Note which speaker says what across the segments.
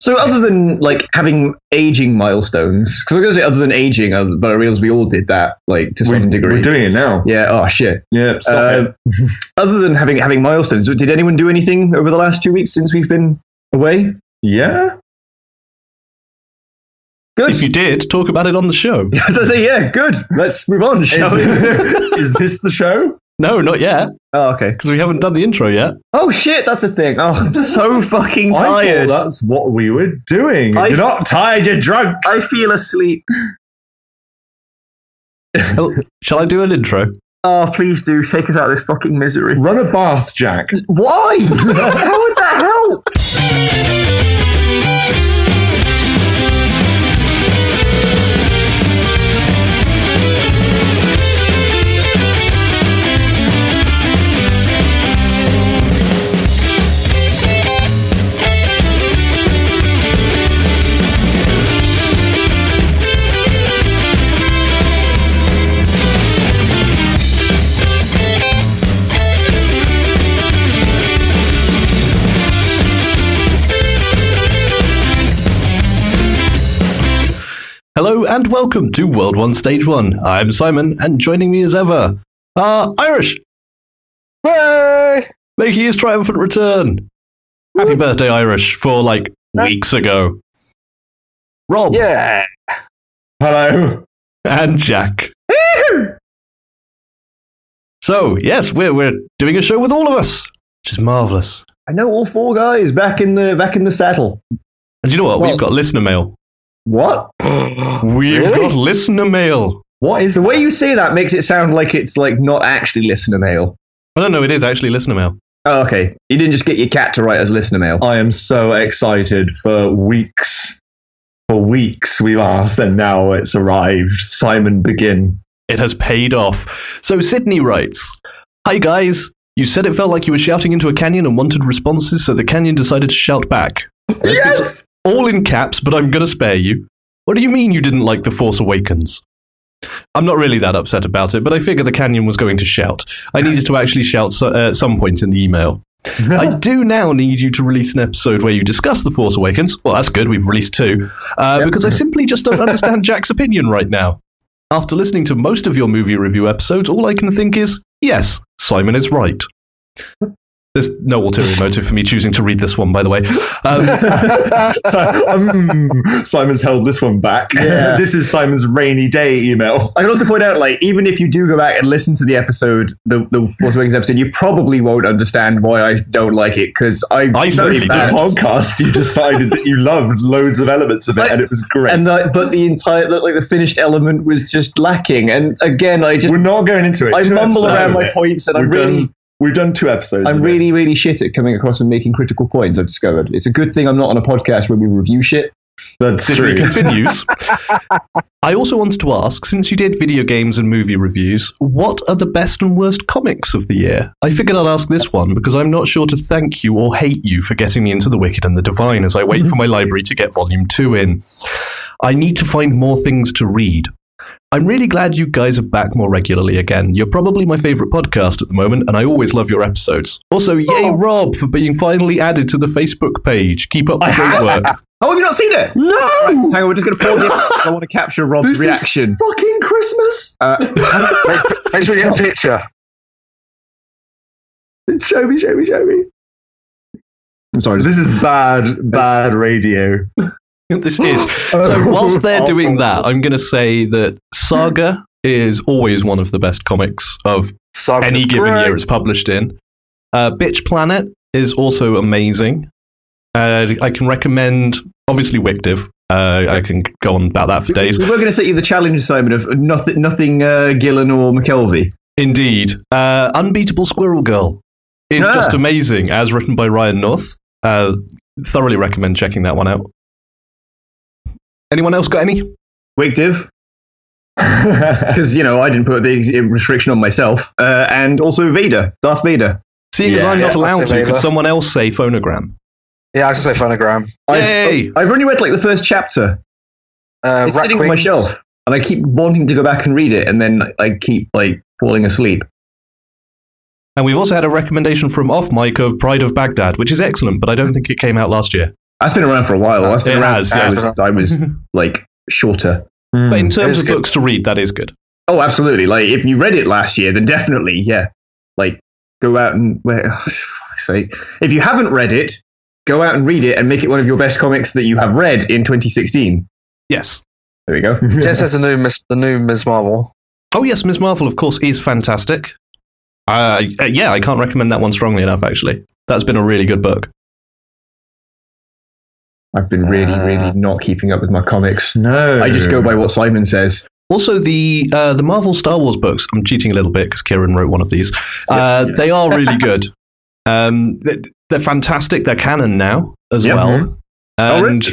Speaker 1: So, other than like having aging milestones, because I'm going to say other than aging, uh, but I realize we all did that like to
Speaker 2: We're,
Speaker 1: some degree.
Speaker 2: we're doing it now.
Speaker 1: yeah. Oh shit.
Speaker 2: Yeah, stop
Speaker 1: Uh, other than having having milestones, did anyone do anything over the last two weeks since we've been away?
Speaker 2: it. Yeah.
Speaker 1: Good.
Speaker 3: If you did, talk about it on the show.
Speaker 1: As I say, yeah, good. Let's move on, shall we?
Speaker 2: is this the show?
Speaker 3: No, not yet,
Speaker 1: oh, okay.
Speaker 3: because we haven't done the intro yet.
Speaker 1: Oh shit, that's a thing. Oh, I'm so fucking
Speaker 2: I
Speaker 1: tired.
Speaker 2: thought that's what we were doing.
Speaker 1: I-
Speaker 2: you're not tired, you're drunk.
Speaker 1: I feel asleep.
Speaker 3: Hell, Shall I do an intro?
Speaker 1: Oh, please do shake us out of this fucking misery.
Speaker 2: Run a bath, Jack.
Speaker 1: Why? How would that help?
Speaker 3: Hello and welcome to World One Stage One. I'm Simon, and joining me as ever are Irish,
Speaker 4: Yay!
Speaker 3: making his triumphant return. Happy birthday, Irish, for like weeks ago. Rob
Speaker 4: Yeah.
Speaker 2: Hello.
Speaker 3: and Jack. So, yes, we're, we're doing a show with all of us, which is marvellous.
Speaker 1: I know all four guys back in the back in the saddle.
Speaker 3: And you know what?
Speaker 1: Well-
Speaker 3: We've got listener mail.
Speaker 1: What?
Speaker 3: We've
Speaker 4: Really?
Speaker 3: got listener mail.
Speaker 1: What is the way you say that makes it sound like it's like not actually listener mail.
Speaker 3: I don't know, Oh, it is actually listener mail.
Speaker 1: Oh, okay. You didn't just get your cat to write us listener mail.
Speaker 2: I am so excited for weeks. For weeks we've asked, and now it's arrived. Simon, begin.
Speaker 3: It has paid off. So Sydney writes Hi guys, you said it felt like you were shouting into a canyon and wanted responses, so the canyon decided to shout back.
Speaker 1: yes.
Speaker 3: All in caps, but I'm gonna spare you. What do you mean you didn't like The Force Awakens? I'm not really that upset about it, but I figure the canyon was going to shout. I needed to actually shout so, uh, at some point in the email. I do now need you to release an episode where you discuss The Force Awakens. Well, that's good. We've released two. Uh, Because I simply just don't understand Jack's opinion right now. After listening to most of your movie review episodes, all I can think is yes, Simon is right. There's no ulterior motive for me choosing to read this one, by the way. Um,
Speaker 2: Um, Simon's held this one back.
Speaker 1: Yeah.
Speaker 2: this is Simon's rainy day email.
Speaker 1: I can also point out, like, even if you do go back and listen to the episode, the, the Force Awakens episode, you probably won't understand why I don't like it because I,
Speaker 3: I certainly
Speaker 1: noticed
Speaker 2: The
Speaker 1: that.
Speaker 2: podcast, you decided that you loved loads of elements of it, and it was great.
Speaker 1: And like, but the entire like the finished element was just lacking. And again, I just
Speaker 2: We're not going into it.
Speaker 1: I
Speaker 2: Two
Speaker 1: mumble
Speaker 2: episodes
Speaker 1: around
Speaker 2: of
Speaker 1: my
Speaker 2: it.
Speaker 1: points, and
Speaker 2: We've
Speaker 1: I'm really
Speaker 2: done, we've done two episodes.
Speaker 1: I'm
Speaker 2: of it.
Speaker 1: really really shit at coming across and making critical points. I've discovered it's a good thing I'm not on a podcast where we review shit.
Speaker 2: That's
Speaker 3: Sydney
Speaker 2: true.
Speaker 3: continues. I also wanted to ask, since you did video games and movie reviews, what are the best and worst comics of the year? I figured I'd ask this one because I'm not sure to thank you or hate you for getting me into The Wicked and the Divine as I wait for my library to get Volume 2 in. I need to find more things to read. I'm really glad you guys are back more regularly again. You're probably my favourite podcast at the moment, and I always love your episodes. Also, yay, Rob, for being finally added to the Facebook page. Keep up the great work.
Speaker 1: Oh, have you not seen it?
Speaker 2: no,
Speaker 1: Hang on, we're just going to pause it. I want to capture Rob's
Speaker 2: this
Speaker 1: reaction.
Speaker 2: is fucking Christmas.
Speaker 1: uh,
Speaker 4: Make sure you get a picture.
Speaker 2: Show me, show me, show me.
Speaker 1: I'm sorry.
Speaker 2: This is bad, bad radio.
Speaker 3: this is. So whilst they're
Speaker 1: Oh,
Speaker 3: doing that, I'm going to say that Saga is always one of the best comics of
Speaker 4: Saga
Speaker 3: any
Speaker 4: is
Speaker 3: given
Speaker 4: great.
Speaker 3: year it's published in. Uh, Bitch Planet is also amazing. Uh, I can recommend, obviously, Wictive. Uh, I can go on about that for days.
Speaker 1: We were going to set you the challenge, Simon, of nothing, nothing uh, Gillen or McKelvey.
Speaker 3: Indeed. Uh, Unbeatable Squirrel Girl is
Speaker 1: Yeah.
Speaker 3: just amazing, as written by Ryan North. Uh, thoroughly recommend checking that one out. Anyone else got any?
Speaker 1: Wig Div, because you know I didn't put the ex- restriction on myself, uh, and also Vader, Darth Vader.
Speaker 3: Seeing as
Speaker 2: Yeah.
Speaker 3: I'm not
Speaker 4: Yeah,
Speaker 3: allowed
Speaker 4: that's
Speaker 3: to,
Speaker 4: it,
Speaker 3: could
Speaker 4: Ava.
Speaker 3: someone else say phonogram?
Speaker 4: Yeah, I should say phonogram.
Speaker 3: Yay!
Speaker 1: I've, I've only read like the first chapter.
Speaker 4: Uh,
Speaker 1: It's
Speaker 4: Rat
Speaker 1: sitting on
Speaker 4: Queen.
Speaker 1: my shelf, and I keep wanting to go back and read it, and then I keep like falling asleep.
Speaker 3: And we've also had a recommendation from Off Mic of Pride of Baghdad, which is excellent, but I don't think it came out last year.
Speaker 1: That's been around for a while. That's been
Speaker 3: Uh, It
Speaker 1: around.
Speaker 3: has,
Speaker 1: since I,
Speaker 4: yeah.
Speaker 1: was, I was like shorter.
Speaker 3: But in
Speaker 4: is
Speaker 3: terms of
Speaker 4: good.
Speaker 3: books to read, that is good.
Speaker 1: Oh, absolutely. Like if you read it last year, then definitely, yeah. Like go out and well, for fuck's sake. If you haven't read it, go out and read it and make it one of your best comics that you have read in 2016.
Speaker 3: Yes.
Speaker 1: There we go.
Speaker 4: Jess has the new Miss, the new Ms. Marvel.
Speaker 3: Oh yes, Ms. Marvel, of course, is fantastic. Uh, uh, yeah, I can't recommend that one strongly enough. Actually, that's been a really good book.
Speaker 1: I've been really,
Speaker 4: Uh.
Speaker 1: really not keeping up with my comics.
Speaker 2: No,
Speaker 1: I just go by what Simon says.
Speaker 3: Also, the uh, the Marvel Star Wars books. I'm cheating a little bit because Kieran wrote one of these. Uh, They are really good. Um, they- they're fantastic. They're canon now as
Speaker 1: Yep.
Speaker 3: well.
Speaker 1: Oh,
Speaker 3: And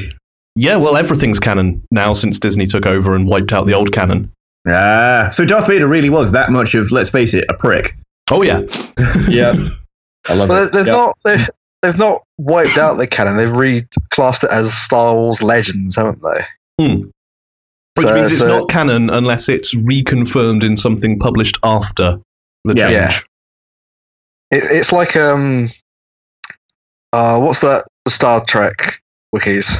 Speaker 3: yeah, well, everything's canon now since Disney took over and wiped out the old canon.
Speaker 1: Ah, so Darth Vader really was that much of, let's face it, a prick.
Speaker 3: Oh yeah,
Speaker 2: Yeah, I love
Speaker 4: Well,
Speaker 2: it.
Speaker 4: they- they've
Speaker 2: Yep.
Speaker 4: not they've, they've not wiped out the canon. They've reclassed it as Star Wars Legends, haven't they?
Speaker 3: which
Speaker 4: So-
Speaker 3: means it's
Speaker 4: so-
Speaker 3: not canon unless it's reconfirmed in something published after the
Speaker 1: Yeah.
Speaker 3: change.
Speaker 4: Yeah. It, it's like um, uh, what's that? The Star Trek wikis.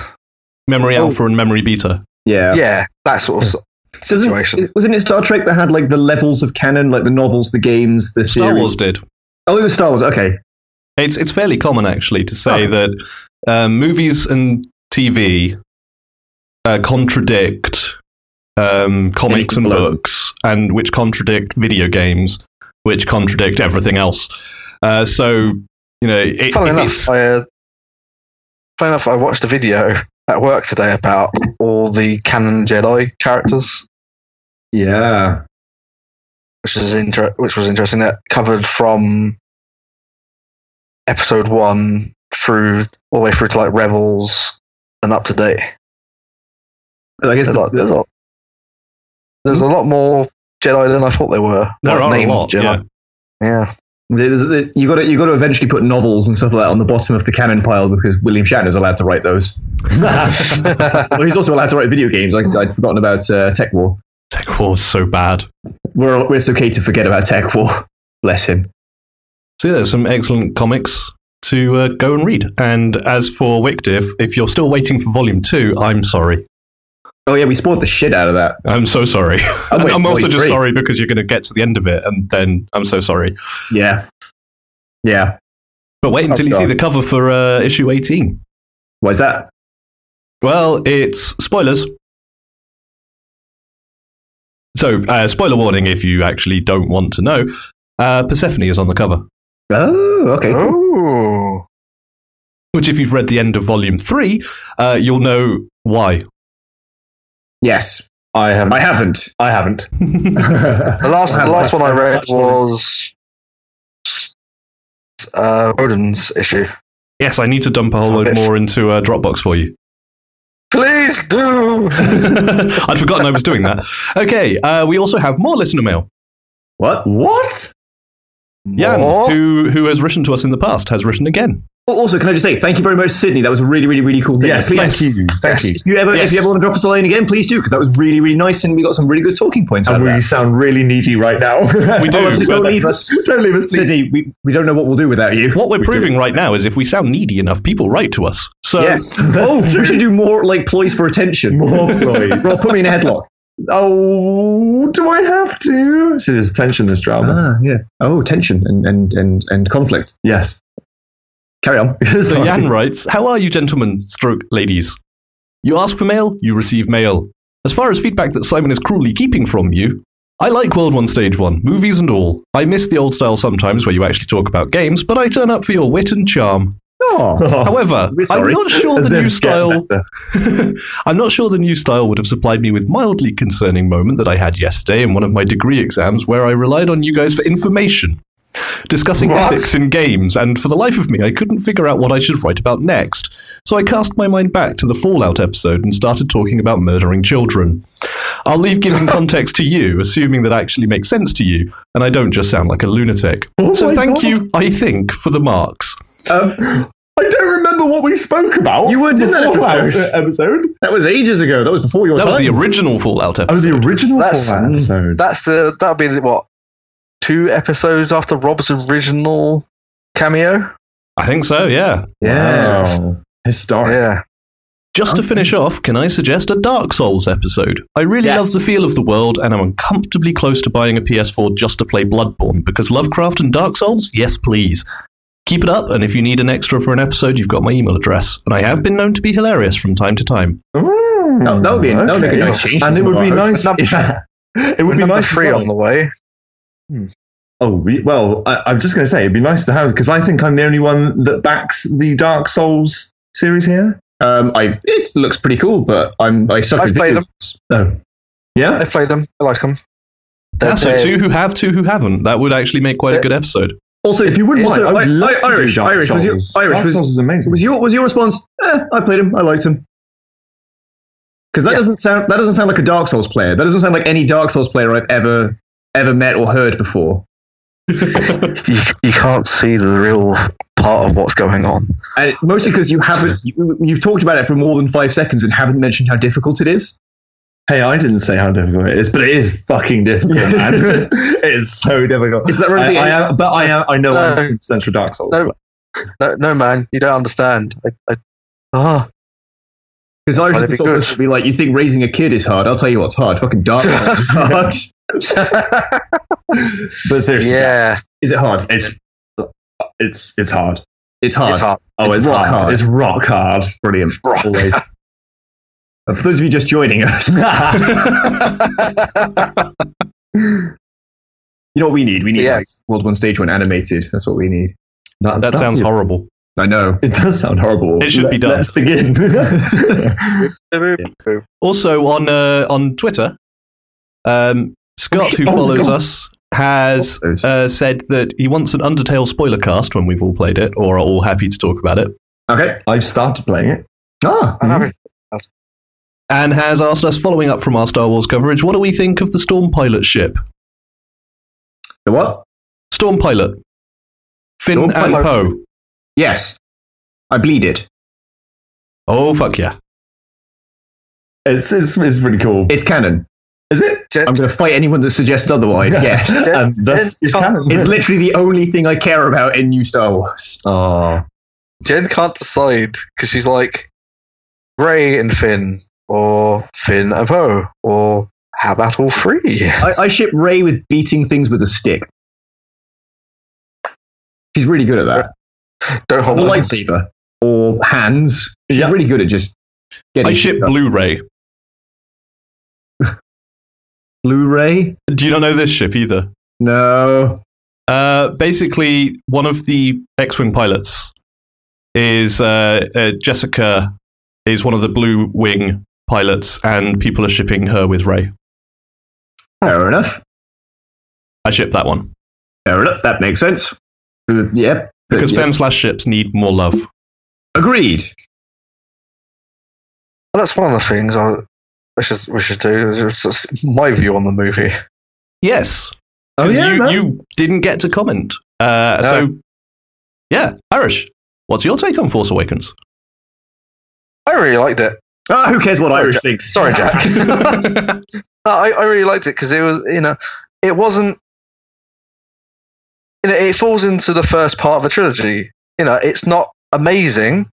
Speaker 3: Memory
Speaker 1: Oh.
Speaker 3: Alpha and Memory Beta.
Speaker 1: Yeah.
Speaker 4: Yeah, that sort of s-
Speaker 1: Doesn't-
Speaker 4: situation.
Speaker 1: Wasn't it Star Trek that had like the levels of canon, like the novels, the games, the
Speaker 3: Star
Speaker 1: series?
Speaker 3: Wars did.
Speaker 1: Oh, it was Star Wars. Okay.
Speaker 3: It's it's fairly common actually to say that um, movies and TV uh, contradict um, comics
Speaker 1: Anything
Speaker 3: and
Speaker 1: below.
Speaker 3: books, and which contradict video games, which contradict everything else. Uh, so you know, it, if
Speaker 4: Funnily
Speaker 3: it's-
Speaker 4: enough, I, uh, funnily enough, I watched a video at work today about all the canon Jedi characters,
Speaker 1: Yeah.
Speaker 4: which is inter- which was interesting. That covered from episode one through all the way through to like Rebels and up to date.
Speaker 1: I guess
Speaker 4: There's, like, there's
Speaker 1: the,
Speaker 4: a there's a lot more Jedi than I thought there were.
Speaker 3: there
Speaker 4: Like,
Speaker 3: are a
Speaker 4: named
Speaker 3: lot. Yeah.
Speaker 4: Yeah.
Speaker 1: there's the- you got to you got to eventually put novels and stuff like that on the bottom of the canon pile because William Shatner's allowed to write those. well, he's also allowed to write video games. Like I'd forgotten about uh, Tech War.
Speaker 3: Tech War's so bad.
Speaker 1: We're we're it's okay to forget about Tech War. Bless him.
Speaker 3: So yeah, there's some excellent comics to uh, go and read. And as for Wicdiff, if you're still waiting for Volume Two, I'm sorry.
Speaker 1: Oh yeah, we spoiled the shit out of that.
Speaker 3: I'm so sorry.
Speaker 1: Oh,
Speaker 3: And
Speaker 1: wait,
Speaker 3: I'm also
Speaker 1: wait,
Speaker 3: just
Speaker 1: great.
Speaker 3: sorry because you're going to get to the end of it, and then I'm so sorry.
Speaker 1: Yeah. Yeah.
Speaker 3: But wait until
Speaker 1: Oh,
Speaker 3: you see
Speaker 1: God.
Speaker 3: the cover for uh, issue 18.
Speaker 1: Why's that?
Speaker 3: Well, it's spoilers. So, uh, spoiler warning if you actually don't want to know. Uh, Persephone is on the cover,
Speaker 1: Oh, okay.
Speaker 4: Ooh.
Speaker 3: which, if you've read the end of volume three, uh, you'll know why.
Speaker 1: Yes,
Speaker 2: I haven't.
Speaker 1: I haven't.
Speaker 2: I haven't.
Speaker 4: The last, the last one I read
Speaker 2: That's one.
Speaker 4: was uh, Odin's issue.
Speaker 3: yes, I need to dump a whole load more into uh, Dropbox for you.
Speaker 4: Please do.
Speaker 3: I'd forgotten I was doing that. Okay, uh, we also have more listener mail.
Speaker 1: what? What?
Speaker 3: Jan,
Speaker 4: More?
Speaker 3: who, who has written to us in the past, has written again.
Speaker 1: Oh, Also, can I just say thank you very much, Sydney? That was a really, really, really cool thing.
Speaker 2: Yes,
Speaker 1: Please-
Speaker 2: thank you. Thank you.
Speaker 1: If you ever,
Speaker 3: Yes.
Speaker 1: if you ever want to drop us a line again, please do because that was really, really nice, and we got some really good talking points. Out
Speaker 2: And
Speaker 1: of
Speaker 2: we
Speaker 1: that.
Speaker 2: sound really needy right now.
Speaker 3: We do.
Speaker 1: Oh, so don't leave us,
Speaker 2: Don't leave us, please.
Speaker 1: Sydney. We, we don't know what we'll do without you.
Speaker 3: What we're
Speaker 1: We do.
Speaker 3: proving right now is if we sound needy enough, people write to us. So
Speaker 1: Yes. oh, we should do more like ploys for attention.
Speaker 2: More ploys.
Speaker 1: Rob, put me in a headlock.
Speaker 2: Oh, do I have to? See, there's tension, there's drama.
Speaker 1: Ah, yeah. Oh, tension and and and, and conflict.
Speaker 2: Yes.
Speaker 1: Carry on.
Speaker 3: so
Speaker 2: Sorry.
Speaker 3: Jan writes, How are you, gentlemen, stroke ladies? You ask for mail, you receive mail. As far as feedback that Simon is cruelly keeping from you, I like World 1 Stage 1, movies and all. I miss the old style sometimes where you actually talk about games, but I turn up for your wit and charm.
Speaker 1: Oh,
Speaker 3: However,
Speaker 1: we're
Speaker 3: I'm
Speaker 1: sorry.
Speaker 3: not sure
Speaker 2: As
Speaker 3: the
Speaker 2: if
Speaker 3: new
Speaker 2: it's getting
Speaker 3: style
Speaker 2: better.
Speaker 3: I'm not sure the new style would have supplied me with mildly concerning moment that I had yesterday in one of my degree exams where I relied on you guys for information. Discussing
Speaker 4: What?
Speaker 3: ethics in games, and for the life of me, I couldn't figure out what I should write about next. So I cast my mind back to the Fallout episode and started talking about murdering children. I'll leave giving context to you, assuming that actually makes sense to you, and I don't just sound like a lunatic.
Speaker 2: Oh
Speaker 3: so
Speaker 2: my
Speaker 3: thank
Speaker 2: God.
Speaker 3: you, I think, for the marks.
Speaker 1: um,
Speaker 2: I don't remember what we spoke about.
Speaker 1: You were in that
Speaker 2: before
Speaker 1: episode.
Speaker 2: that episode.
Speaker 1: that was ages ago. That was before your
Speaker 3: That was
Speaker 1: time.
Speaker 3: the original Fallout episode.
Speaker 2: Oh, the original
Speaker 4: That's-
Speaker 2: Fallout episode.
Speaker 4: That's the that'll be what two episodes after Rob's original cameo.
Speaker 3: I think so, yeah.
Speaker 1: yeah.
Speaker 2: Wow. Historic.
Speaker 4: Yeah.
Speaker 3: Just to finish off, can I suggest a Dark Souls episode? I really
Speaker 1: Yes.
Speaker 3: love the feel of the world, and I'm uncomfortably close to buying a PS4 just to play Bloodborne because Lovecraft and Dark Souls? Yes, please. Keep it up, and if you need an extra for an episode, you've got my email address. And I have been known to be hilarious from time to time.
Speaker 2: Ooh,
Speaker 1: No, that would be- that would make a nice change
Speaker 2: And
Speaker 1: for
Speaker 2: it would be
Speaker 1: tomorrow.
Speaker 2: nice.
Speaker 4: Number-
Speaker 2: yeah. It would be
Speaker 4: Number
Speaker 2: nice. as
Speaker 4: three
Speaker 2: well.
Speaker 4: on the way.
Speaker 2: Oh we- well, I, I'm just going to say it'd be nice to have because I think I'm the only one that backs the Dark Souls series here.
Speaker 1: Um, I it looks pretty cool, but I'm I suck
Speaker 4: I've
Speaker 1: at
Speaker 4: played
Speaker 1: video.
Speaker 2: Oh, yeah.
Speaker 4: I've played them. I like them. They're,
Speaker 3: That's it.
Speaker 2: uh,
Speaker 4: they're-
Speaker 3: Ah, Two who have, two who haven't. That would actually make quite a good episode.
Speaker 1: Also,
Speaker 2: If you wouldn't
Speaker 1: also,
Speaker 2: mind, I would
Speaker 1: I-
Speaker 2: love
Speaker 1: I-
Speaker 2: to
Speaker 1: Irish,
Speaker 2: do Dark
Speaker 1: Irish, was
Speaker 2: Souls.
Speaker 1: you- Irish,
Speaker 2: Dark
Speaker 1: was-
Speaker 2: Souls is amazing.
Speaker 1: was your was your response? Eh, I played him. I liked him. Because that
Speaker 4: Yeah.
Speaker 1: doesn't sound that doesn't sound like a Dark Souls player. That doesn't sound like any Dark Souls player I've ever ever met or heard before.
Speaker 4: You, you can't see the real part of what's going on.
Speaker 1: And mostly because you haven't you, you've talked about it for more than five seconds and haven't mentioned how difficult it is.
Speaker 2: hey, I didn't say how difficult it is, but it is fucking difficult, man. it is so difficult.
Speaker 1: Is that
Speaker 2: I,
Speaker 1: really?
Speaker 2: I am, but I am, I know I'm
Speaker 4: No.
Speaker 2: doing Central Dark Souls.
Speaker 4: Uh, No. No, no man, you don't understand. I, I, ah,
Speaker 1: Because Irish
Speaker 4: That'd be
Speaker 1: Assault
Speaker 4: good.
Speaker 1: would be like, you think raising a kid is hard? I'll tell you what's hard. Fucking Dark Souls is hard.
Speaker 2: But seriously,
Speaker 4: yeah,
Speaker 1: Is it hard?
Speaker 2: it's it's it's hard.
Speaker 1: It's hard.
Speaker 4: it's hard.
Speaker 2: Oh,
Speaker 1: It's
Speaker 2: it's,
Speaker 1: rock
Speaker 2: hard.
Speaker 1: hard.
Speaker 2: It's rock hard.
Speaker 1: Brilliant.
Speaker 2: Always.
Speaker 1: For those of you just joining us, you know what we need? We need
Speaker 4: Yeah.
Speaker 1: like, World One Stage One animated. That's what we need.
Speaker 2: That's-
Speaker 3: That sounds
Speaker 2: is-
Speaker 3: horrible.
Speaker 1: I know.
Speaker 2: It does sound horrible.
Speaker 3: It should be done.
Speaker 2: Let's begin.
Speaker 3: Also on uh, on Twitter, um, Scott, who
Speaker 2: Oh my
Speaker 3: follows
Speaker 2: God.
Speaker 3: us, has
Speaker 1: Those-
Speaker 3: uh, said that he wants an Undertale spoiler cast when we've all played it or are all happy to talk about it,
Speaker 1: Okay.
Speaker 2: I've started playing it.
Speaker 1: Ah.
Speaker 2: Mm-hmm.
Speaker 4: I'm having-
Speaker 3: and has asked us, following up from our Star Wars coverage, what do we think of the Storm Pilot ship?
Speaker 1: The what?
Speaker 3: Storm Pilot, Finn
Speaker 1: Storm
Speaker 3: and
Speaker 4: Pilot.
Speaker 3: Poe.
Speaker 1: Yes. I bleed it.
Speaker 3: Oh fuck yeah!
Speaker 2: It's it's, it's pretty cool.
Speaker 1: It's canon.
Speaker 2: Is it?
Speaker 4: Jet-
Speaker 1: I'm going to fight anyone that suggests otherwise. Yes.
Speaker 2: and that's it's canon.
Speaker 1: It's literally the only thing I care about in new Star Wars.
Speaker 2: oh,
Speaker 4: Jen can't decide because she's like Ray and Finn, or Finn and Poe, or how about all three?
Speaker 1: I, I ship Ray with beating things with a stick. She's really good at that.
Speaker 4: Don't
Speaker 1: Or
Speaker 4: hold
Speaker 1: the
Speaker 4: on.
Speaker 1: lightsaber. Or hands. She's
Speaker 2: Yeah.
Speaker 1: really good at just getting
Speaker 3: I ship
Speaker 1: stuff.
Speaker 3: Blu-ray.
Speaker 1: Blu-ray.
Speaker 3: Do you not know this ship either?
Speaker 1: No.
Speaker 3: Uh, basically, one of the X-wing pilots is uh, uh, Jessica. Is one of the Blue Wing pilots, and people are shipping her with Ray.
Speaker 1: Fair enough.
Speaker 3: I ship that one
Speaker 1: Fair enough. That makes sense. Uh, yep. But,
Speaker 3: because
Speaker 1: yeah.
Speaker 3: femme slash ships need more love.
Speaker 1: Agreed.
Speaker 4: Well, that's one of the things I, we should we should do. is it's just my view on the movie.
Speaker 3: Yes.
Speaker 2: oh
Speaker 3: 'Cause
Speaker 2: yeah,
Speaker 3: you,
Speaker 2: man.
Speaker 3: you didn't get to comment. Uh,
Speaker 4: No.
Speaker 3: So, yeah, Irish. What's your take on Force Awakens?
Speaker 4: I really liked it.
Speaker 1: Ah, who cares what
Speaker 4: Sorry,
Speaker 1: Irish
Speaker 4: Jack.
Speaker 1: thinks?
Speaker 4: Sorry, Jack. No, I, I really liked it because it was you know it wasn't you know it falls into the first part of a trilogy. You know it's not amazing.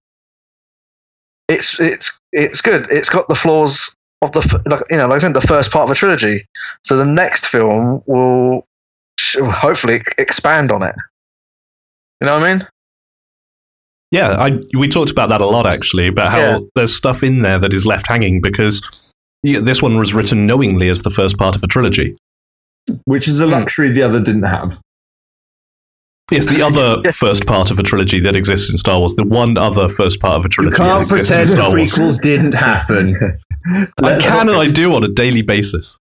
Speaker 4: It's it's it's good. It's got the flaws of the f- like you know like I think the first part of a trilogy. So the next film will sh- hopefully ex- expand on it. You know what I mean?
Speaker 3: Yeah, I, we talked about that a lot actually, about how
Speaker 4: Yeah.
Speaker 3: there's stuff in there that is left hanging because yeah, this one was written knowingly as the first part of a trilogy.
Speaker 2: which is a
Speaker 1: Hmm.
Speaker 2: luxury the other didn't have.
Speaker 3: Yes, the other
Speaker 4: Yeah.
Speaker 3: first part of a trilogy that exists in Star Wars, the one other first part of a
Speaker 1: You
Speaker 3: trilogy that
Speaker 1: can't
Speaker 3: exists in
Speaker 1: pretend the
Speaker 3: Star Wars.
Speaker 1: prequels didn't happen.
Speaker 3: I
Speaker 2: Let's-
Speaker 3: can and I do on a daily basis.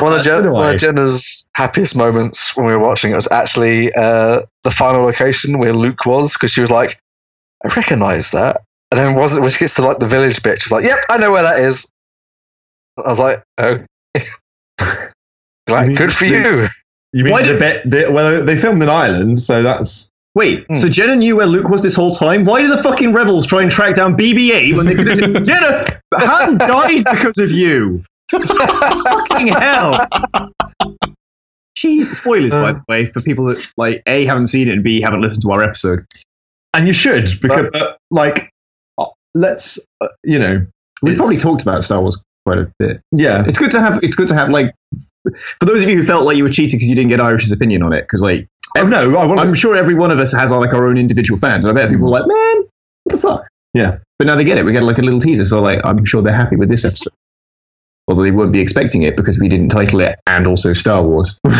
Speaker 4: One of,
Speaker 2: So
Speaker 4: Jen,
Speaker 2: do
Speaker 4: one
Speaker 2: I.
Speaker 4: of Jenna's happiest moments when we were watching it was actually uh, the final location where Luke was because she was like, "I recognise that," and then was it when she gets to like the village bit, she's like, "Yep, I know where that is." I was like, "Oh, like,
Speaker 2: mean
Speaker 4: good for
Speaker 2: Luke-
Speaker 4: you."
Speaker 2: You mean
Speaker 1: Why
Speaker 2: the
Speaker 1: did-
Speaker 2: bit? The, well, they filmed in Ireland, so that's
Speaker 1: Wait,
Speaker 3: Hmm.
Speaker 1: so Jenna knew where Luke was this whole time? Why do the fucking rebels try and track down BB-8 when they could have... Jenna, Han died because of you. fucking hell. Jeez, spoilers, by the way, for people that, like, A, haven't seen it, and B, haven't listened to our episode.
Speaker 2: and you should because uh, like. let's uh, you know
Speaker 1: We
Speaker 2: it's-
Speaker 1: probably talked about Star Wars quite a bit.
Speaker 2: yeah
Speaker 1: It's good to have. It's good to have like for those of you who felt like you were cheating because you didn't get Irish's opinion on it. Because like
Speaker 2: oh no I want
Speaker 1: I'm sure every one of us has like our own individual fans, and I bet people are like, man, what the fuck?
Speaker 2: Yeah.
Speaker 1: But now they get it. We get like a little teaser, so like I'm sure they're happy with this episode. Although they won't be expecting it because we didn't title it, and also Star Wars.
Speaker 3: We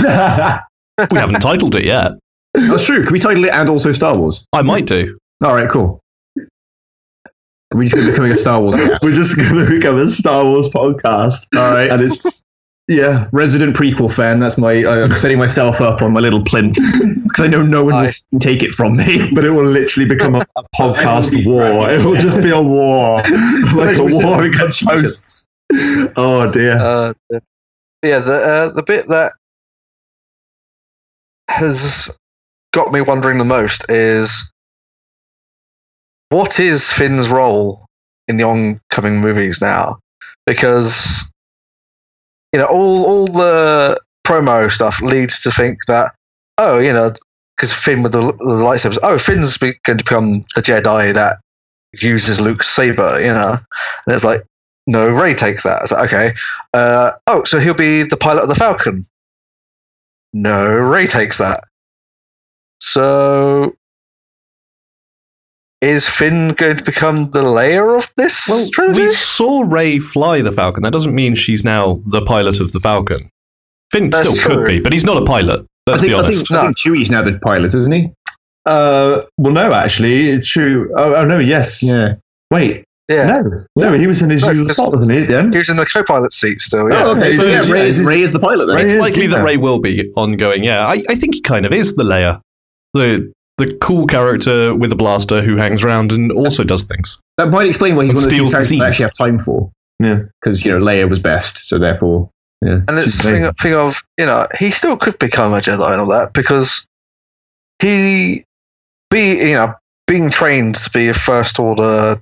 Speaker 3: haven't titled it yet.
Speaker 1: That's true. Can we title it and also Star Wars?
Speaker 3: I might do.
Speaker 1: All right, cool. Are we just going to be becoming a Star Wars cast?
Speaker 2: we're just gonna become a Star Wars podcast
Speaker 1: All right.
Speaker 2: and it's yeah
Speaker 1: resident prequel fan. That's my. I'm setting myself up on my little plinth because I know no one
Speaker 4: Nice.
Speaker 1: will take it from me.
Speaker 2: but it will literally become a, a podcast war it will just be a war like a war against hosts oh dear
Speaker 4: Uh, yeah, the uh, the bit that has got me wondering the most is what is Finn's role in the oncoming movies now? Because you know, all all the promo stuff leads to think that oh, you know, because Finn with the, the lightsabers, oh, Finn's be- going to become the Jedi that uses Luke's saber, you know, and it's like. No, Ray takes that. It's like, okay, uh, oh, so he'll be the pilot of the Falcon. No, Ray takes that. So is Finn going to become the layer of this trilogy?
Speaker 3: we saw Ray fly the Falcon. That doesn't mean she's now the pilot of the Falcon. Finn
Speaker 4: That's
Speaker 3: still
Speaker 4: true.
Speaker 3: could be, but he's not a pilot. Let's be
Speaker 1: I
Speaker 3: honest.
Speaker 1: think, I think Chewie's now the pilot, isn't he?
Speaker 2: Uh, well, no, actually, it's true. Oh, oh no, yes.
Speaker 1: Yeah.
Speaker 2: Wait,
Speaker 4: yeah.
Speaker 2: no, no, he was in his
Speaker 4: No,
Speaker 2: usual
Speaker 4: just-
Speaker 2: spot, wasn't he? At the end,
Speaker 4: He was in the co pilot seat still, yeah.
Speaker 2: Oh,
Speaker 1: Oh, okay.
Speaker 2: okay,
Speaker 1: So
Speaker 2: so
Speaker 1: yeah,
Speaker 2: yeah,
Speaker 1: Ray is,
Speaker 2: he's-
Speaker 1: Ray is the pilot then.
Speaker 2: Ray
Speaker 3: it's
Speaker 2: is,
Speaker 3: likely that
Speaker 2: yeah.
Speaker 3: Ray will be ongoing. Yeah, I, I think he kind of is the layer, the the cool character with a blaster who hangs around and also does things.
Speaker 1: That might explain why he's
Speaker 3: And
Speaker 1: one of the few
Speaker 3: steals the
Speaker 1: characters
Speaker 3: scenes.
Speaker 1: I actually have time for.
Speaker 2: Yeah.
Speaker 1: Because you know Leia was best, so therefore, yeah.
Speaker 4: And it's
Speaker 2: She's
Speaker 4: the thing,
Speaker 2: amazing.
Speaker 4: thing of, you know, he still could become a Jedi and all that because he, be you know, being trained to be a First Order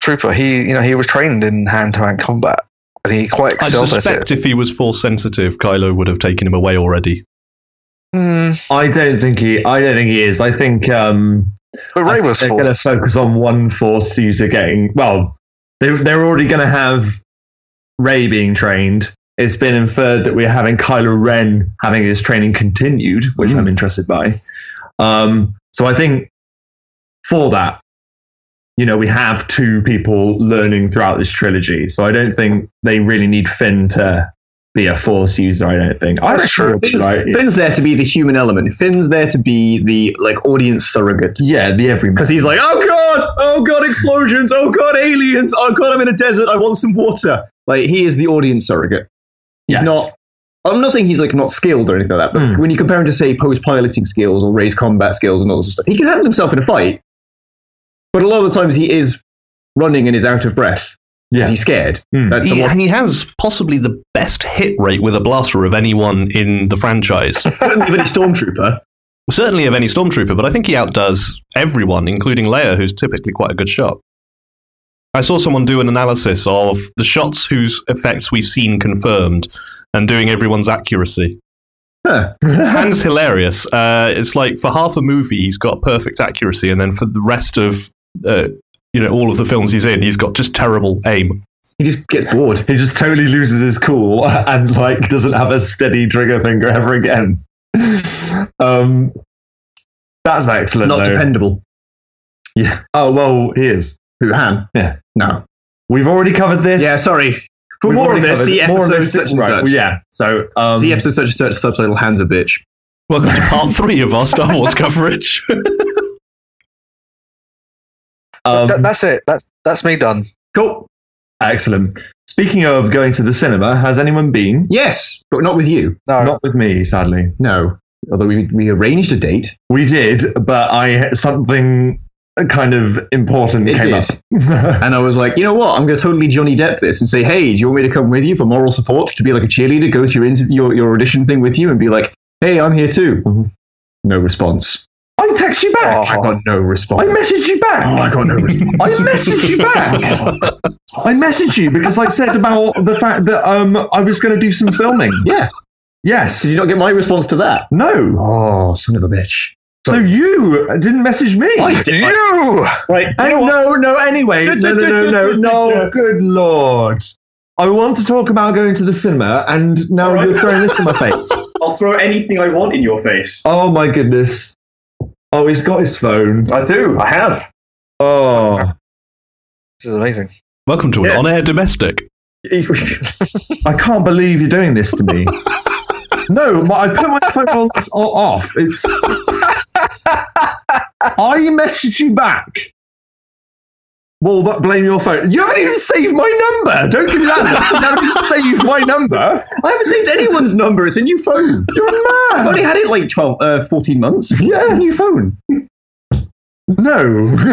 Speaker 4: trooper, he, you know, he was trained in hand-to-hand combat and he quite
Speaker 3: I
Speaker 4: excelled at it.
Speaker 3: suspect if he was force sensitive, Kylo would have taken him away already.
Speaker 4: Hmm.
Speaker 2: I don't think he. I don't think he is. I think um, I
Speaker 4: but Ray
Speaker 2: think
Speaker 4: was
Speaker 2: they're going to
Speaker 4: forced.
Speaker 2: focus on one force user getting. Well, they, they're already going to have Ray being trained. It's been inferred that we're having Kylo Ren having his training continued, which
Speaker 4: Hmm.
Speaker 2: I'm interested by. Um, so I think for that, you know, we have two people learning throughout this trilogy. So I don't think they really need Finn to be a force user. I don't think. I
Speaker 4: That's true.
Speaker 2: reckon-
Speaker 1: Finn's,
Speaker 2: right?
Speaker 1: Finn's there to be the human element. Finn's there to be the like audience surrogate.
Speaker 2: Yeah, the everyman.
Speaker 1: Because he's like, oh god, oh god, explosions, oh god, aliens, oh god, I'm in a desert, I want some water. Like he is the audience surrogate. He's
Speaker 2: Yes.
Speaker 1: not. I'm not saying he's like not skilled or anything like that, but
Speaker 2: Hmm.
Speaker 1: when you compare him to say post piloting skills or raise combat skills and all this stuff, he can handle himself in a fight. But a lot of the times he is running and is out of breath because
Speaker 2: Yeah.
Speaker 1: he's scared.
Speaker 2: Hmm.
Speaker 1: That's
Speaker 3: He,
Speaker 1: a lot-
Speaker 3: and he has possibly the best hit rate with a blaster of anyone in the franchise.
Speaker 1: certainly even a stormtrooper.
Speaker 3: Certainly of any stormtrooper, but I think he outdoes everyone, including Leia, who's typically quite a good shot. I saw someone do an analysis of the shots whose effects we've seen confirmed and doing everyone's accuracy.
Speaker 1: Huh.
Speaker 3: Han's hilarious. Uh, it's like for half a movie, he's got perfect accuracy, and then for the rest of uh, you know all of the films he's in, he's got just terrible aim.
Speaker 1: He just gets bored.
Speaker 2: He just totally loses his cool and like doesn't have a steady trigger finger ever again. um, that's excellent.
Speaker 1: Not
Speaker 2: though.
Speaker 1: dependable.
Speaker 2: Yeah. Oh well, he is.
Speaker 1: Who Han?
Speaker 2: Yeah.
Speaker 1: No.
Speaker 2: We've already covered this.
Speaker 1: Yeah. Sorry. For
Speaker 2: We've
Speaker 1: more
Speaker 2: already
Speaker 1: on this,
Speaker 2: covered-
Speaker 1: the
Speaker 2: more on
Speaker 1: episode
Speaker 2: this-
Speaker 1: such and
Speaker 2: right,
Speaker 1: such.
Speaker 2: well, yeah. So um,
Speaker 1: See episode such and such subtitle Hands a Bitch.
Speaker 3: Welcome to part three of our Star Wars coverage.
Speaker 2: um,
Speaker 4: That- that's it. That's that's me done.
Speaker 1: Cool.
Speaker 2: excellent. Speaking of going to the cinema, has anyone been?
Speaker 1: Yes, but not with you.
Speaker 4: No,
Speaker 2: Not with me, sadly.
Speaker 1: No. Although we, we arranged a date.
Speaker 2: We did, but I something kind of important
Speaker 1: It
Speaker 2: came
Speaker 1: did.
Speaker 2: up.
Speaker 1: And I was like, you know what? I'm going to totally Johnny Depp this and say, hey, do you want me to come with you for moral support? To be like a cheerleader, go to your, inter- your, your audition thing with you and be like, hey, I'm here too. Mm-hmm.
Speaker 2: Mhm.
Speaker 1: No response.
Speaker 2: I text you back.
Speaker 1: Oh, I got no response.
Speaker 2: I messaged you back.
Speaker 1: oh, I got no response.
Speaker 2: I messaged you back. I messaged you because I said about the fact that um, I was going to do some filming.
Speaker 1: Yeah. Oh, Did
Speaker 2: Yes.
Speaker 1: you not get my response to that?
Speaker 2: No.
Speaker 1: Oh, son of a bitch.
Speaker 2: So you didn't message me.
Speaker 1: I did. I-
Speaker 4: You!
Speaker 1: Right. you
Speaker 2: Hey,
Speaker 1: know what?
Speaker 2: no, no, anyway. No,
Speaker 1: Du-
Speaker 2: no,
Speaker 1: du-
Speaker 2: no,
Speaker 1: du-
Speaker 2: no,
Speaker 1: du-
Speaker 2: no.
Speaker 1: du-
Speaker 2: no,
Speaker 1: du-
Speaker 2: Good lord. I want to talk about going to the cinema, and now
Speaker 1: Alright.
Speaker 2: you're throwing this in my face.
Speaker 1: I'll throw anything I want in your face.
Speaker 2: Oh my goodness. Oh, he's got his phone.
Speaker 1: I do. I have.
Speaker 2: Oh,
Speaker 4: This is amazing.
Speaker 3: Welcome to an
Speaker 1: Yeah.
Speaker 3: on-air domestic.
Speaker 2: I can't believe you're doing this to me. No, my, I put my phone on, on off. It's. I messaged you back. Well, that blame your phone. You haven't even saved my number. Don't give me that. You haven't even saved my number.
Speaker 1: I haven't saved anyone's number. It's a new phone.
Speaker 2: You're
Speaker 1: I've
Speaker 2: mad.
Speaker 1: only had it like 12, uh, 14 months.
Speaker 2: Yeah, new phone. No,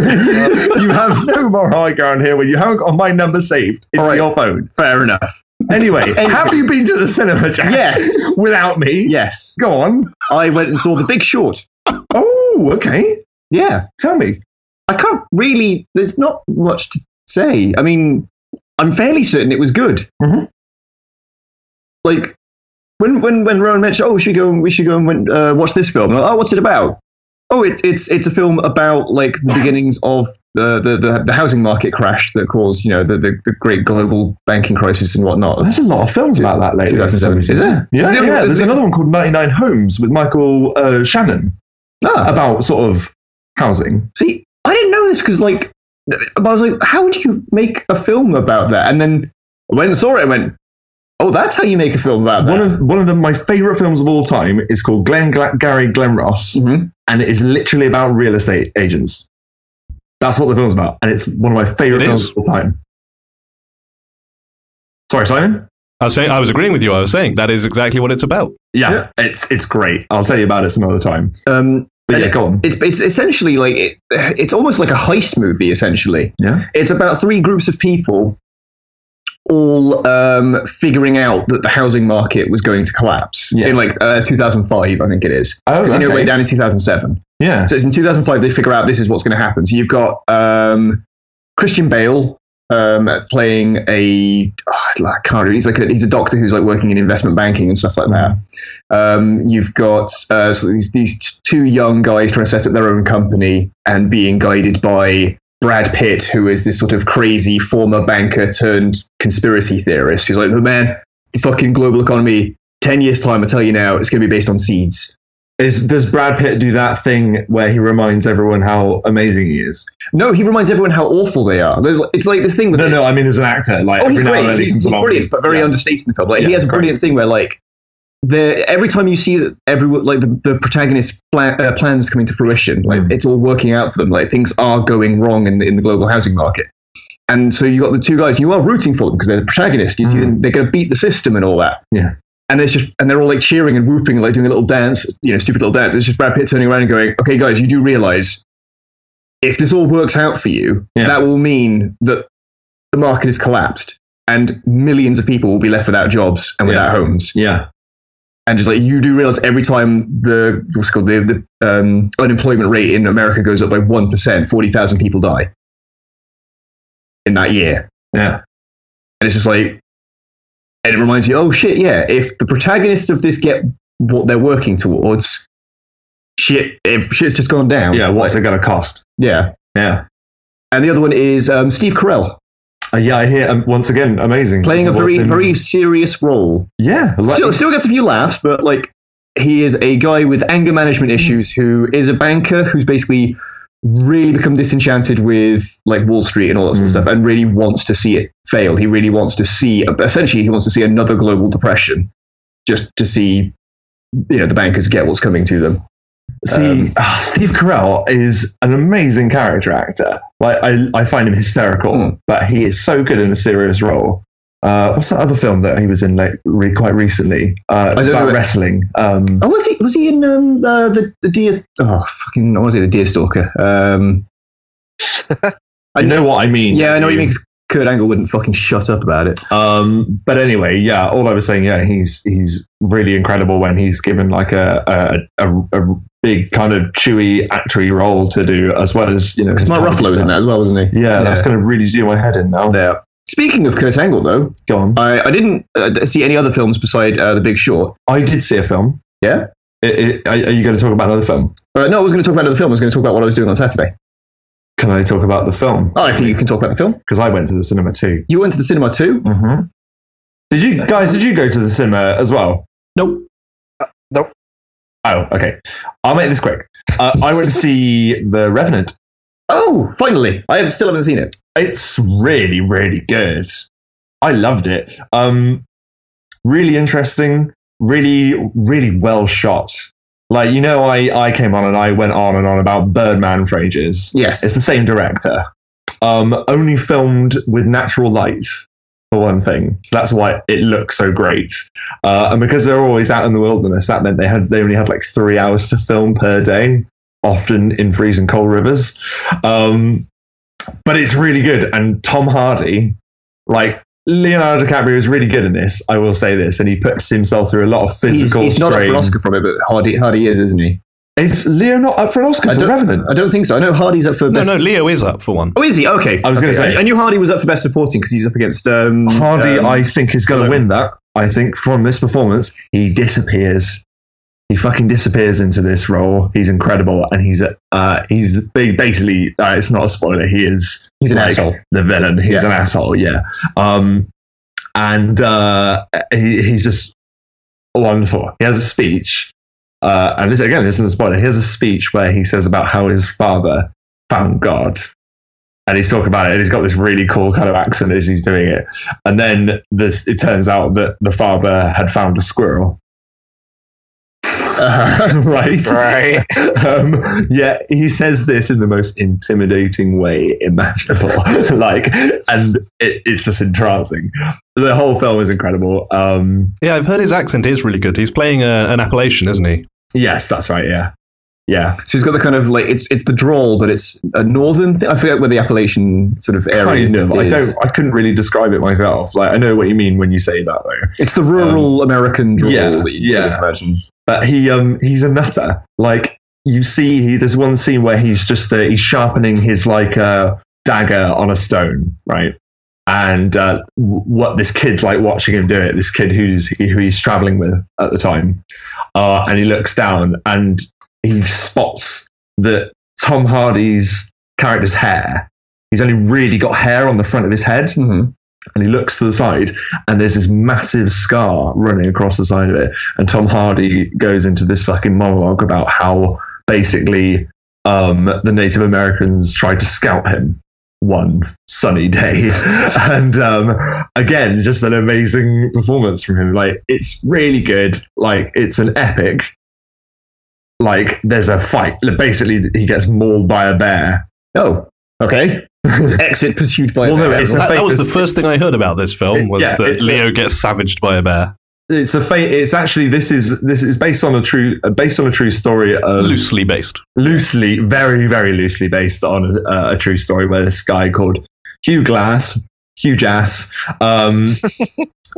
Speaker 2: you have no more high ground here when you haven't got my number saved into
Speaker 1: All right.
Speaker 2: your phone.
Speaker 1: Fair enough.
Speaker 2: Anyway, have you been to the cinema, Jack?
Speaker 1: Yes.
Speaker 2: Without me?
Speaker 1: Yes.
Speaker 2: Go on.
Speaker 1: I went and saw The Big Short.
Speaker 2: Oh, okay.
Speaker 1: Yeah.
Speaker 2: Tell me.
Speaker 1: I can't really. There's not much to say. I mean, I'm fairly certain it was good.
Speaker 2: Mhm.
Speaker 1: Like when when when Rowan mentioned, oh, should we go? and We should go and win- uh, watch this film. I'm like, oh, what's it about? Oh, it's it's it's a film about like the beginnings of the the, the, the housing market crash that caused you know the, the, the great global banking crisis and whatnot.
Speaker 2: There's a lot of films about that lately.
Speaker 1: 2007. Is there?
Speaker 2: Yeah,
Speaker 1: Is
Speaker 2: yeah.
Speaker 1: there- is
Speaker 2: There's
Speaker 1: there-
Speaker 2: another one called 99 Homes with Michael uh, Shannon
Speaker 1: Ah,
Speaker 2: about sort of housing.
Speaker 1: See, I didn't know this because, like, I was like, how do you make a film about that? And then I went and saw it and went, oh, that's how you make a film about
Speaker 2: One
Speaker 1: that.
Speaker 2: of one of the, my favorite films of all time is called Glenn Gla- Gary Glen Ross,
Speaker 1: Mhm.
Speaker 2: and it is literally about real estate agents. That's what the film's about, and it's one of my favorite
Speaker 3: It
Speaker 2: films
Speaker 3: is.
Speaker 2: of all time. Sorry, Simon.
Speaker 3: I was saying, I was agreeing with you. I was saying that is exactly what it's about.
Speaker 2: Yeah, it's it's great. I'll tell you about it some other time.
Speaker 1: Um,
Speaker 2: But
Speaker 1: And
Speaker 2: yeah, go on.
Speaker 1: it's, it's essentially like, it, it's almost like a heist movie, essentially.
Speaker 2: Yeah.
Speaker 1: It's about three groups of people all um, figuring out that the housing market was going to collapse
Speaker 2: Yeah.
Speaker 1: in like uh, 2005, I think it is.
Speaker 2: Oh,
Speaker 1: Because you know, it
Speaker 2: okay.
Speaker 1: went down in 2007.
Speaker 2: yeah.
Speaker 1: So it's in 2005 they figure out this is what's going to happen. So you've got um, Christian Bale um, playing a oh, I can't really, he's like a, he's a doctor who's like working in investment banking and stuff like that. Um, you've got uh, so these these two young guys trying to set up their own company and being guided by Brad Pitt, who is this sort of crazy former banker turned conspiracy theorist. He's like the man, the fucking global economy. Ten years time, I tell you now, it's going to be based on seeds.
Speaker 2: Is does Brad Pitt do that thing where he reminds everyone how amazing he is?
Speaker 1: No, he reminds everyone how awful they are. There's, it's like this thing with
Speaker 2: No, no, I mean as an actor, like
Speaker 1: Oh,
Speaker 2: every
Speaker 1: he's
Speaker 2: now and
Speaker 1: great.
Speaker 2: then he
Speaker 1: He's,
Speaker 2: comes
Speaker 1: he's
Speaker 2: along.
Speaker 1: brilliant, but very
Speaker 2: yeah.
Speaker 1: understated in the film. Like,
Speaker 2: Yeah,
Speaker 1: he has a
Speaker 2: great.
Speaker 1: brilliant thing where, like, the every time you see that everyone, like the, the protagonist's plan, uh, plans coming to fruition, like
Speaker 2: Mm.
Speaker 1: it's all working out for them. Like things are going wrong in the, in the global housing market, and so you got the two guys. You are rooting for them because they're the protagonist. You see
Speaker 2: Mm.
Speaker 1: them; they're going to beat the system and all that.
Speaker 2: Yeah.
Speaker 1: And it's just, and they're all like cheering and whooping, like doing a little dance, you know, stupid little dance. It's just Brad Pitt turning around and going, "Okay, guys, you do realize if this all works out for you,
Speaker 2: Yeah.
Speaker 1: that will mean that the market has collapsed and millions of people will be left without jobs and without
Speaker 2: Yeah.
Speaker 1: homes.
Speaker 2: Yeah,
Speaker 1: And just like you do realize every time the, what's it called, the, the um, unemployment rate in America goes up by 1%, 40,000 people die in that year.
Speaker 2: yeah,
Speaker 1: And it's just like, and it reminds you, oh shit, yeah, if the protagonists of this get what they're working towards, shit, if shit's just gone down.
Speaker 2: yeah. What's it going to cost?
Speaker 1: Yeah.
Speaker 2: Yeah,
Speaker 1: And the other one is um, Steve Carell
Speaker 2: uh, yeah. I hear um, once again, amazing.
Speaker 1: playing a
Speaker 2: What's
Speaker 1: very,
Speaker 2: in-
Speaker 1: very serious role.
Speaker 2: yeah. I like- uh,
Speaker 1: still, still gets a few laughs, but like he is a guy with anger management issues who is a banker who's basically really become disenchanted with like Wall Street and all that sort of
Speaker 2: Mm.
Speaker 1: stuff, and really wants to see it fail. He really wants to see essentially he wants to see another global depression, just to see you know the bankers get what's coming to them. Um,
Speaker 2: See, ah, Steve Carell is an amazing character actor. Like, I, I find him hysterical,
Speaker 1: Mm.
Speaker 2: but he is so good in a serious role. Uh, what's that other film that he was in like re- quite recently? Uh, it was
Speaker 1: don't
Speaker 2: about
Speaker 1: know it.
Speaker 2: wrestling. Um,
Speaker 1: Oh, was he was he in um, uh, the the deer? Oh, fucking! I want to say the deer stalker. Um,
Speaker 2: I know what I mean.
Speaker 1: yeah, I Oh, know what you mean. 'cause Kurt Angle wouldn't fucking shut up about it.
Speaker 2: Um, but anyway, yeah, all I was saying, yeah, he's he's really incredible when he's given like a a, a, a big kind of chewy actory role to do, as well as you know,
Speaker 1: Because
Speaker 2: his
Speaker 1: Mark
Speaker 2: comedy
Speaker 1: Ruffalo was in
Speaker 2: stuff.
Speaker 1: that as well, wasn't he?
Speaker 2: Yeah, that's going to really do my head in now.
Speaker 1: Yeah. Speaking of Kurt Angle, though,
Speaker 2: Go on.
Speaker 1: I, I didn't uh, see any other films beside uh, The uh, Big Short.
Speaker 2: I did see a film.
Speaker 1: Yeah?
Speaker 2: i i are you going to talk about another film?
Speaker 1: Uh, no, I was going to talk about another film. I was going to talk about what I was doing on Saturday.
Speaker 2: Can I talk about the film?
Speaker 1: Oh, I think you can talk about the film.
Speaker 2: Because I went to the cinema too.
Speaker 1: You went to the cinema too.
Speaker 2: Mm-hmm. Did you guys? Did you go to the cinema as well?
Speaker 3: Nope.
Speaker 4: nope.
Speaker 2: Oh, okay. I'll make this quick. Uh, I went to see The Revenant.
Speaker 1: Oh, finally! I have, still haven't seen it.
Speaker 2: It's really, really good. I loved it. Um, really interesting. Really, really well shot. Like you know, I I came on and I went on and on about Birdman for ages.
Speaker 1: Yes,
Speaker 2: It's the same director. Um, only filmed with natural light, for one thing. So that's why it looks so great. Uh, and because they're always out in the wilderness, that meant they had they only had like three hours to film per day, often in freezing cold rivers. Um, but it's really good. And Tom Hardy, like Leonardo DiCaprio, is really good in this. I will say this, and he puts himself through a lot of
Speaker 1: he's,
Speaker 2: physical
Speaker 1: he's not up for
Speaker 2: strain.
Speaker 1: an Oscar from it, but Hardy Hardy is, isn't he?
Speaker 2: Is Leonardo up for an Oscar
Speaker 1: I
Speaker 2: for
Speaker 1: don't-
Speaker 2: Revenant?
Speaker 1: I don't think so. I know Hardy's up for
Speaker 3: No,
Speaker 1: best.
Speaker 3: no, Leo is up for one.
Speaker 1: Oh, is he? Okay.
Speaker 2: I was gonna
Speaker 1: Okay.
Speaker 2: say.
Speaker 1: I, I knew Hardy was up for best supporting because he's up against um,
Speaker 2: Hardy,
Speaker 1: um,
Speaker 2: I think, is going to
Speaker 1: Logan.
Speaker 2: win that. I think from this performance, he disappears. He fucking disappears into this role. He's incredible, and he's uh, he's ba- basically uh, it's not a spoiler. He is
Speaker 1: He's an
Speaker 2: like,
Speaker 1: asshole.
Speaker 2: The villain. He's an asshole. Yeah. Um, and uh, he, he's just wonderful. He has a speech, uh, and this again this isn't a spoiler. He has a speech where he says about how his father found God, and he's talking about it, and he's got this really cool kind of accent as he's doing it. And then this, it turns out that the father had found a squirrel. right.
Speaker 4: Right.
Speaker 2: Um, yeah, he says this in the most intimidating way imaginable. like, and it, it's just entrancing. The whole film is incredible. Um,
Speaker 3: Yeah, I've heard his accent is really good. He's playing a, an Appalachian, isn't he?
Speaker 2: yes, that's right. Yeah. Yeah.
Speaker 1: So he's got the kind of like it's it's the drawl, but it's a northern thing. I forget where the Appalachian sort of area
Speaker 2: Kind of. I
Speaker 1: is.
Speaker 2: don't, I couldn't really describe it myself. Like, I know what you mean when you say that though.
Speaker 1: It's the rural American drawl
Speaker 2: Um, yeah,
Speaker 1: that you sort
Speaker 2: yeah.
Speaker 1: of imagine.
Speaker 2: but he um he's a nutter. Like you see, he, there's one scene where he's just uh, he's sharpening his like uh, dagger on a stone, right? And uh, w- what this kid's like watching him do it. This kid who's who he's traveling with at the time, uh, and he looks down and he spots that Tom Hardy's character's hair. He's only really got hair on the front of his head,
Speaker 1: Mhm.
Speaker 2: and he looks to the side and there's this massive scar running across the side of it and tom hardy goes into this fucking monologue about how basically um, the native americans tried to scalp him one sunny day and um, again just an amazing performance from him like it's really good like it's an epic like there's a fight basically he gets mauled by a bear
Speaker 1: Oh, okay. Exit pursued by. a
Speaker 2: Well, no,
Speaker 1: bear.
Speaker 2: it's a
Speaker 3: That, that was the
Speaker 2: famous-
Speaker 3: first thing I heard about this film
Speaker 2: It-
Speaker 3: was
Speaker 2: yeah,
Speaker 3: that
Speaker 2: it's a-
Speaker 3: Leo gets savaged by a bear.
Speaker 2: it's a fa- it's actually this is this is based on a true uh, based on a true story of
Speaker 3: Loosely based.
Speaker 2: loosely very very loosely based on a, a true story where this guy called Hugh Glass huge ass um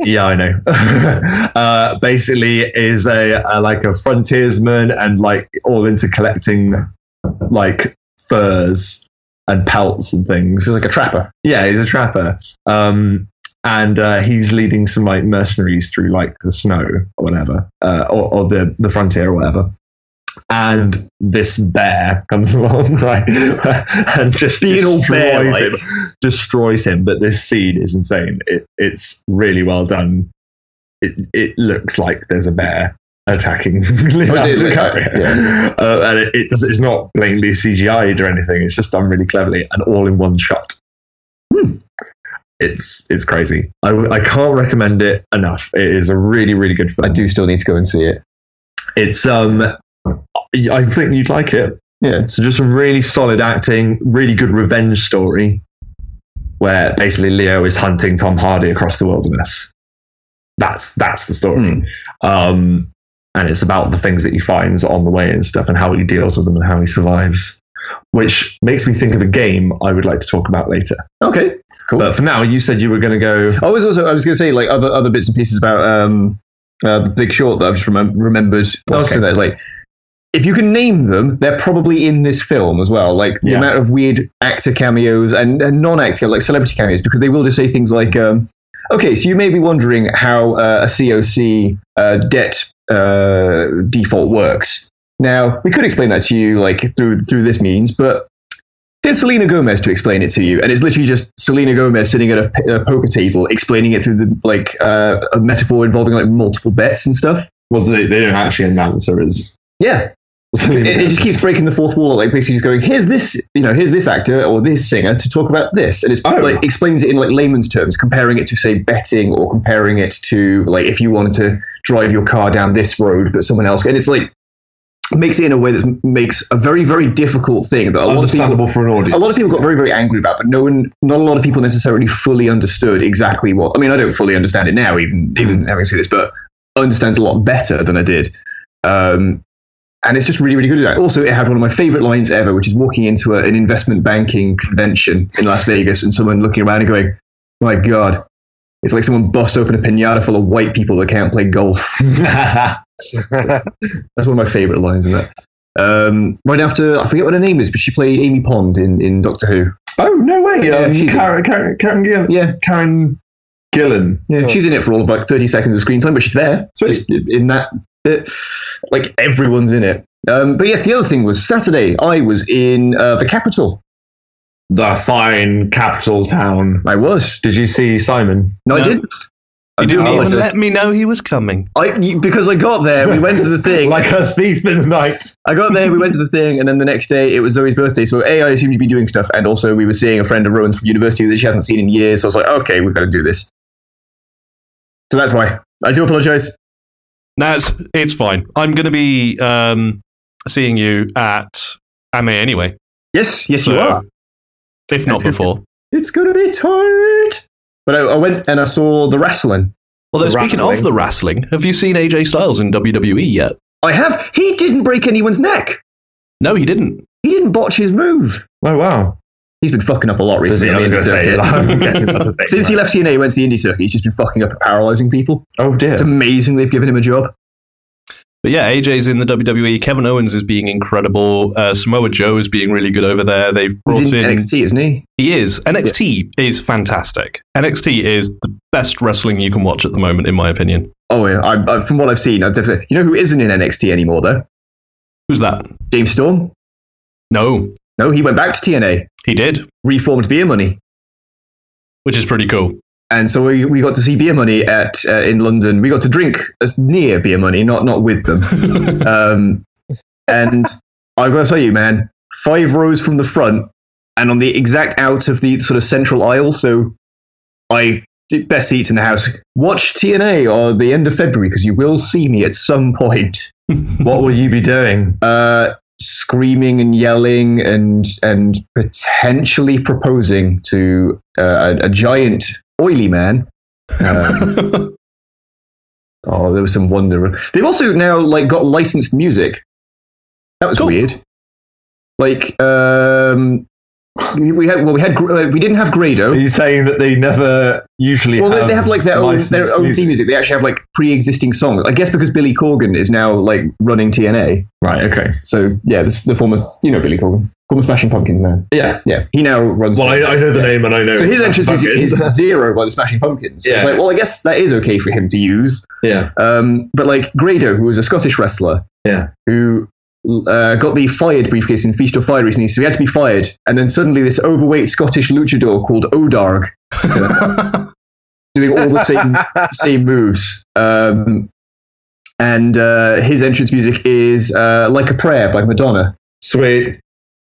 Speaker 2: yeah I know uh basically is a, a like a frontiersman and like all into collecting like furs and pelts and things
Speaker 1: He's like a trapper.
Speaker 2: yeah, he's a trapper. Um, and uh, he's leading some like mercenaries through like the snow or whatever, uh, or, or the, the frontier or whatever. And this bear comes along, right, and just
Speaker 1: Beetle
Speaker 2: destroys
Speaker 1: bear, like.
Speaker 2: him. Destroys him. But this scene is insane. It, it's really well done. It, it looks like there's a bear attacking Leonardo
Speaker 1: Oh, is it?
Speaker 2: DiCaprio. Uh, and it, it's, it's not blatantly CGI'd or anything. It's just done really cleverly and all in one shot
Speaker 1: Hmm.
Speaker 2: it's it's crazy. I, I can't recommend it enough. It is a really really good film.
Speaker 1: I do still need to go and see it.
Speaker 2: It's um, I think you'd like it.
Speaker 1: Yeah.
Speaker 2: So just some really solid acting, really good revenge story, where basically Leo is hunting Tom Hardy across the wilderness. That's that's the story. Um, and it's about the things that he finds on the way and stuff, and how he deals with them and how he survives. Which makes me think of a game I would like to talk about later.
Speaker 1: Okay.
Speaker 2: But for now, you said you were going to go.
Speaker 1: I was also I was going to say like other other bits and pieces about um uh, the Big Short that I've just remem- remembered.
Speaker 2: Okay.
Speaker 1: Okay. That is like if you can name them, they're probably in this film as well. Like the
Speaker 2: Yeah.
Speaker 1: amount of weird actor cameos and, and non-actor like celebrity cameos because they will just say things like, um, "Okay, so you may be wondering how uh, a COC uh, debt." uh, default works. Now, we could explain that to you like through through this means, but here's Selena Gomez to explain it to you, and it's literally just Selena Gomez sitting at a, p- a poker table explaining it through the like uh, a metaphor involving like multiple bets and stuff.
Speaker 2: Well, they, they don't actually announce her as.
Speaker 1: Yeah, it, it just keeps breaking the fourth wall, like basically just going, "Here's this, you know, here's this actor or this singer to talk about this," and it's
Speaker 2: Oh.
Speaker 1: like explains it in like layman's terms, comparing it to say betting or comparing it to like if you wanted to drive your car down this road, but someone else, and it's like makes it in a way that makes a very very difficult thing that a lot of people
Speaker 2: understandable for an audience.
Speaker 1: a lot of people got very, very angry about, but no one, not a lot of people necessarily fully understood exactly what. I mean, I don't fully understand it now, even even having seen this, but I understand it a lot better than I did. Um, and it's just really, really good at that. Also, it had one of my favorite lines ever, which is walking into a, an investment banking convention in Las Vegas and someone looking around and going, "My God." It's like someone bust open a pinata full of white people that can't play golf. That's one of my favourite lines in that. Um, right after, I forget what her name is, but she played Amy Pond in, in Doctor Who.
Speaker 2: Oh no way!
Speaker 1: Yeah,
Speaker 2: um,
Speaker 1: she's-
Speaker 2: Karen, Karen, Karen, Gillan.
Speaker 1: Yeah,
Speaker 2: Karen Gillan.
Speaker 1: Yeah,
Speaker 4: Yeah.
Speaker 1: she's in it for all about 30 seconds of screen time, but she's there.
Speaker 2: Sweet.
Speaker 1: Just in that bit. Like, everyone's in it. Um, but yes, the other thing was Saturday, I was in uh, the capital.
Speaker 2: The fine capital town.
Speaker 1: I was.
Speaker 2: Did you see Simon?
Speaker 1: No, I
Speaker 3: No.
Speaker 1: didn't.
Speaker 3: You didn't
Speaker 1: I
Speaker 3: even
Speaker 1: apologize.
Speaker 3: let me know he was coming.
Speaker 1: I, you- because I got there, we went to the thing.
Speaker 2: Like a thief in the night.
Speaker 1: I got there, we went to the thing, and then the next day it was Zoe's birthday. So, A, I assumed you'd be doing stuff. And also, we were seeing a friend of Rowan's from university that she hadn't seen in years. So I was like, okay, we've got to do this. So that's why. I do apologize.
Speaker 3: No, it's, it's fine. I'm going to be um, seeing you at AME anyway,
Speaker 1: Yes, yes, you
Speaker 3: So-
Speaker 1: are.
Speaker 3: if not before.
Speaker 1: It's gonna be tight. But I, I went and I saw the wrestling.
Speaker 3: Although,
Speaker 2: The
Speaker 3: speaking
Speaker 2: wrestling.
Speaker 3: of the wrestling, have you seen AJ Styles in WWE yet?
Speaker 1: I have. He didn't break anyone's neck.
Speaker 3: No, he didn't.
Speaker 1: He didn't botch his move.
Speaker 2: Oh wow!
Speaker 1: He's been fucking up a lot recently.
Speaker 2: I
Speaker 1: on the
Speaker 2: was
Speaker 1: indie
Speaker 2: gonna say,
Speaker 1: circuit.
Speaker 2: I'm guessing that's the thing,
Speaker 1: Since he
Speaker 2: right?
Speaker 1: left TNA, he went to the indie circuit. He's just been fucking up and paralyzing people.
Speaker 2: Oh dear!
Speaker 1: It's amazing they've given him a job.
Speaker 3: But yeah, AJ's in the WWE. Kevin Owens is being incredible. Uh, Samoa Joe is being really good over there. They've brought
Speaker 1: He's in
Speaker 3: in.
Speaker 1: NXT, isn't he?
Speaker 3: He is. NXT is fantastic. NXT is the best wrestling you can watch at the moment, in my opinion.
Speaker 1: Oh yeah. I, I, from what I've seen, I've definitely. You know who isn't in NXT anymore though?
Speaker 3: Who's that?
Speaker 1: James Storm.
Speaker 3: No,
Speaker 1: No, he went back to TNA,
Speaker 3: he did,
Speaker 1: reformed Beer Money,
Speaker 3: which is pretty cool.
Speaker 1: and so we, we got to see Beer Money at uh, in London. We got to drink as near Beer Money, not not with them. Um, and I've got to tell you, man, five rows from the front and on the exact out of the sort of central aisle. So I best seats in the house. Watch TNA or the end of February because you will see me at some point.
Speaker 2: what will you be doing?
Speaker 1: Uh, screaming and yelling and and potentially proposing to uh, a, a giant oily man. Um, oh, there was some wonder. They've also now like got licensed music. That was
Speaker 3: Cool.
Speaker 1: weird. Like um, we, we had well, we had Gr- uh, we didn't have
Speaker 2: Are
Speaker 1: Grado.
Speaker 2: you saying that they never usually?
Speaker 1: Well,
Speaker 2: have
Speaker 1: they, they have like their own their
Speaker 2: licensed
Speaker 1: own
Speaker 2: music?
Speaker 1: theme music. They actually have like pre-existing songs. I guess because Billy Corgan is now like running TNA.
Speaker 2: Right. Okay.
Speaker 1: So yeah, this the former you know Billy Corgan, former Smashing Pumpkins man.
Speaker 2: Yeah.
Speaker 1: Yeah, he now runs.
Speaker 2: Well, I, I know the name and I know.
Speaker 1: So his entrance music is
Speaker 2: is
Speaker 1: zero by the Smashing Pumpkins. So It's
Speaker 2: Yeah.
Speaker 1: like, well, I guess that is okay for him to use.
Speaker 2: yeah.
Speaker 1: Um, but like Grado, who was a Scottish wrestler,
Speaker 2: Yeah.
Speaker 1: who uh, got the fired briefcase in Feast or Fire recently, so he had to be fired. And then suddenly, this overweight Scottish luchador called Odarg doing all the same same moves. Um, and uh, his entrance music is uh, "Like a Prayer" by Madonna.
Speaker 2: Sweet.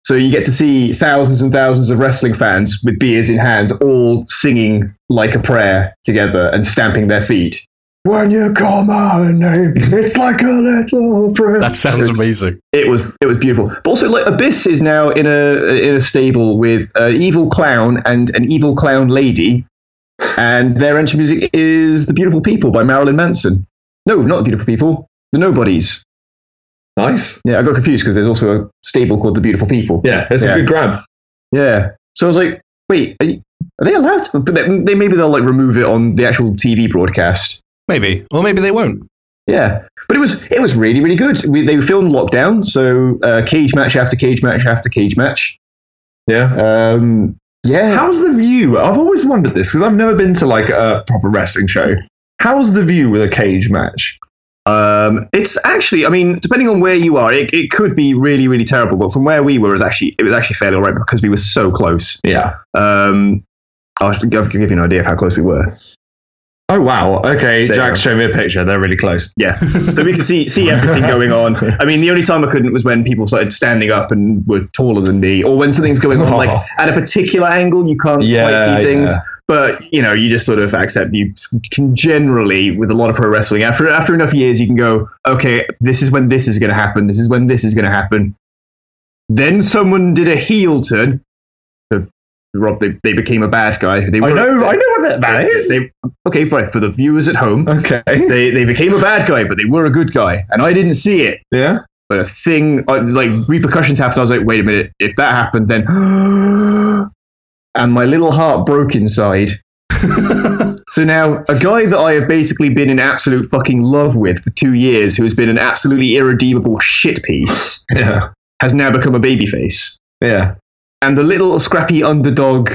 Speaker 1: So you get to see thousands and thousands of wrestling fans with beers in hands, all singing like a prayer together and stamping their feet. When you call my name, it's like a little prayer.
Speaker 3: that sounds amazing.
Speaker 1: It was it was beautiful. But also, like Abyss is now in a in a stable with an evil clown and an evil clown lady, and their entrance music is "The Beautiful People" by Marilyn Manson. No, not "The Beautiful People," "The Nobodies."
Speaker 2: Nice.
Speaker 1: Yeah, I got confused because there's also a stable called "The Beautiful People."
Speaker 2: Yeah. It's
Speaker 1: Yeah.
Speaker 2: a good grab.
Speaker 1: Yeah. So I was like, wait, are, you- are they allowed to? But they, they maybe they'll like remove it on the actual TV broadcast.
Speaker 3: Maybe, or maybe they won't.
Speaker 1: Yeah. But it was it was really really good. We, they filmed lockdown, so uh, cage match after cage match after cage match.
Speaker 2: Yeah.
Speaker 1: Um, yeah.
Speaker 2: How's the view? I've always wondered this because I've never been to like a proper wrestling show. How's the view with a cage match?
Speaker 1: Um, it's actually, I mean, depending on where you are, it, it could be really, really terrible. But from where we were, it was actually it was actually fairly all right because we were so close.
Speaker 2: Yeah.
Speaker 1: Um, I'll give I'll give you an idea of how close we were.
Speaker 2: Oh wow.
Speaker 1: There
Speaker 2: Okay,
Speaker 1: you
Speaker 2: Jack's showing me a picture. They're really close.
Speaker 1: Yeah, so we could see see everything going on. I mean, the only time I couldn't was when people started standing up and were taller than me, or when something's going on like
Speaker 2: Oh.
Speaker 1: at a particular angle you can't quite
Speaker 2: Yeah,
Speaker 1: see things.
Speaker 2: yeah.
Speaker 1: But you know, you just sort of accept. You can generally, with a lot of pro wrestling, after after enough years, you can go, okay, this is when this is going to happen. This is when this is going to happen. Then someone did a heel turn. The- Rob, they, they became a bad guy. They
Speaker 2: I
Speaker 1: were-
Speaker 2: know. I know what that, that is.
Speaker 1: They, okay, right for the viewers at home
Speaker 2: okay.
Speaker 1: they they became a bad guy, but they were a good guy, and I didn't see it.
Speaker 2: Yeah.
Speaker 1: But a thing uh, like repercussions happened. I was like, wait a minute, if that happened, then and my little heart broke inside. so now a guy that I have basically been in absolute fucking love with for two years, who has been an absolutely irredeemable shit piece,
Speaker 2: Yeah.
Speaker 1: has now become a babyface,
Speaker 2: Yeah.
Speaker 1: and the little scrappy underdog.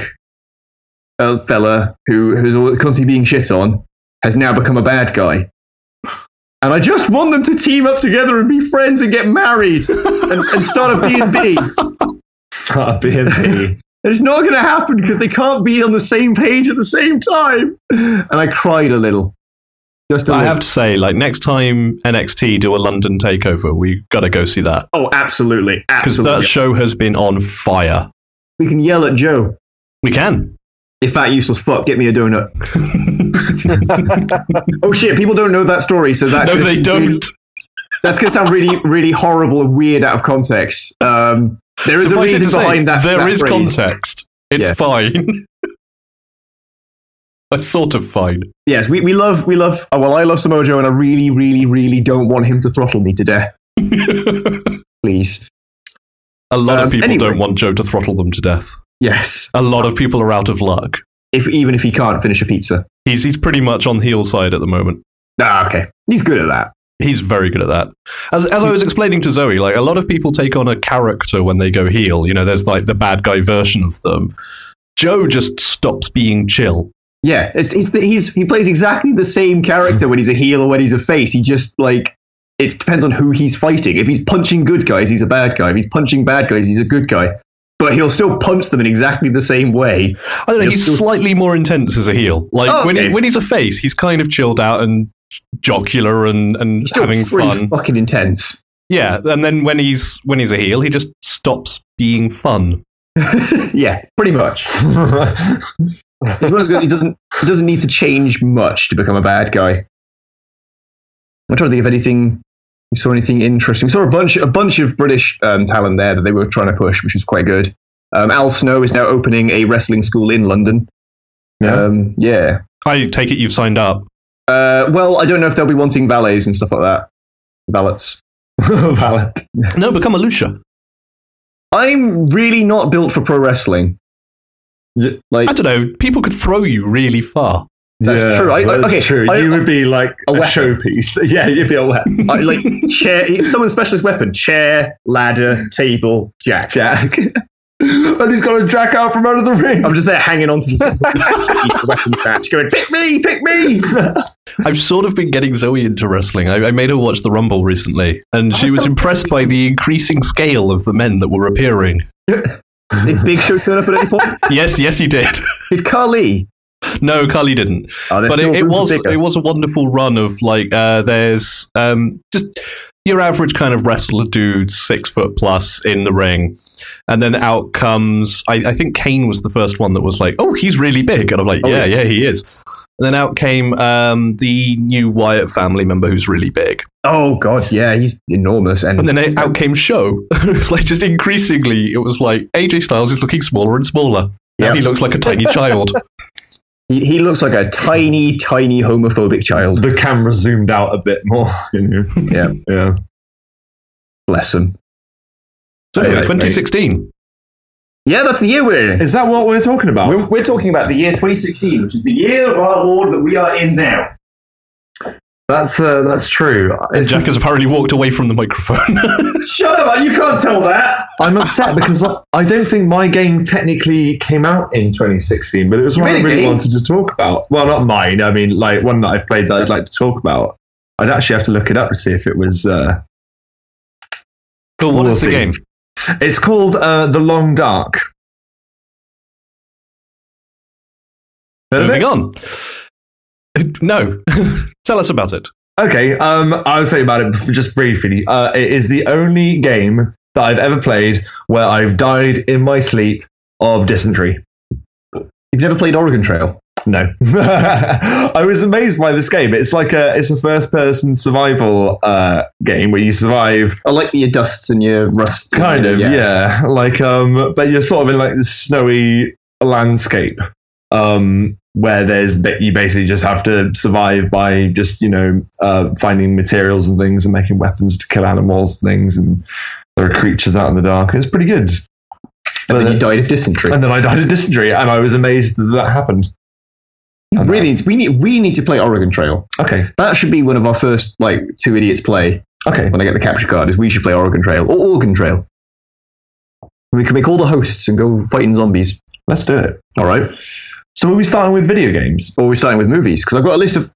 Speaker 1: Uh, fella who who's always constantly being shit on has now become a bad guy. And I just want them to team up together and be friends and get married and, and start a B&B.
Speaker 2: Start a B&B.
Speaker 1: It's not going to happen because they can't be on the same page at the same time. And I cried a little. Just a
Speaker 3: I
Speaker 1: little.
Speaker 3: have to say, like next time NXT do a London takeover, we gotta go see that
Speaker 1: oh, absolutely.
Speaker 3: because
Speaker 1: Absolutely.
Speaker 3: that show has been on fire.
Speaker 1: we can yell at Joe.
Speaker 3: We can.
Speaker 1: If that useless fuck, get me a donut. oh shit, people don't know that story, so that's
Speaker 3: no,
Speaker 1: just
Speaker 3: they
Speaker 1: really-
Speaker 3: don't.
Speaker 1: that's gonna sound really, really horrible and weird out of context. Um, there is a
Speaker 3: Suffice it
Speaker 1: reason
Speaker 3: to say,
Speaker 1: behind that.
Speaker 3: There
Speaker 1: that
Speaker 3: is
Speaker 1: phrase.
Speaker 3: context. It's
Speaker 1: Yes.
Speaker 3: fine. That's sort of fine.
Speaker 1: Yes, we, we love we love. oh, Well, I love Samojo, and I really, really, really don't want him to throttle me to death. Please,
Speaker 3: A lot
Speaker 1: Um,
Speaker 3: of people
Speaker 1: anyway.
Speaker 3: don't want Joe to throttle them to death.
Speaker 1: yes.
Speaker 3: A lot of people are out of luck.
Speaker 1: If even if he can't finish a pizza,
Speaker 3: He's he's pretty much on heel side at the moment.
Speaker 1: ah, okay, he's good at that.
Speaker 3: He's very good at that. As as I was explaining to Zoe, like a lot of people take on a character when they go heel. You know, there's like the bad guy version of them. Joe just stops being chill.
Speaker 1: Yeah, it's, it's the, he's he plays exactly the same character when he's a heel or when he's a face. He just like it depends on who he's fighting. If he's punching good guys, he's a bad guy. If he's punching bad guys, he's a good guy. But he'll still punch them in exactly the same way.
Speaker 3: I don't know.
Speaker 1: You're
Speaker 3: He's
Speaker 1: still-
Speaker 3: slightly more intense as a heel. Like
Speaker 1: Oh,
Speaker 3: when he,
Speaker 1: okay.
Speaker 3: when he's a face, he's kind of chilled out and jocular and and
Speaker 1: He's still
Speaker 3: having
Speaker 1: pretty
Speaker 3: fun.
Speaker 1: fucking intense.
Speaker 3: Yeah, and then when he's when he's a heel, he just stops being fun.
Speaker 1: yeah, pretty much. As well as good, he doesn't he doesn't need to change much to become a bad guy. I'm trying to think of anything. We saw anything interesting. We saw a bunch a bunch of British um, talent there that they were trying to push, which was quite good. Um, Al Snow is now opening a wrestling school in London.
Speaker 2: Yeah.
Speaker 1: Um, yeah.
Speaker 3: I take it you've signed up.
Speaker 1: Uh, well, I don't know if they'll be wanting valets and stuff like that. Ballots.
Speaker 2: Valid.
Speaker 3: No, become a lucha.
Speaker 1: I'm really not built for pro wrestling. Like
Speaker 3: I don't know. People could throw you really far.
Speaker 1: That's true. I- I-
Speaker 2: that's
Speaker 1: okay,
Speaker 2: true.
Speaker 1: I-
Speaker 2: you would be like
Speaker 1: a
Speaker 2: a,
Speaker 1: weapon.
Speaker 2: showpiece. Yeah, you'd be a weapon.
Speaker 1: I, Uh, like chair, someone's specialist weapon: chair, ladder, table, jack.
Speaker 2: Jack. and he's got a jack out from under the ring.
Speaker 1: I'm just there hanging on to the weapons match, going, pick me, pick me.
Speaker 3: I've sort of been getting Zoe into wrestling. I, I made her watch the Rumble recently,
Speaker 1: Oh,
Speaker 3: and she was impressed by the increasing scale of the men that were appearing.
Speaker 1: Did Big Show turn up at any point?
Speaker 3: Yes, yes, he did.
Speaker 1: Did Carly?
Speaker 3: No, Carly didn't.
Speaker 1: Oh, there's
Speaker 3: but
Speaker 1: still
Speaker 3: it, it
Speaker 1: room for
Speaker 3: was
Speaker 1: bigger.
Speaker 3: it was a wonderful run of like uh, there's um, just your average kind of wrestler dude, six foot plus in the ring, and then out comes I, I think Kane was the first one that was like, oh, he's really big, and I'm like,
Speaker 1: Oh,
Speaker 3: yeah, yeah, he is. And then out came um, the new Wyatt family member who's really big.
Speaker 1: oh God, yeah, he's enormous, and,
Speaker 3: And then it- out came Show. it's like just increasingly, it was like AJ Styles is looking smaller and smaller. Now
Speaker 1: Yeah.
Speaker 3: he looks like a tiny child.
Speaker 1: he, he looks like a tiny, tiny homophobic child.
Speaker 2: the camera zoomed out a bit more. You know.
Speaker 1: Yeah.
Speaker 2: Yeah.
Speaker 1: Bless him.
Speaker 3: So anyway,
Speaker 1: Right, right.
Speaker 3: 2016.
Speaker 1: Yeah, that's the year we're in.
Speaker 2: Is that what we're talking about?
Speaker 1: We're, we're talking about the year 2016, which is the year of our Lord that we are in now.
Speaker 2: that's uh, that's true.
Speaker 3: And
Speaker 2: It's-
Speaker 3: Jack has apparently walked away from the microphone.
Speaker 1: Shut up! You can't tell that.
Speaker 2: I'm upset because I- I don't think my game technically came out in 2016, but it was
Speaker 1: You
Speaker 2: one I
Speaker 1: made a
Speaker 2: really
Speaker 1: game?
Speaker 2: wanted to talk about. Well, not mine. I mean, like one that I've played that I'd like to talk about. I'd actually have to look it up to see if it was. Uh,
Speaker 3: Cool. What
Speaker 2: We'll
Speaker 3: is the
Speaker 2: see.
Speaker 3: game?
Speaker 2: it's called uh, The Long Dark. Heard of it?
Speaker 3: Moving on. Uh, No. Tell us about it.
Speaker 2: Okay, um, I'll tell you about it just briefly. Uh, it is the only game that I've ever played where I've died in my sleep of dysentery.
Speaker 1: You've never played Oregon Trail.
Speaker 2: No, I was amazed by this game. It's like a it's a first person survival uh, game where you survive.
Speaker 1: I like your dusts and your rusts. and-
Speaker 2: Kind of, yeah. Like, um, but you're sort of in like this snowy landscape, um, where there's ba- you basically just have to survive by just you know uh, finding materials and things and making weapons to kill animals and things, and there are creatures out in the dark. It's pretty good.
Speaker 1: And then
Speaker 2: But-
Speaker 1: you died of dysentery.
Speaker 2: and then I died of dysentery, and I was amazed that that happened.
Speaker 1: You
Speaker 2: and
Speaker 1: really,
Speaker 2: that's-
Speaker 1: we need we need to play Oregon Trail.
Speaker 2: Okay,
Speaker 1: That should be one of our first like two idiots play
Speaker 2: okay.
Speaker 1: when I get the capture card. Is we should play Oregon Trail or Oregon Trail. We can make all the hosts and go fighting zombies.
Speaker 2: Let's do it.
Speaker 1: All right.
Speaker 2: So, are we starting with video games?
Speaker 1: Or we're starting with movies because I've got a list of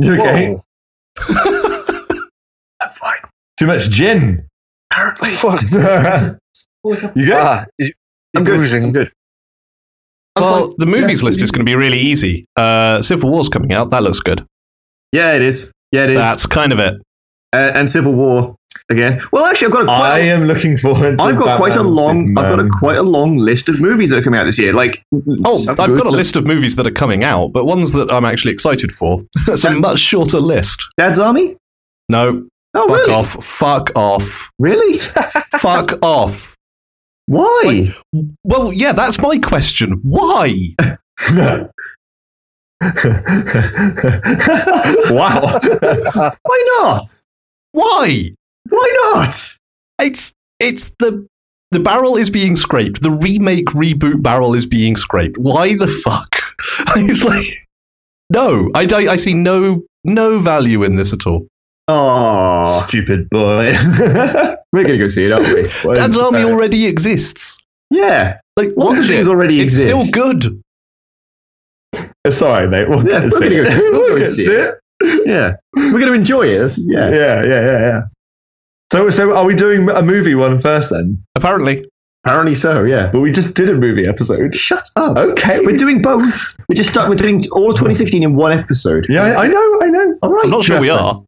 Speaker 2: You okay?
Speaker 4: Whoa,
Speaker 2: Too much gin.
Speaker 4: fuck.
Speaker 2: you good?
Speaker 4: Ah, you, you're
Speaker 1: I'm good.
Speaker 4: boozing.
Speaker 1: I'm good.
Speaker 3: Well, the movies
Speaker 1: Yes,
Speaker 3: list is going to be really easy. Uh, Civil War's coming out. That looks good.
Speaker 1: Yeah, it is. Yeah, it is.
Speaker 3: That's kind of it.
Speaker 1: Uh, and Civil War again. Well, actually, I've got a
Speaker 2: I
Speaker 1: quite. a-
Speaker 2: am looking forward. to
Speaker 1: I've got quite a
Speaker 2: Batman,
Speaker 1: long. I've got a
Speaker 2: Superman.
Speaker 1: quite a long list of movies that are coming out this year. Like,
Speaker 3: Oh,
Speaker 1: some
Speaker 3: I've
Speaker 1: good,
Speaker 3: got a
Speaker 1: some-
Speaker 3: list of movies that are coming out, but ones that I'm actually excited for. That's a
Speaker 1: Um,
Speaker 3: much shorter list.
Speaker 1: Dad's Army.
Speaker 3: No,
Speaker 1: Oh,
Speaker 3: fuck
Speaker 1: really?
Speaker 3: off. Fuck off.
Speaker 1: Really?
Speaker 3: fuck off.
Speaker 1: Why?
Speaker 3: Well, yeah, that's my question. Why?
Speaker 2: wow.
Speaker 1: Why not?
Speaker 3: Why?
Speaker 1: Why not?
Speaker 3: It's it's the the barrel is being scraped. The remake reboot barrel is being scraped. Why the fuck? it's like no, I don't- I see no no value in this at all.
Speaker 1: Oh,
Speaker 2: Stupid boy.
Speaker 1: we're gonna go see it, aren't we?
Speaker 3: Dad's Army
Speaker 2: uh,
Speaker 3: already exists.
Speaker 1: Yeah,
Speaker 3: Like
Speaker 1: lots
Speaker 3: what
Speaker 1: of
Speaker 3: is
Speaker 1: things
Speaker 3: it?
Speaker 1: already
Speaker 3: It's
Speaker 1: exist.
Speaker 3: still good.
Speaker 2: it's all right, Uh, mate. We'll
Speaker 1: Yeah,
Speaker 2: get
Speaker 1: we're
Speaker 2: to see
Speaker 1: gonna
Speaker 2: it.
Speaker 1: go- we'll go
Speaker 2: get to
Speaker 1: see
Speaker 2: see
Speaker 1: it. yeah, we're gonna enjoy it. That's- yeah,
Speaker 2: Yeah, yeah, yeah, yeah. yeah. So, so are we doing a movie one first then?
Speaker 3: Apparently,
Speaker 1: apparently so. Yeah.
Speaker 2: But we just did a movie episode.
Speaker 1: Shut up.
Speaker 2: Okay.
Speaker 1: We're doing both. We're just stuck. We're doing all of 2016 in one episode.
Speaker 2: Yeah, I, I know, I know.
Speaker 1: All right.
Speaker 3: I'm not
Speaker 2: Two
Speaker 3: sure we are.
Speaker 2: episodes.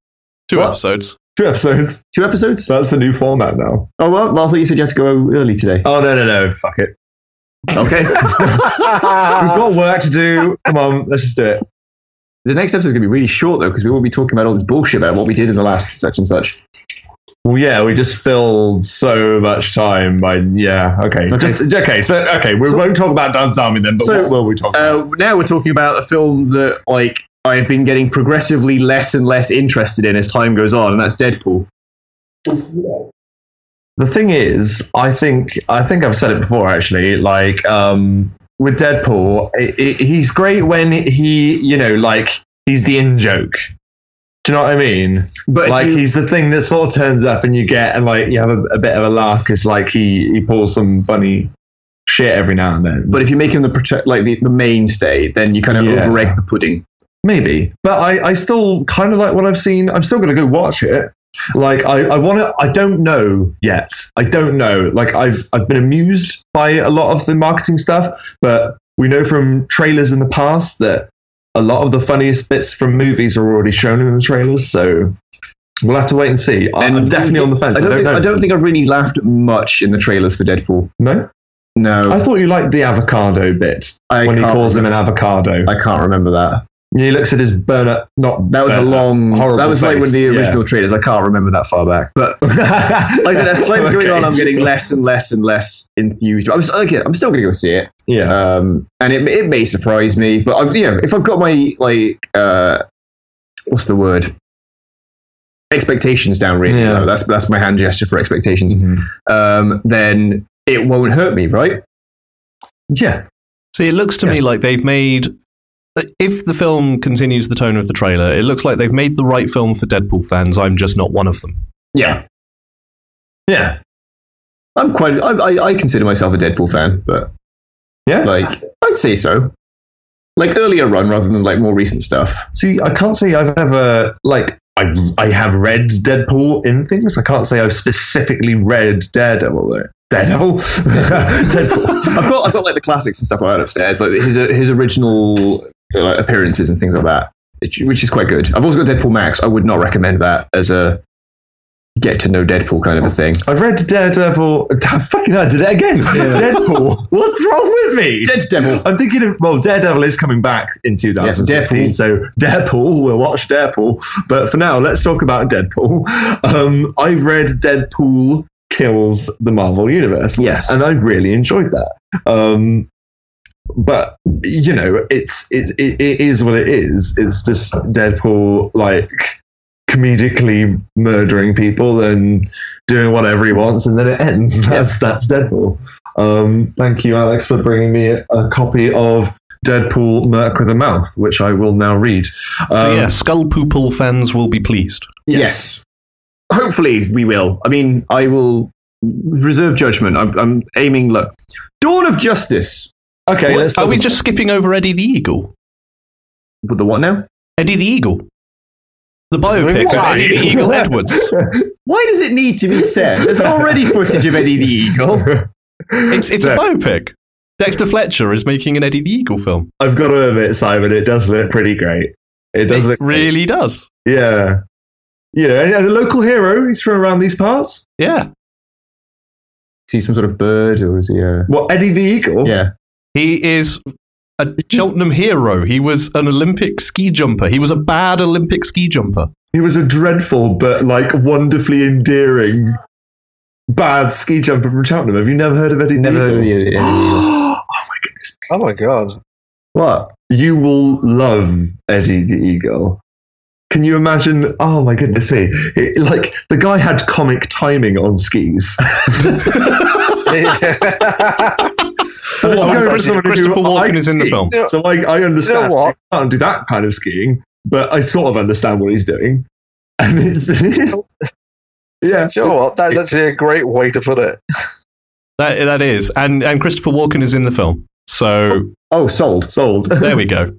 Speaker 3: Two
Speaker 2: What?
Speaker 3: episodes.
Speaker 2: Two episodes.
Speaker 1: Two episodes.
Speaker 2: That's the new format now.
Speaker 1: Oh well, well, I thought you said you had to go early today.
Speaker 2: Oh no, no, no! Fuck it.
Speaker 1: Okay.
Speaker 2: We've
Speaker 1: Uh,
Speaker 2: got
Speaker 4: Oh
Speaker 2: work to do. Come on, let's just do it.
Speaker 1: the next episode is going to be really short though because we will be talking about all this bullshit about what we did in the last such and such.
Speaker 2: Well, yeah, we just filled so much time by yeah. Okay,
Speaker 1: Okay.
Speaker 2: Just, okay. So okay, we
Speaker 1: So-
Speaker 2: won't talk about Dan's Army then. But
Speaker 1: So-
Speaker 2: what will we talk about?
Speaker 1: Uh, now we're talking about a film that like I've been getting progressively less and less interested in as time goes on, and that's Deadpool.
Speaker 2: the thing is, I think I think I've said it before actually. Like um, with Deadpool, i i he's great when he you know like he's the in joke. Do you know what I mean?
Speaker 1: But
Speaker 2: like he's the thing that sort of turns up and you get and like you have a, a bit of a laugh because like he he pulls some funny shit every now and then.
Speaker 1: but if you make him the prote- like the, the mainstay, then you kind of
Speaker 2: Yeah.
Speaker 1: over egg the pudding.
Speaker 2: Maybe, but I, I still kind of like what I've seen. I'm still going to go watch it. Like I, I want to. I don't know yet. I don't know. Like I've I've been amused by a lot of the marketing stuff, but we know from trailers in the past that a lot of the funniest bits from movies are already shown in the trailers. So we'll have to wait and see. I-
Speaker 1: And
Speaker 2: I'm definitely on the fence.
Speaker 1: I don't, think,
Speaker 2: know.
Speaker 1: I don't think I've really laughed much in the trailers for Deadpool.
Speaker 2: no, I
Speaker 1: No,
Speaker 2: thought you liked the avocado bit
Speaker 1: I,
Speaker 2: when he
Speaker 1: can't-
Speaker 2: calls him an avocado.
Speaker 1: I can't remember that.
Speaker 2: he looks at his burner. Not
Speaker 1: That was a
Speaker 2: burner.
Speaker 1: long.
Speaker 2: horrible
Speaker 1: That was like
Speaker 2: face,
Speaker 1: when the
Speaker 2: yeah.
Speaker 1: original trailers. I can't remember that far back. But like I said, as time's going on, I'm getting less and less and less enthused. I'm, s- okay, I'm still going to go see it,
Speaker 2: Yeah.
Speaker 1: um, and it, it may surprise me. But I've, you know, if I've got my like, uh, what's the word? Expectations down really
Speaker 2: Yeah.
Speaker 1: low. That's that's my hand gesture for expectations. Um, then it won't hurt me, right?
Speaker 2: Yeah.
Speaker 3: See, it looks to me like they've made. uh, If the film continues the tone of the trailer, it looks like they've made the right film for Deadpool fans. I'm just not one of them.
Speaker 1: Yeah,
Speaker 2: Yeah.
Speaker 1: I'm quite. I, I, I consider myself a Deadpool fan, but
Speaker 2: Yeah.
Speaker 1: like I'd say so. like earlier run rather than like more recent stuff.
Speaker 2: See, I can't say I've ever like I I have read Deadpool in things. I can't say I've specifically read Daredevil though. Daredevil, Deadpool.
Speaker 1: I've got I've got like the classics and stuff I had upstairs, like his his original uh, like, appearances and things like that, which- which is quite good. I've also got Deadpool Max. I would not recommend that as a get to know Deadpool kind of a thing.
Speaker 2: I've read Daredevil. Fucking, hell, I did it again. Deadpool. What's wrong with me?
Speaker 1: Dead Devil.
Speaker 2: I'm thinking of well, Daredevil is coming back in 2016,
Speaker 1: Deadpool.
Speaker 2: so Deadpool. We'll watch Deadpool, but for now, let's talk about Deadpool. Um, I've read Deadpool kills the Marvel universe,
Speaker 1: Yes.
Speaker 2: and I really enjoyed that. Um, but you know, it's it, it it is what it is. It's just Deadpool like comedically murdering people and doing whatever he wants, and then it ends. That's that's Deadpool. Um, thank you, Alex, for bringing me a copy of Deadpool Merc with a Mouth, which I will now read.
Speaker 3: So
Speaker 2: Um,
Speaker 3: yeah, Skull Poople fans will be pleased.
Speaker 1: Oh, Yes. Hopefully we will. I mean, I will reserve judgment. I'm, I'm aiming look. Dawn of Justice.
Speaker 2: Okay,
Speaker 3: What-
Speaker 2: let's.
Speaker 3: are
Speaker 2: talk
Speaker 3: we
Speaker 2: about-
Speaker 3: just skipping over Eddie the Eagle?
Speaker 1: With the what now?
Speaker 3: Eddie the Eagle. The biopic of
Speaker 1: Why?
Speaker 3: Eddie the Eagle Edwards.
Speaker 1: Why does it need to be said? There's already footage of Eddie the Eagle.
Speaker 3: It's, it's a
Speaker 2: No,
Speaker 3: biopic. Dexter Fletcher is making an Eddie the Eagle film.
Speaker 2: I've got to admit, Simon, it does look pretty great. It does
Speaker 3: It
Speaker 2: look
Speaker 3: really does.
Speaker 2: Yeah, you know, and a local hero. He's from around these parts.
Speaker 3: Yeah.
Speaker 1: Is he some sort of bird or is he a.
Speaker 2: What Eddie the Eagle?
Speaker 1: Yeah.
Speaker 3: He is a Cheltenham hero. He was an Olympic ski jumper. He was a bad Olympic ski jumper.
Speaker 2: He was a dreadful but like wonderfully endearing bad ski jumper from Cheltenham. Have you never heard of Eddie?
Speaker 1: Never
Speaker 2: the
Speaker 1: heard of
Speaker 2: Eagle?
Speaker 1: Eddie- Eddie the
Speaker 2: oh
Speaker 4: Oh my god.
Speaker 2: my! What you will love Eddie the Eagle. Can you imagine? Oh my goodness me! It- like the guy had comic timing on skis.
Speaker 3: That's
Speaker 2: Let's go
Speaker 3: impressive.
Speaker 2: for somebody who
Speaker 3: Christopher Walken
Speaker 2: likes
Speaker 3: is in the film.
Speaker 2: skiing. So I, I understand.
Speaker 4: You know what?
Speaker 2: I can't do that kind of skiing, but I sort of understand what he's doing. And it's yeah.
Speaker 4: Do you know what? That's actually a great way to put it.
Speaker 3: That, that is. And, and Christopher Walken is in the film. So
Speaker 1: Oh, sold.
Speaker 2: Sold.
Speaker 3: there we go.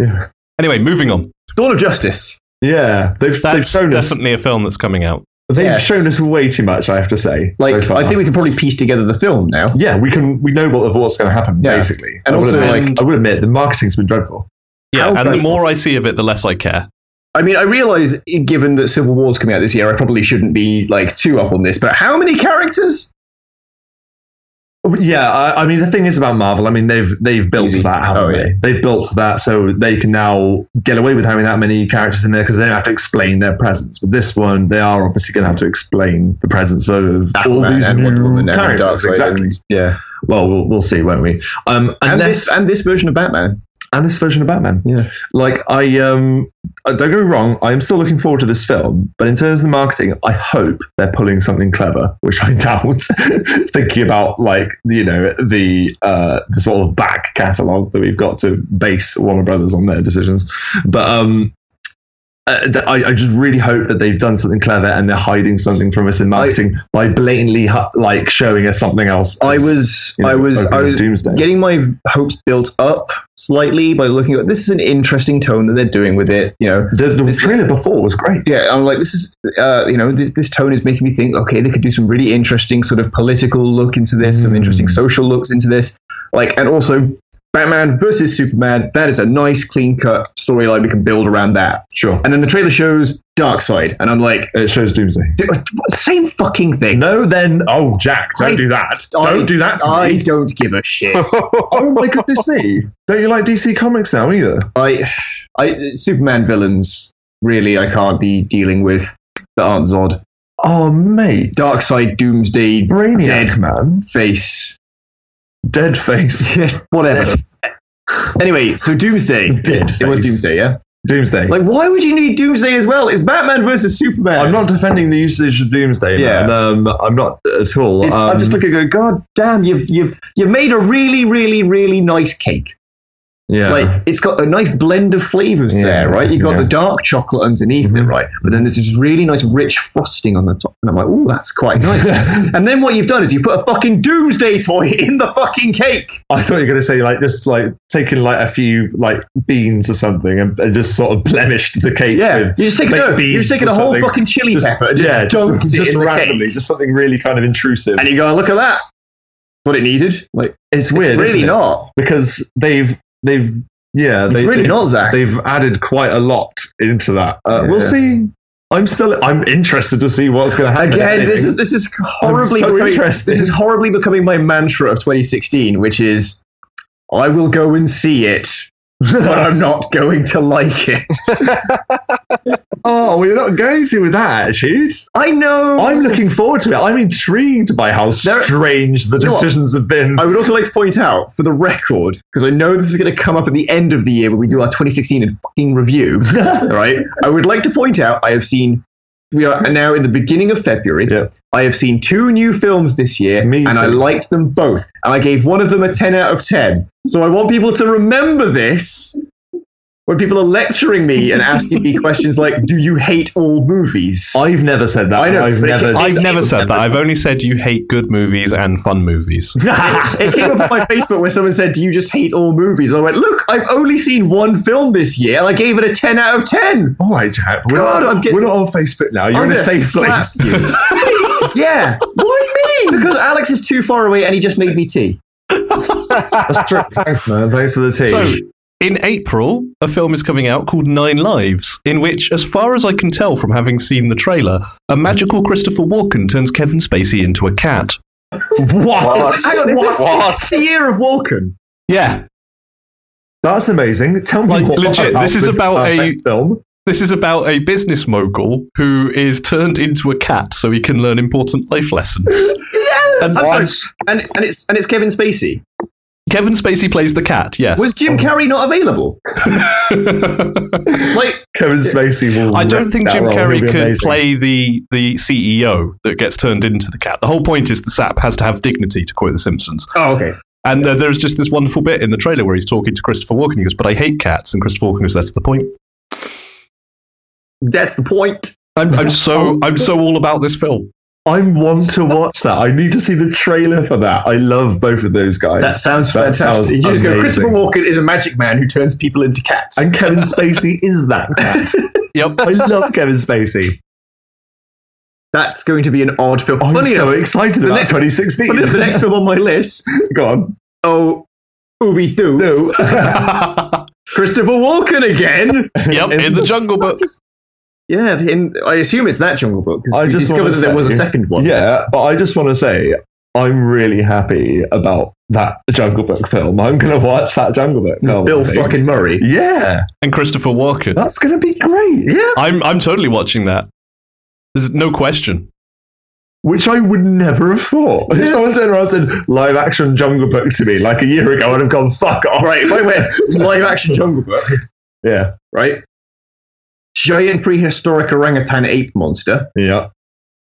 Speaker 2: Yeah.
Speaker 3: Anyway, moving on.
Speaker 1: Dawn of Justice.
Speaker 2: Yeah, they've they've
Speaker 3: That's
Speaker 2: shown us
Speaker 3: definitely a film that's coming out.
Speaker 2: they've
Speaker 1: Yes.
Speaker 2: shown us way too much. I have to say,
Speaker 1: Like,
Speaker 2: so far.
Speaker 1: I think we can probably piece together the film now.
Speaker 2: yeah, we can we know what what's going to happen
Speaker 1: Yeah.
Speaker 2: basically.
Speaker 1: And
Speaker 2: I would
Speaker 1: also,
Speaker 2: admit-
Speaker 3: like-
Speaker 2: I would admit the marketing's been dreadful.
Speaker 3: Yeah,
Speaker 1: How
Speaker 3: and the
Speaker 1: dreadful.
Speaker 3: more I see of it, the less I care.
Speaker 1: I mean, I realize, given that Civil War's coming out this year, I probably shouldn't be like too up on this. But how many characters?
Speaker 2: Yeah, I, I mean the thing is about Marvel. I mean they've they've built
Speaker 1: Easy.
Speaker 2: that, haven't
Speaker 1: Oh, yeah.
Speaker 2: they? They've built that so they can now get away with having that many characters in there because they don't have to explain their presence. With this one, they are obviously going to have to explain the presence of all
Speaker 1: Aquaman
Speaker 2: these
Speaker 1: and Wonder
Speaker 2: new
Speaker 1: Woman and
Speaker 2: characters.
Speaker 1: Darkseid
Speaker 2: Exactly.
Speaker 1: and- yeah,
Speaker 2: well, well, we'll see, won't we? Um,
Speaker 1: and
Speaker 2: unless-
Speaker 1: this and this version of Batman.
Speaker 2: and this version of Batman.
Speaker 1: Yeah.
Speaker 2: Like I um uh, don't get me wrong, I am still looking forward to this film, but in terms of the marketing, I hope they're pulling something clever, which I doubt. Thinking about like, you know, the uh the sort of back catalogue that we've got to base Warner Brothers on their decisions. But um uh, th- I, I just really hope that they've done something clever and they're hiding something from us in marketing by blatantly hu- like showing us something else.
Speaker 1: I
Speaker 2: as,
Speaker 1: was,
Speaker 2: you know,
Speaker 1: I was,
Speaker 2: open
Speaker 1: I
Speaker 2: as
Speaker 1: was
Speaker 2: doomsday.
Speaker 1: getting my hopes built up slightly by looking at this is an interesting tone that they're doing with it. You know,
Speaker 2: the, the
Speaker 1: It's-
Speaker 2: trailer before was great.
Speaker 1: yeah, I'm like, this is, uh, you know, this, this tone is making me think, okay, they could do some really interesting sort of political look into this, some
Speaker 2: Mm.
Speaker 1: interesting social looks into this. Like, and also Batman versus Superman, that is a nice, clean cut storyline we can build around that.
Speaker 2: Sure.
Speaker 1: And then the trailer shows Darkseid, and I'm like,
Speaker 2: It shows Doomsday.
Speaker 1: "D- what- same fucking thing.
Speaker 2: No, then, oh, Jack, don't
Speaker 1: I-
Speaker 2: do that.
Speaker 1: I-
Speaker 2: don't do that to
Speaker 1: I
Speaker 2: me.
Speaker 1: don't give a shit.
Speaker 2: Oh my goodness me! Don't you like DC Comics now either?
Speaker 1: I, I, Superman villains, really, I can't be dealing with that aren't Zod.
Speaker 2: Oh mate,
Speaker 1: Darkseid, Doomsday,
Speaker 2: Brainiac
Speaker 1: Dead.
Speaker 2: man,
Speaker 1: face,
Speaker 2: dead face,
Speaker 1: Yeah, whatever. anyway, so Doomsday.
Speaker 2: Dead
Speaker 1: It was
Speaker 2: face.
Speaker 1: Doomsday, yeah?
Speaker 2: Doomsday.
Speaker 1: Like, why would you need Doomsday as well? It's Batman versus Superman.
Speaker 2: I'm not defending the usage of Doomsday,
Speaker 1: Yeah.
Speaker 2: man. Um, I'm not at all.
Speaker 1: It's-
Speaker 2: Um,
Speaker 1: I'm just looking at it going, God damn, you've, you've, you've made a really, really, really nice cake.
Speaker 2: Yeah.
Speaker 1: Like it's got a nice blend of flavors
Speaker 2: Yeah,
Speaker 1: there, right? You got
Speaker 2: yeah. Mm-hmm.
Speaker 1: the dark chocolate underneath it, right? But then there's this really nice rich frosting on the top, and I'm like, oh, that's quite nice. and then what you've done is you put a fucking doomsday toy in the fucking cake.
Speaker 2: I thought you were going to say like just like taking like a few like beans or something and, and just sort of blemished the cake.
Speaker 1: Yeah,
Speaker 2: with
Speaker 1: you just taking
Speaker 2: baked
Speaker 1: no, you
Speaker 2: beans
Speaker 1: just taking
Speaker 2: or
Speaker 1: a whole
Speaker 2: something.
Speaker 1: fucking chili
Speaker 2: Just-
Speaker 1: pepper, and just
Speaker 2: yeah,
Speaker 1: dumped
Speaker 2: just,
Speaker 1: it
Speaker 2: just
Speaker 1: in the cake.
Speaker 2: randomly, just something really kind of intrusive.
Speaker 1: and you go, look at that. What it needed? Like
Speaker 2: it's
Speaker 1: it's
Speaker 2: weird,
Speaker 1: really
Speaker 2: isn't it?
Speaker 1: not.
Speaker 2: because they've they've yeah
Speaker 1: It's
Speaker 2: they,
Speaker 1: really
Speaker 2: they've,
Speaker 1: not, Zach.
Speaker 2: they've added quite a lot into that. Uh, We'll
Speaker 1: Yeah.
Speaker 2: see. I'm still I'm interested to see what's going to happen.
Speaker 1: Again, this is this is horribly
Speaker 2: so
Speaker 1: becoming,
Speaker 2: interested.
Speaker 1: this is horribly becoming my mantra of 2016, which is I will go and see it, but I'm not going to like it.
Speaker 2: oh, we're not going to with that attitude.
Speaker 1: I know.
Speaker 2: I'm looking forward to it. I'm intrigued by how
Speaker 1: There-
Speaker 2: strange the
Speaker 1: You know what?
Speaker 2: decisions have been.
Speaker 1: I would also like to point out, for the record, because I know this is going to come up at the end of the year when we do our 2016 and fucking review. all right. I would like to point out I have seen. We are now in the beginning of February.
Speaker 2: Yeah.
Speaker 1: I have seen two new films this year,
Speaker 2: Amazing.
Speaker 1: and I liked them both. And I gave one of them a 10 out of 10. So I want people to remember this when people are lecturing me and asking me questions like, "Do you hate all movies?"
Speaker 2: I've never said that.
Speaker 1: I know,
Speaker 2: I've
Speaker 1: but it
Speaker 2: never.
Speaker 1: can-
Speaker 3: I've
Speaker 1: Same
Speaker 3: never
Speaker 1: with
Speaker 3: said that. I've only said you hate good movies and fun movies.
Speaker 1: it came up on my Facebook where someone said, "Do you just hate all movies?" And I went, "Look, I've only seen one film this year, and I gave it a ten out of ten.
Speaker 2: All right, Jack. We're,
Speaker 1: God,
Speaker 2: not,
Speaker 1: I'm getting-
Speaker 2: we're not on Facebook now. You're
Speaker 1: I'm
Speaker 2: in a
Speaker 1: gonna
Speaker 2: safe
Speaker 1: slap
Speaker 2: place.
Speaker 1: you. yeah,
Speaker 2: Why me?
Speaker 1: because Alex is too far away, and he just made me tea.
Speaker 2: That's true. Thanks, man. Thanks for the
Speaker 3: So,
Speaker 2: tea.
Speaker 3: in April, a film is coming out called Nine Lives, in which, as far as I can tell from having seen the trailer, a magical Christopher Walken turns Kevin Spacey into a cat.
Speaker 2: what?
Speaker 4: What?
Speaker 1: Hang on, is this-
Speaker 4: What?
Speaker 1: it's the year of Walken.
Speaker 3: Yeah,
Speaker 2: That's amazing. Tell me
Speaker 3: Like,
Speaker 2: more
Speaker 3: legit,
Speaker 2: about
Speaker 3: this is about a-
Speaker 2: perfect film.
Speaker 3: this is about a business mogul who is turned into a cat so he can learn important life lessons.
Speaker 1: Yes,
Speaker 3: And
Speaker 1: I'm sorry.
Speaker 4: What?
Speaker 1: and, and it's and it's Kevin Spacey.
Speaker 3: Kevin Spacey plays the cat. Yes,
Speaker 1: Was Jim Carrey not available? Like,
Speaker 2: Kevin Spacey will.
Speaker 3: I don't
Speaker 2: rip
Speaker 3: think
Speaker 2: that
Speaker 3: Jim
Speaker 2: role. He'll
Speaker 3: Carrey
Speaker 2: be
Speaker 3: could
Speaker 2: amazing.
Speaker 3: play the the CEO that gets turned into the cat. The whole point is the sap has to have dignity, to quote The Simpsons.
Speaker 1: oh, okay.
Speaker 3: And uh, there's just this wonderful bit in the trailer where he's talking to Christopher Walken. He goes, "But I hate cats," and Christopher Walken goes, "That's the point."
Speaker 1: That's the point.
Speaker 3: I'm, I'm so I'm so all about this film.
Speaker 2: I want to watch that. I need to see the trailer for that. I love both of those guys.
Speaker 1: That sounds
Speaker 2: That
Speaker 1: fantastic.
Speaker 2: sounds
Speaker 1: you just go,
Speaker 2: amazing.
Speaker 1: Christopher Walken is a magic man who turns people into cats.
Speaker 2: and Kevin Spacey is that cat.
Speaker 3: Yep.
Speaker 2: I love Kevin Spacey.
Speaker 1: That's going to be an odd film.
Speaker 2: I'm
Speaker 1: Funny
Speaker 2: Oh, so
Speaker 1: enough,
Speaker 2: excited
Speaker 1: the
Speaker 2: about
Speaker 1: next-
Speaker 2: 2016.
Speaker 1: funny enough, the next film on my list,
Speaker 2: Go on.
Speaker 1: oh, Ubi Doo,
Speaker 2: No.
Speaker 1: Christopher Walken again.
Speaker 3: yep. In the Jungle Book.
Speaker 1: yeah, in, I assume it's that Jungle Book because
Speaker 2: I
Speaker 1: we
Speaker 2: just
Speaker 1: discovered
Speaker 2: wanna
Speaker 1: that there was a
Speaker 2: say-
Speaker 1: second one.
Speaker 2: Yeah, but I just want to say I'm really happy about that Jungle Book film. I'm going to watch that Jungle Book film.
Speaker 1: Bill
Speaker 2: I think.
Speaker 1: fucking Murray.
Speaker 2: Yeah,
Speaker 3: And Christopher Walken.
Speaker 2: that's going to be great.
Speaker 1: Yeah.
Speaker 3: I'm I'm totally watching that. There's no question.
Speaker 2: Which I would never have thought. If someone turned around and said live action Jungle Book to me like a year ago, I'd have gone fuck off.
Speaker 1: Right, if I went live action Jungle Book,
Speaker 2: Yeah,
Speaker 1: right? Giant prehistoric orangutan ape monster,
Speaker 2: yeah.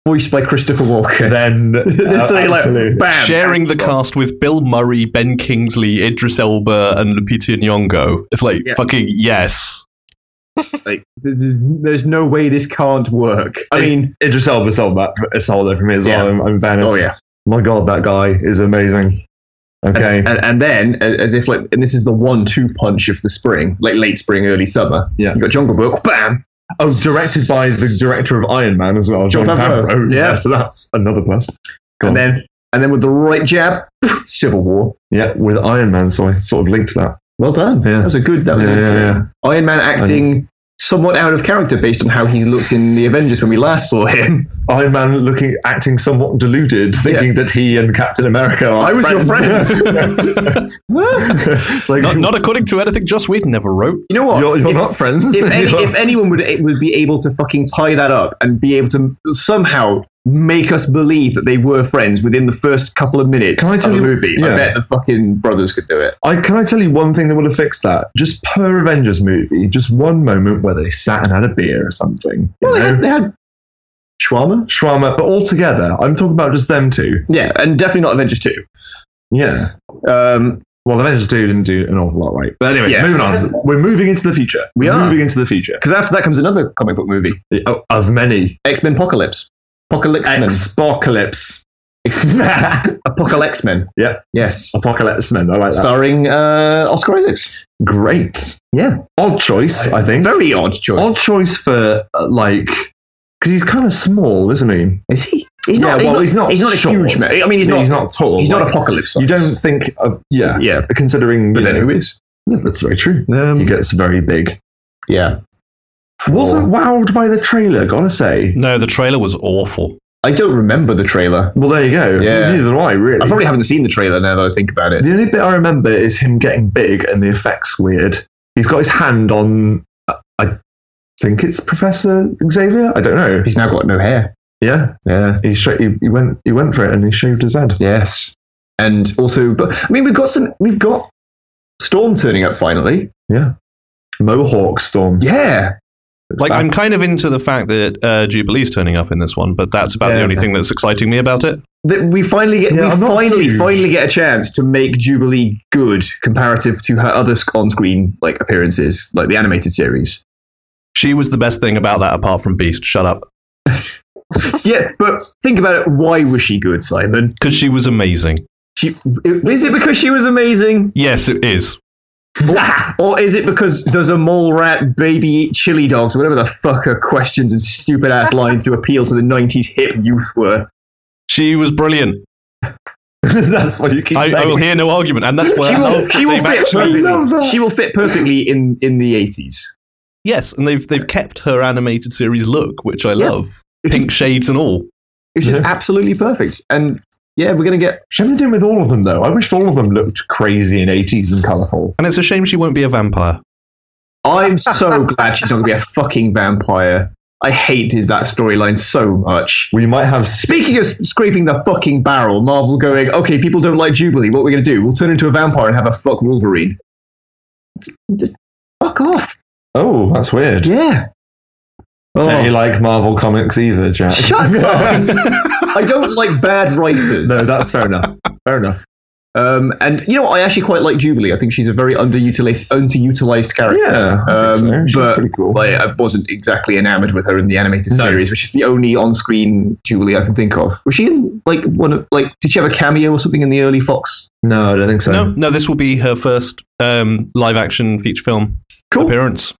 Speaker 1: voiced by Christopher Walken.
Speaker 2: Then uh,
Speaker 1: It's like, like,
Speaker 2: absolutely.
Speaker 1: bam.
Speaker 3: Sharing the cast with Bill Murray, Ben Kingsley, Idris Elba, and Lupita Nyong'o. It's like
Speaker 1: Yeah.
Speaker 3: fucking yes.
Speaker 1: Like, there's, there's no way this can't work. I mean,
Speaker 2: Idris Elba sold that sold it for me as
Speaker 1: Yeah.
Speaker 2: well. I'm, I'm vanished.
Speaker 1: oh yeah.
Speaker 2: My God, that guy is amazing. Okay.
Speaker 1: And, and then, a- as if like, and this is the one-two punch of the spring, like late spring, early summer.
Speaker 2: Yeah.
Speaker 1: you got Jungle Book, bam.
Speaker 2: Oh, directed by the director of Iron Man as well, John
Speaker 1: John Favreau.
Speaker 2: Favreau.
Speaker 1: Yeah.
Speaker 2: so that's another plus. Go
Speaker 1: and
Speaker 2: on.
Speaker 1: then, and then with the right jab, Civil War.
Speaker 2: yeah, with Iron Man, so I sort of linked that.
Speaker 1: Well done.
Speaker 2: Yeah.
Speaker 1: That was a good. That was
Speaker 2: yeah,
Speaker 1: a,
Speaker 2: yeah, yeah.
Speaker 1: Iron Man acting somewhat out of character based on how he looked in the Avengers when we last saw him.
Speaker 2: Iron Man looking, acting somewhat deluded, thinking that he and Captain America are
Speaker 1: I was your
Speaker 2: friends. it's like,
Speaker 3: Not, not according to anything Joss Whedon ever wrote.
Speaker 1: You know what?
Speaker 2: you're, you're
Speaker 1: If-
Speaker 2: not friends.
Speaker 1: if, any,
Speaker 2: You're-
Speaker 1: if anyone would would be able to fucking tie that up and be able to somehow make us believe that they were friends within the first couple of minutes
Speaker 2: Can I tell
Speaker 1: of the
Speaker 2: you-
Speaker 1: movie, I
Speaker 2: yeah.
Speaker 1: bet the fucking brothers could do it.
Speaker 2: I can I tell you one thing that would have fixed that? Just per Avengers movie, just one moment where they sat and had a beer or something. You
Speaker 1: Well, they
Speaker 2: know?
Speaker 1: had, they had Schwammer.
Speaker 2: Shawarma, but all together. I'm talking about just them two.
Speaker 1: Yeah, and definitely not Avengers 2.
Speaker 2: Yeah.
Speaker 1: Um,
Speaker 2: Well, Avengers 2 didn't do an awful lot right. But anyway,
Speaker 1: Yeah.
Speaker 2: moving on. We're moving into the future.
Speaker 1: We
Speaker 2: We're
Speaker 1: are.
Speaker 2: moving into the future.
Speaker 1: Because after that comes another comic book movie,
Speaker 2: Oh, Of many.
Speaker 1: X Men Apocalypse, Apocalypse Men,
Speaker 2: Expocalypse.
Speaker 1: Apocalypse Men.
Speaker 2: Yeah.
Speaker 1: Yes.
Speaker 2: Apocalypse Men. I like that.
Speaker 1: Starring uh, Oscar Isaac.
Speaker 2: Great.
Speaker 1: Yeah.
Speaker 2: Odd choice, I think.
Speaker 1: Very odd choice.
Speaker 2: Odd choice for, uh, like, because he's kind of small, isn't he?
Speaker 1: Is he? He's
Speaker 2: Yeah,
Speaker 1: not.
Speaker 2: well,
Speaker 1: he's not. He's not, a
Speaker 2: short.
Speaker 1: huge man. I mean, he's
Speaker 2: No,
Speaker 1: not.
Speaker 2: he's not tall.
Speaker 1: He's not
Speaker 2: like,
Speaker 1: Apocalypse.
Speaker 2: You
Speaker 1: size.
Speaker 2: don't think of, yeah,
Speaker 1: Yeah.
Speaker 2: considering,
Speaker 1: But
Speaker 2: you
Speaker 1: then
Speaker 2: know,
Speaker 1: who is?
Speaker 2: Yeah, that's very true.
Speaker 1: Um,
Speaker 2: He gets very big.
Speaker 1: yeah.
Speaker 2: Wasn't wowed by the trailer, gotta say.
Speaker 3: No, the trailer was awful.
Speaker 1: I don't remember the trailer.
Speaker 2: Well, there you go.
Speaker 1: Yeah.
Speaker 2: Neither do I, really.
Speaker 1: I probably haven't seen the trailer now that I think about it.
Speaker 2: The only bit I remember is him getting big and the effects weird. He's got his hand on, I- I think it's Professor Xavier. I don't know.
Speaker 1: He's now got no hair.
Speaker 2: Yeah,
Speaker 1: Yeah.
Speaker 2: he, sh- he, he went he went for it and he shaved his head.
Speaker 1: Yes. And also, but I mean, we've got some. We've got Storm turning up finally.
Speaker 2: Mohawk Storm.
Speaker 1: Yeah.
Speaker 3: Like, I'm kind of into the fact that uh, Jubilee's turning up in this one, but that's about the
Speaker 2: Yeah.
Speaker 3: only thing that's exciting me about it.
Speaker 1: That we finally get.
Speaker 2: Yeah,
Speaker 1: we
Speaker 2: I'm not
Speaker 1: finally,
Speaker 2: huge.
Speaker 1: finally get a chance to make Jubilee good comparative to her other sc- on-screen like appearances, like the animated series.
Speaker 3: She was the best thing about that, apart from Beast. Shut up,
Speaker 1: Yeah, but think about it. Why was she good, Simon?
Speaker 3: because she was amazing.
Speaker 1: She, is it because she was amazing?
Speaker 3: Yes, it is.
Speaker 1: or is it because does a mole rat baby eat chili dogs or whatever the fuck her questions and stupid ass lines to appeal to the 90s hip youth were?
Speaker 3: She was brilliant.
Speaker 2: That's what you keep
Speaker 3: I, I will hear no argument, and that's where
Speaker 1: She will, she will
Speaker 3: they've
Speaker 1: fit
Speaker 3: actually-
Speaker 2: I love
Speaker 1: perfectly.
Speaker 2: that.
Speaker 1: She will fit perfectly in, in the 80s.
Speaker 3: Yes, and they've they've kept her animated series look, which I
Speaker 1: Yeah.
Speaker 3: love, pink shades and all.
Speaker 1: It's just
Speaker 2: Yeah.
Speaker 1: absolutely perfect. And yeah, we're going to get.
Speaker 2: Shame they did with all of them though. I wished all of them looked crazy and eighties and colourful.
Speaker 3: And it's a shame she won't be a vampire.
Speaker 1: I'm so glad she's not going to be a fucking vampire. I hated that storyline so much.
Speaker 2: We might have sp-
Speaker 1: Speaking of scraping the fucking barrel, Marvel going, okay, people don't like Jubilee. What are we going to do? We'll turn into a vampire and have a fuck Wolverine. Just fuck off.
Speaker 2: Oh, that's weird.
Speaker 1: Yeah.
Speaker 2: Don't you
Speaker 1: Oh,
Speaker 2: like Marvel comics either, Jack?
Speaker 1: Shut up. I don't like bad writers.
Speaker 2: no, that's fair enough. Fair enough.
Speaker 1: um, and you know, what? I actually quite like Jubilee. I think she's a very underutilized, underutilized character.
Speaker 2: Yeah, I think so.
Speaker 1: Um,
Speaker 2: She's
Speaker 1: but-
Speaker 2: pretty cool.
Speaker 1: Like, I wasn't exactly enamored with her in the animated
Speaker 2: No.
Speaker 1: series, which is the only on-screen Jubilee I can think of. Was she in like one of like? Did she have a cameo or something in the early Fox?
Speaker 2: no, I don't think so.
Speaker 3: No, no, this will be her first um, live action feature film
Speaker 1: Cool.
Speaker 3: appearance.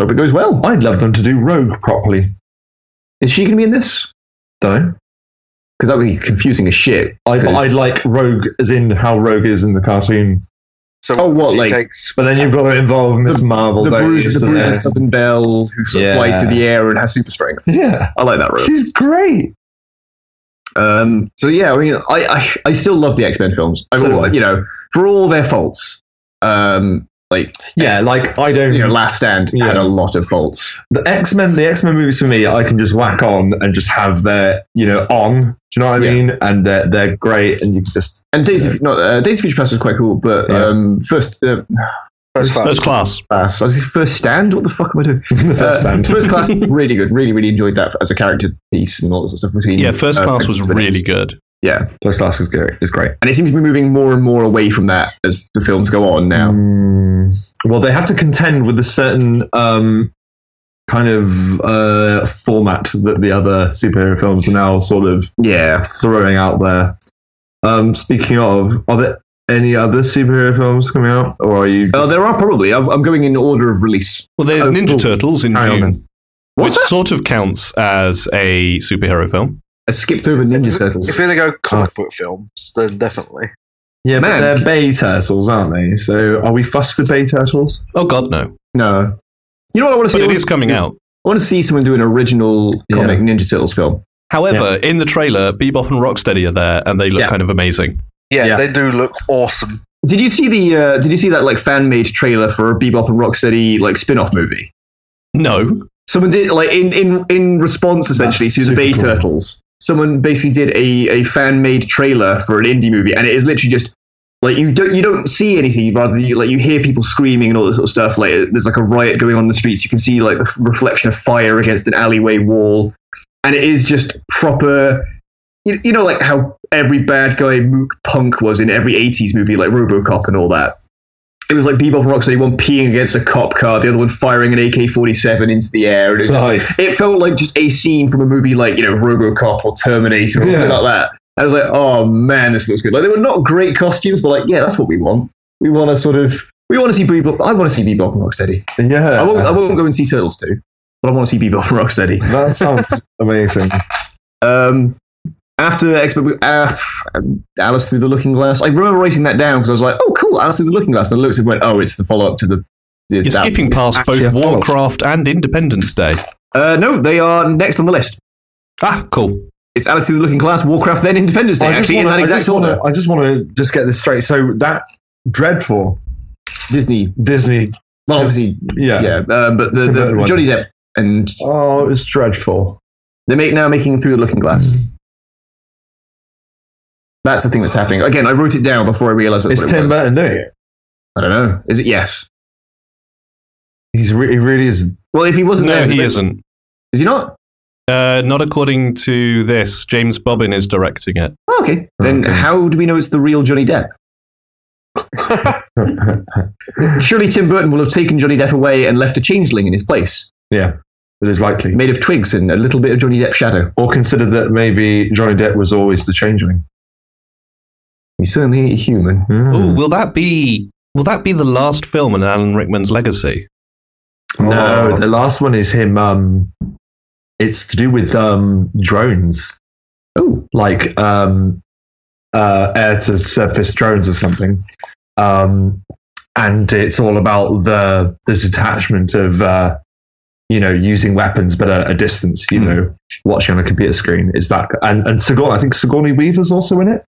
Speaker 1: Hope it goes well.
Speaker 2: I'd love them to do Rogue properly.
Speaker 1: Is she going to be in this?
Speaker 2: Don't know.
Speaker 1: Because that would be confusing as shit.
Speaker 2: I'd,
Speaker 1: 'Cause-
Speaker 2: I'd like Rogue as in how Rogue is in the cartoon.
Speaker 4: So
Speaker 1: Oh, what,
Speaker 4: she
Speaker 1: like-
Speaker 4: takes
Speaker 2: But then you've got to involve Miss Marvel.
Speaker 1: the
Speaker 2: don't you?
Speaker 1: bruise, the
Speaker 2: So
Speaker 1: bruiser
Speaker 2: there-
Speaker 1: Southern Belle who sort of
Speaker 2: Yeah.
Speaker 1: flies through the air and has super strength.
Speaker 2: Yeah,
Speaker 1: I like that rope.
Speaker 2: she's great.
Speaker 1: Um, so yeah, I mean, I, I, I still love the X Men films. I
Speaker 2: So do I.
Speaker 1: mean, you know, for all their faults, um, like
Speaker 2: Yeah,
Speaker 1: Yes.
Speaker 2: like I don't.
Speaker 1: you know, Last Stand had a
Speaker 2: Yeah.
Speaker 1: lot of faults.
Speaker 2: the X Men, the X Men movies for me, I can just whack on and just have their, you know, on. Do you know what I
Speaker 1: Yeah.
Speaker 2: mean? And they're they're great, and you can just
Speaker 1: And Days of not uh, Days of Future Past was quite cool, but
Speaker 2: Yeah.
Speaker 1: um, first uh,
Speaker 4: first class.
Speaker 3: First class.
Speaker 1: class, I was gonna say first stand. What the fuck am I doing?
Speaker 2: the
Speaker 1: Uh,
Speaker 2: first time.
Speaker 1: first class, really good. Really, really enjoyed that as a character piece and all that sort of stuff. Between,
Speaker 3: Yeah, first
Speaker 1: uh,
Speaker 3: class was
Speaker 1: the next-
Speaker 3: really good.
Speaker 1: Yeah,
Speaker 2: First class is great. Is great.
Speaker 1: and it seems to be moving more and more away from that as the films go on now.
Speaker 2: Mm, well, they have to contend with a certain um, kind of uh, format that the other superhero films are now sort of
Speaker 1: Yeah,
Speaker 2: throwing out there. Um, speaking of, are there any other superhero films coming out, or are you?
Speaker 1: uh,
Speaker 2: just-
Speaker 1: there are probably. I've, I'm going in order of release.
Speaker 3: Well, there's
Speaker 2: Oh,
Speaker 3: Ninja
Speaker 2: cool.
Speaker 3: Turtles in
Speaker 2: Hang on
Speaker 3: June,
Speaker 2: then.
Speaker 3: which
Speaker 1: What's that?
Speaker 3: sort of counts as a superhero film.
Speaker 1: I skipped over Ninja Turtles.
Speaker 4: If you're gonna go comic book films, then definitely.
Speaker 2: yeah, but
Speaker 1: Man.
Speaker 2: they're Bay Turtles, aren't they? So, are we fussed with Bay Turtles?
Speaker 3: Oh God, no!
Speaker 1: No. You know what I want to see?
Speaker 3: But
Speaker 1: I
Speaker 3: it
Speaker 1: wanna
Speaker 3: is
Speaker 1: see-
Speaker 3: coming out.
Speaker 1: I want to see someone do an original
Speaker 2: Yeah.
Speaker 1: comic Ninja Turtles film.
Speaker 3: However, in the trailer, Bebop and Rocksteady are there, and they look
Speaker 2: Yes.
Speaker 3: kind of amazing.
Speaker 4: Yeah,
Speaker 2: Yeah.
Speaker 4: they do look awesome.
Speaker 1: Did you see the? Uh, did you see that like fan made trailer for a Bebop and Rocksteady like spin off movie?
Speaker 3: No,
Speaker 1: Someone did like in in in response essentially
Speaker 2: That's
Speaker 1: to the
Speaker 2: super
Speaker 1: Bay
Speaker 2: cool.
Speaker 1: Turtles. Someone basically did a, a fan made trailer for an indie movie, and it is literally just like you don't you don't see anything. Rather, you like you hear people screaming and all this sort of stuff. Like there's like a riot going on in the streets. You can see like the reflection of fire against an alleyway wall, and it is just proper. You, you know, like how every bad guy mook punk was in every 80s movie, like Robocop and all that. It was like Bebop and Rocksteady, one peeing against a cop car, the other one firing an AK 47 into the air. And it, just,
Speaker 2: Nice.
Speaker 1: it felt like just a scene from a movie like, you know, Robocop or Terminator or something
Speaker 2: Yeah.
Speaker 1: like that. I was like, oh man, this looks good. Like, they were not great costumes, but like, yeah, that's what we want. We want to sort of, we want to see Bebop. I want to see Bebop and Rocksteady.
Speaker 2: Yeah.
Speaker 1: I won't, I won't go and see Turtles 2, but I want to see Bebop and Rocksteady.
Speaker 2: that sounds amazing.
Speaker 1: Um, after Expo, uh, Alice Through the Looking Glass, I remember writing that down because I was like, oh, cool, Alice Through the Looking Glass. And I looked and went, oh, it's the follow up to the. the
Speaker 3: You're
Speaker 1: that-
Speaker 3: skipping
Speaker 1: it's
Speaker 3: past
Speaker 1: actually
Speaker 3: both
Speaker 1: a follow-up.
Speaker 3: Warcraft and Independence Day.
Speaker 1: Uh, no, they are next on the list.
Speaker 3: Ah, cool.
Speaker 1: It's Alice Through the Looking Glass, Warcraft, then Independence Day.
Speaker 2: I just
Speaker 1: Actually, in
Speaker 2: wanna-
Speaker 1: that
Speaker 2: I just
Speaker 1: exact order.
Speaker 2: wanna- I just want to just get this straight. So that dreadful
Speaker 1: Disney.
Speaker 2: Disney,
Speaker 1: Well, obviously, yeah.
Speaker 2: yeah.
Speaker 1: um, but the,
Speaker 2: It's
Speaker 1: the,
Speaker 2: a better one.
Speaker 1: Johnny Depp and
Speaker 2: Oh, it's dreadful.
Speaker 1: they make now making Through the Looking
Speaker 2: Hmm.
Speaker 1: Glass. That's the thing that's happening. Again, I wrote it down before I realised that's
Speaker 2: It's
Speaker 1: what it
Speaker 2: Tim
Speaker 1: was.
Speaker 2: Burton doing it.
Speaker 1: I don't know. Is it yes?
Speaker 2: He's re- he really is.
Speaker 1: Well, if he wasn't
Speaker 3: No,
Speaker 1: there,
Speaker 3: he
Speaker 1: then-
Speaker 3: isn't.
Speaker 1: Is he not?
Speaker 3: Uh, not according to this. James Bobbin is directing it.
Speaker 1: Oh, okay. Then
Speaker 2: Okay.
Speaker 1: how do we know it's the real Johnny Depp? Surely Tim Burton will have taken Johnny Depp away and left a changeling in his place,
Speaker 2: yeah, it is likely.
Speaker 1: made of twigs and a little bit of Johnny Depp shadow.
Speaker 2: Or consider that maybe Johnny Depp was always the changeling.
Speaker 1: He's certainly a human.
Speaker 2: Hmm.
Speaker 3: Ooh, will that be? Will that be the last film in Alan Rickman's legacy?
Speaker 2: No,
Speaker 1: Oh.
Speaker 2: the last one is him. Um, it's to do with um, drones,
Speaker 1: Oh,
Speaker 2: like um, uh, air to surface drones or something. Um, and it's all about the the detachment of uh, you know using weapons, but at a distance.
Speaker 1: Hmm.
Speaker 2: You know, watching on a computer screen. It's that and and Sigour- I think Sigourney Weaver's also in it.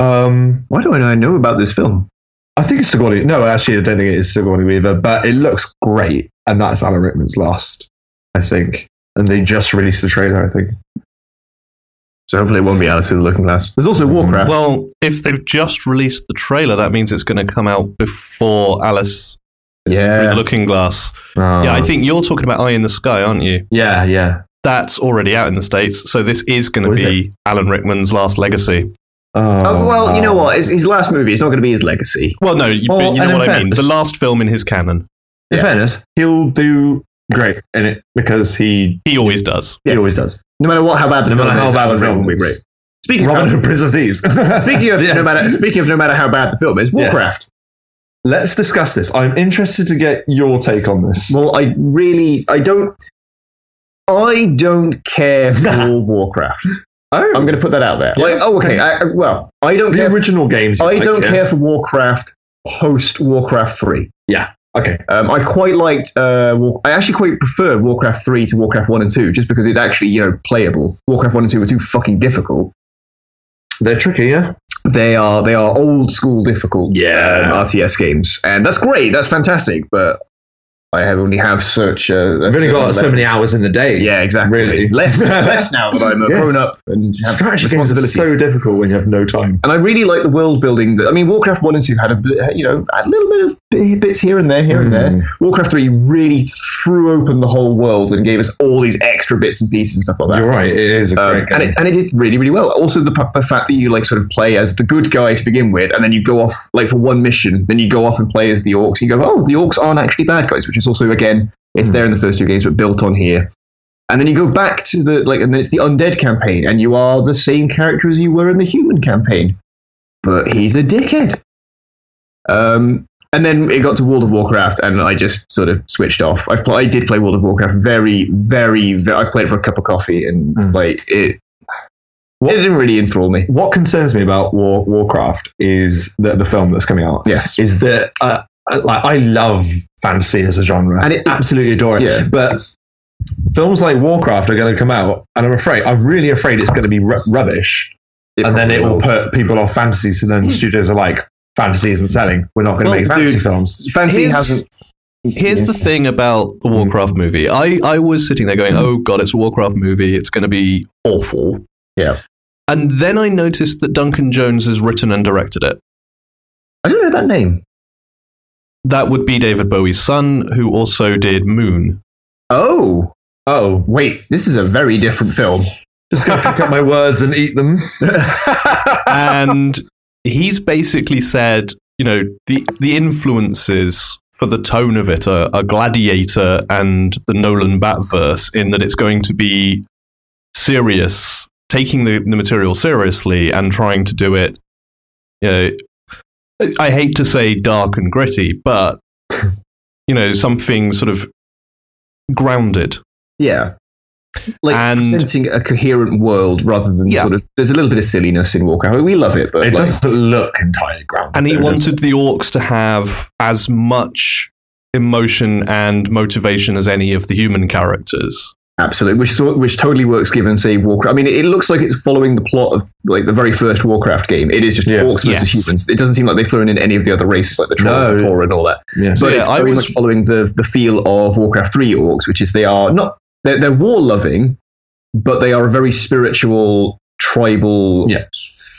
Speaker 2: Um,
Speaker 1: why do I know about this film?
Speaker 2: I think it's Sigourney. No, actually, I don't think it is Sigourney Weaver, but it looks great, and that's Alan Rickman's last, I think. And they just released the trailer, I think.
Speaker 1: So hopefully it won't be Alice in the Looking Glass. There's
Speaker 2: Mm-hmm.
Speaker 1: also Warcraft.
Speaker 3: Well, if they've just released the trailer, that means it's going to come out before Alice Through the
Speaker 1: yeah.
Speaker 3: Looking Glass. yeah,
Speaker 2: Uh-huh.
Speaker 3: I think you're talking about Eye in the Sky, aren't you?
Speaker 2: Yeah, yeah.
Speaker 3: That's already out in the states, so this is going to
Speaker 2: What Oh, is
Speaker 3: be Alan Rickman's last legacy.
Speaker 2: Um,
Speaker 1: Oh, well, you know what? It's his last movie. It's not going to be his legacy.
Speaker 3: Well, no, you,
Speaker 2: Well,
Speaker 3: but you
Speaker 2: and
Speaker 3: know
Speaker 2: in
Speaker 3: what I mean.
Speaker 2: fairness-
Speaker 3: The last film in his canon.
Speaker 2: In
Speaker 1: Yeah.
Speaker 2: fairness, he'll do great in it because he,
Speaker 3: He always does.
Speaker 1: Yeah.
Speaker 2: he always does.
Speaker 1: No matter what, how bad the
Speaker 2: No
Speaker 1: film
Speaker 2: matter how
Speaker 1: is,
Speaker 2: bad the
Speaker 1: Alan Rickman
Speaker 2: film
Speaker 1: will be
Speaker 2: is.
Speaker 1: great. Speaking
Speaker 2: Robin
Speaker 1: of,
Speaker 2: Hood, Prince of Thieves.
Speaker 1: speaking of
Speaker 2: Yeah.
Speaker 1: no matter speaking of no matter how bad the film is,
Speaker 2: Yes.
Speaker 1: Warcraft.
Speaker 2: Let's discuss this. I'm interested to get your take on this.
Speaker 1: Well, I really, I don't, I don't care for Warcraft.
Speaker 2: oh,
Speaker 1: I'm going to put that out there.
Speaker 2: Yeah.
Speaker 1: Like, oh, okay. I, I- well, I don't
Speaker 2: the
Speaker 1: care.
Speaker 2: original games. you
Speaker 1: I
Speaker 2: like,
Speaker 1: don't
Speaker 2: yeah.
Speaker 1: care for Warcraft post Warcraft three.
Speaker 2: Okay.
Speaker 1: Um, I quite liked. Uh, War- I actually quite preferred Warcraft three to Warcraft one and two, just because it's actually you know playable. Warcraft one and two were too fucking difficult.
Speaker 2: They're tricky, yeah?
Speaker 1: They are they are old school difficult
Speaker 2: Yeah.
Speaker 1: um, RTS games, and that's great. That's fantastic. But I have only have such. Uh,
Speaker 2: I've only got so many hours in the day.
Speaker 1: Yeah, exactly.
Speaker 2: Really.
Speaker 1: Less, less now that I'm a
Speaker 2: Yes.
Speaker 1: grown up and have
Speaker 2: Strategy games are
Speaker 1: responsibilities.
Speaker 2: so difficult when you have no time.
Speaker 1: and I really like the world building. That I mean, Warcraft One and Two had a bit- you know a little bit of bi- bits here and there, here and
Speaker 2: Hmm.
Speaker 1: there. Warcraft Three really threw open the whole world and gave us all these extra bits and pieces and stuff like that.
Speaker 2: You're right. It is a
Speaker 1: Um,
Speaker 2: great
Speaker 1: and,
Speaker 2: game.
Speaker 1: it, and it did really, really well. Also, the, p- the fact that you like sort of play as the good guy to begin with, and then you go off like for one mission, then you go off and play as the orcs. You go, oh, the orcs aren't actually bad guys, which is also again,
Speaker 2: Hmm.
Speaker 1: it's there in the first two games, but built on here. And then you go back to the like, and then it's the undead campaign, and you are the same character as you were in the human campaign, but he's a dickhead. Um, and then it got to World of Warcraft, and I just sort of switched off. I've pl- I did play World of Warcraft very, very, ve- I played it for a cup of coffee, and
Speaker 2: Mm.
Speaker 1: like it,
Speaker 2: What-
Speaker 1: it didn't really enthrall me.
Speaker 2: what concerns me about War, Warcraft is that the film that's coming out
Speaker 1: Yes,
Speaker 2: is that uh, uh, like I love fantasy as a genre
Speaker 1: And it-
Speaker 2: absolutely adore it.
Speaker 1: Yeah.
Speaker 2: But films like Warcraft are going to come out, and I'm afraid I'm really afraid it's going to be ru- rubbish, and then it will put people off fantasy. So then studios are like, fantasy isn't selling. We're not going to
Speaker 3: Well,
Speaker 2: make fantasy
Speaker 1: Hmm. dude,
Speaker 2: films.
Speaker 1: Fantasy
Speaker 3: Here's-
Speaker 1: hasn't.
Speaker 3: Here's the thing about the Warcraft movie. I, I was sitting there
Speaker 2: Mm-hmm.
Speaker 3: going, oh, God, it's a Warcraft movie. It's going to be awful.
Speaker 1: Yeah.
Speaker 3: And then I noticed that Duncan Jones has written and directed it.
Speaker 1: I don't know that name.
Speaker 3: That would be David Bowie's son, who also did Moon.
Speaker 1: Oh
Speaker 2: Oh,
Speaker 1: wait, this is a very different film.
Speaker 2: Just going to pick up my words and eat them.
Speaker 3: and he's basically said, you know, the the influences for the tone of it are, are Gladiator and the Nolan Batverse, in that it's going to be serious, taking the, the material seriously and trying to do it. You know, I- I hate to say dark and gritty, but you know, something sort of grounded.
Speaker 1: Yeah. Like
Speaker 3: And-
Speaker 1: presenting a coherent world rather than
Speaker 3: Yeah.
Speaker 1: sort of. There's a little bit of silliness in Walker. I mean, we love it, but
Speaker 2: It
Speaker 1: like,
Speaker 2: doesn't look entirely grounded.
Speaker 3: And he
Speaker 2: though, does
Speaker 3: wanted the orcs to have as much emotion and motivation as any of the human characters.
Speaker 1: absolutely, which sort- which totally works given say Warcraft. I mean, it, it looks like it's following the plot of like the very first Warcraft game. It is just
Speaker 2: Yeah.
Speaker 1: orcs versus
Speaker 3: Yes.
Speaker 1: humans. It doesn't seem like they've thrown in any of the other races like the trolls,
Speaker 2: No.
Speaker 1: the Tora, and all that.
Speaker 2: it? Yeah.
Speaker 1: But
Speaker 3: Yeah,
Speaker 1: it's
Speaker 3: I
Speaker 1: very
Speaker 3: was-
Speaker 1: much following the the feel of Warcraft Three orcs, which is they are not they're, they're war loving, but they are a very spiritual tribal.
Speaker 2: Yeah.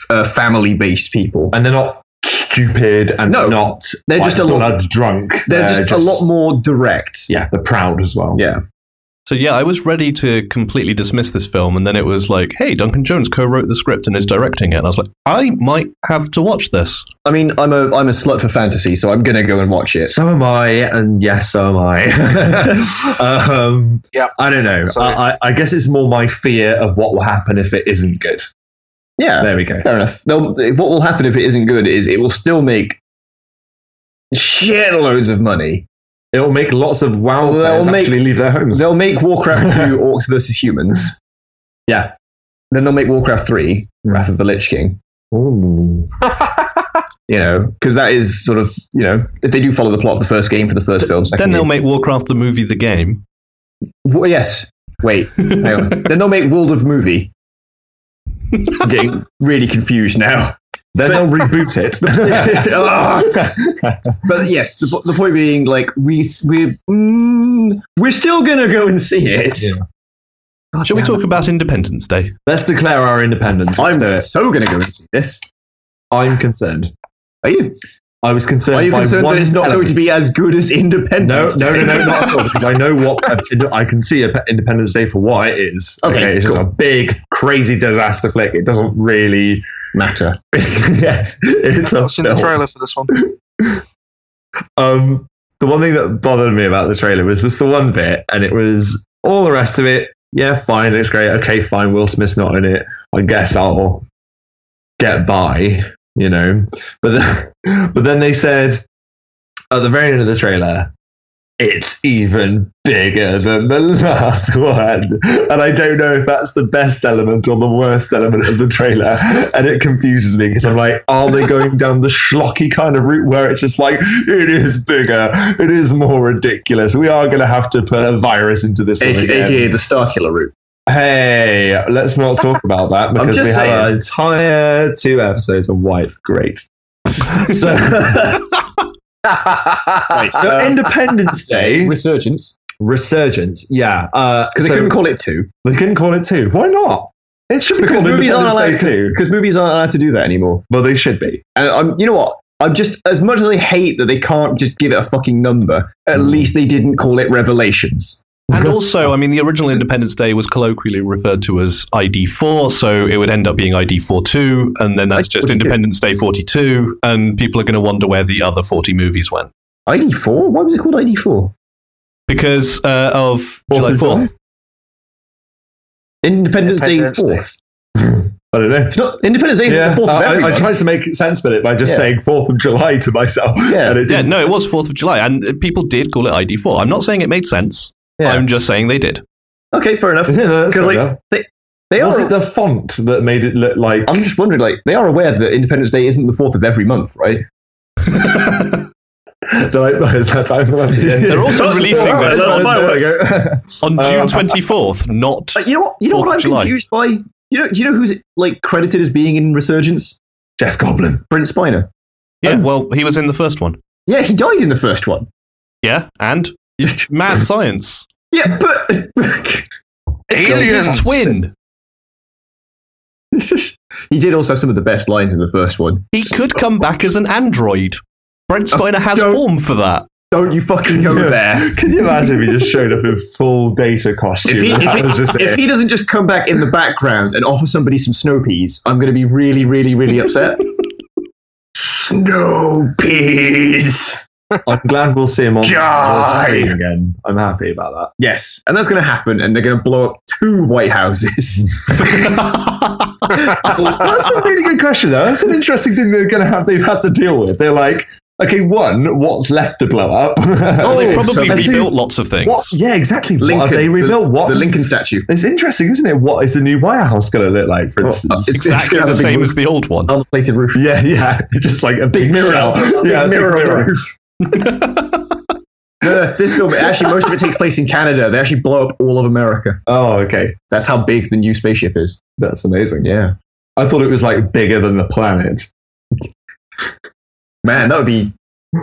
Speaker 1: Uh, family-based people.
Speaker 2: and they're not stupid and
Speaker 1: No.
Speaker 2: not
Speaker 1: They're
Speaker 2: like,
Speaker 1: just a lot-
Speaker 2: blood drunk.
Speaker 1: They're just, a lot more direct.
Speaker 2: Yeah, they're proud as well.
Speaker 1: Yeah.
Speaker 3: So yeah, I was ready to completely dismiss this film, and then it was like, "Hey, Duncan Jones co-wrote the script and is directing it." And I was like, "I might have to watch this."
Speaker 1: I mean, I'm a I'm a slut for fantasy, so I'm gonna go and watch it.
Speaker 2: So am I, and yes, so am I. um,
Speaker 4: Yeah.
Speaker 2: I don't know.
Speaker 4: Sorry.
Speaker 2: I, I, I guess it's more my fear of what will happen if it isn't good.
Speaker 1: Yeah,
Speaker 2: There we go.
Speaker 1: fair enough. They'll, what will happen if it isn't good is it will still make shitloads of money.
Speaker 2: It'll make lots of wow
Speaker 1: They'll
Speaker 2: players
Speaker 1: make-
Speaker 2: actually leave their homes.
Speaker 1: They'll make Warcraft two orcs versus humans.
Speaker 2: Yeah.
Speaker 1: Then they'll make Warcraft three Wrath of the Lich King.
Speaker 2: Ooh.
Speaker 1: You know, because that is sort of you know if they do follow the plot of the first game for the first film, second
Speaker 3: Then they'll
Speaker 1: game-
Speaker 3: make Warcraft the movie the game.
Speaker 1: Wa- yes. Wait, hang on. then they'll make World of Movie. I'm getting really confused now.
Speaker 2: Then they'll reboot it.
Speaker 1: But yes, the, po- the point being, like we we mm, we're still gonna go and see it.
Speaker 2: Yeah.
Speaker 1: God
Speaker 3: Shall we
Speaker 1: damn
Speaker 3: talk about Independence Day?
Speaker 2: Let's declare our independence.
Speaker 1: it. I'm uh, so gonna go and see this.
Speaker 2: I'm concerned.
Speaker 1: Are you?
Speaker 2: I was concerned.
Speaker 1: Are you
Speaker 2: by
Speaker 1: concerned
Speaker 2: one
Speaker 1: that it's not
Speaker 2: element.
Speaker 1: going to be as good as
Speaker 2: No,
Speaker 1: Independence?
Speaker 2: no,
Speaker 1: Day?
Speaker 2: no, no, not at all. Because I know what I can see a Independence Day for what it is.
Speaker 1: Okay,
Speaker 2: it's just
Speaker 1: cool.
Speaker 2: a big, crazy disaster flick. It doesn't really
Speaker 1: matter.
Speaker 2: yes, it's a
Speaker 4: I've seen the
Speaker 2: film.
Speaker 4: trailer for this one.
Speaker 2: Um, the one thing that bothered me about the trailer was just the one bit, and it was all the rest of it. Yeah, fine, it's great. Okay, fine. Will Smith's not in it. I guess I'll get by, you know. But then, but then they said at the very end of the trailer, it's even bigger than the last one, and I don't know if that's the best element or the worst element of the trailer, and it confuses me because I'm like, are they going down the schlocky kind of route where it's just like it is bigger, it is more ridiculous. We are going to have to put a virus into this one
Speaker 1: A-
Speaker 2: again.
Speaker 1: AKA the Starkiller route.
Speaker 2: Hey, let's not talk about that because we
Speaker 1: just
Speaker 2: have
Speaker 1: saying.
Speaker 2: our entire two episodes of why it's great. So,
Speaker 1: Right,
Speaker 2: so
Speaker 1: um,
Speaker 2: Independence Day
Speaker 1: Resurgence.
Speaker 2: resurgence, yeah, because
Speaker 1: Because they couldn't call it two.
Speaker 2: they couldn't call it two. Why not? It should be
Speaker 1: Because
Speaker 2: called
Speaker 1: movies aren't
Speaker 2: Independence
Speaker 1: allowed
Speaker 2: Day
Speaker 1: to.
Speaker 2: two.
Speaker 1: Because movies aren't allowed to do that anymore.
Speaker 2: Well, they should be.
Speaker 1: And I'm, you know what? I'm just as much as I hate that they can't just give it a fucking number. At
Speaker 2: Mm.
Speaker 1: least they didn't call it Revelations.
Speaker 3: And also, I mean, the original Independence Day was colloquially referred to as ID4, so it would end up being ID42, and then that's just
Speaker 1: That's pretty good.
Speaker 3: Independence Day 42, and people are going to wonder where the other 40 movies went.
Speaker 1: ID four? Why was it called ID four?
Speaker 3: Because uh, of July
Speaker 2: of
Speaker 3: 4th.
Speaker 1: Independence Day
Speaker 4: Independence Day.
Speaker 1: fourth.
Speaker 2: I don't know.
Speaker 1: It's not Independence Day is
Speaker 2: Yeah,
Speaker 1: the fourth. of
Speaker 2: I, I
Speaker 1: everyone.
Speaker 2: tried to make sense of it by just
Speaker 1: Yeah.
Speaker 2: saying Fourth of July to myself,
Speaker 1: Yeah.
Speaker 2: and it
Speaker 3: Yeah,
Speaker 2: didn't.
Speaker 3: no, it was 4th of July, and uh, people did call it ID4. I'm not saying it made sense.
Speaker 1: Yeah.
Speaker 3: I'm just saying they did.
Speaker 1: Okay, fair enough.
Speaker 2: Yeah, that's
Speaker 1: 'Cause,
Speaker 2: fair
Speaker 1: like,
Speaker 2: enough.
Speaker 1: They
Speaker 2: was
Speaker 1: are. Um,
Speaker 2: it the font that made it look like?
Speaker 1: I'm just wondering, like, they are aware that Independence Day isn't the fourth of every month, right?
Speaker 2: They're like, "Is that time for that again?"
Speaker 3: They're also
Speaker 2: That's
Speaker 3: releasing
Speaker 2: all right,
Speaker 3: this
Speaker 2: that's
Speaker 3: on
Speaker 2: all right, there
Speaker 3: On June
Speaker 2: Uh,
Speaker 3: 24th, not. uh,
Speaker 1: Like, you know what? You know
Speaker 3: Fourth
Speaker 1: what
Speaker 3: of
Speaker 1: I'm
Speaker 3: July.
Speaker 1: confused by. You know, do you know who's like credited as being in Resurgence?
Speaker 2: we go. Jeff Goblin.
Speaker 1: Brent Spiner.
Speaker 3: Yeah, well, he was in the first one.
Speaker 1: Yeah, he died in the first one.
Speaker 3: Yeah, and mad science.
Speaker 1: Yeah, but
Speaker 4: Aliens.
Speaker 3: His twin.
Speaker 1: he did also have some of the best lines in the first one.
Speaker 3: He could come back as an android. Brent Spiner has
Speaker 1: don't-
Speaker 3: form for that.
Speaker 1: Don't you fucking go there.
Speaker 2: Can you imagine if he just showed up in full data costume?
Speaker 1: If he,
Speaker 2: and that was
Speaker 1: if,
Speaker 2: just
Speaker 1: he, if
Speaker 2: it?
Speaker 1: he doesn't just come back in the background and offer somebody some snow peas, I'm going to be really, really, really upset. snow peas.
Speaker 2: I'm glad we'll see him on
Speaker 1: God.
Speaker 2: on screen again. I'm happy about that.
Speaker 1: Yes, and that's going to happen, and they're going to blow up two White Houses.
Speaker 2: That's a really good question, though. That's an interesting thing they're going to have. They've had to deal with. They're like, okay, one, what's left to blow up?
Speaker 3: Oh, they probably
Speaker 2: And two,
Speaker 3: rebuilt lots of things.
Speaker 2: What? Yeah, exactly. what have
Speaker 1: Lincoln,
Speaker 2: they rebuilt?
Speaker 1: the,
Speaker 2: what
Speaker 1: the
Speaker 2: does-
Speaker 1: Lincoln statue?
Speaker 2: It's interesting, isn't it? What is the new White House going to look like? For
Speaker 1: Well,
Speaker 2: instance,
Speaker 1: Oh, it's-
Speaker 3: Exactly
Speaker 1: got
Speaker 3: the
Speaker 1: a big
Speaker 3: same
Speaker 1: roof.
Speaker 3: as the old one.
Speaker 1: On the plated roof.
Speaker 2: yeah, yeah, just like a big mirror. yeah,
Speaker 1: yeah,
Speaker 2: a big
Speaker 1: mirror on the roof. No, no, this film actually most of it takes place in Canada. They actually blow up all of America.
Speaker 2: Oh, okay,
Speaker 1: That's how big the new spaceship is.
Speaker 2: that's amazing.
Speaker 1: Yeah,
Speaker 2: I thought it was like bigger than the planet.
Speaker 1: man, that would be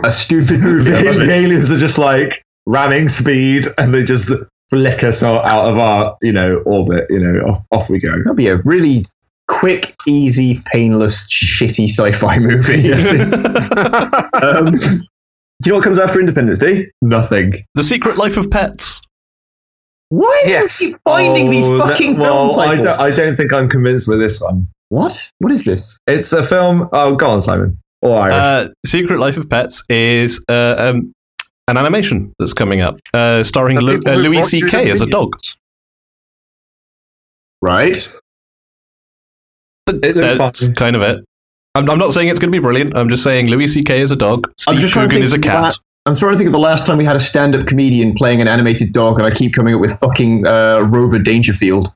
Speaker 1: a stupid movie. I love
Speaker 2: the
Speaker 1: it.
Speaker 2: aliens are just like ramming speed and they just flick us all out of our you know orbit you know off, off we go
Speaker 1: That'd be a really quick, easy, painless, shitty sci-fi movie. um, do you know what comes after Independence Day?
Speaker 2: nothing
Speaker 3: the Secret Life of Pets.
Speaker 1: Why
Speaker 4: Yes.
Speaker 1: do you keep finding these
Speaker 2: Oh,
Speaker 1: fucking
Speaker 2: that- well,
Speaker 1: film titles?
Speaker 2: I don't, I don't think i'm convinced with this one
Speaker 1: What? What is this?
Speaker 2: it's a film oh go on simon or irish
Speaker 3: Uh, Secret Life of Pets is uh, um, an animation that's coming up, uh, starring
Speaker 4: The
Speaker 3: Lu-
Speaker 4: people
Speaker 3: uh,
Speaker 4: who
Speaker 3: Louis
Speaker 4: brought you
Speaker 3: C.K.
Speaker 4: the
Speaker 3: as a
Speaker 4: videos.
Speaker 3: dog.
Speaker 1: Right?
Speaker 2: it
Speaker 3: That's kind of it. I'm, I'm not saying it's going to be brilliant. I'm just saying Louis C.K. is a dog. Steve
Speaker 1: just trying to
Speaker 3: Coogan
Speaker 1: think
Speaker 3: is a cat.
Speaker 1: I'm trying to think of the last time we had a stand-up comedian playing an animated dog, and I keep coming up with fucking uh, Rover Dangerfield.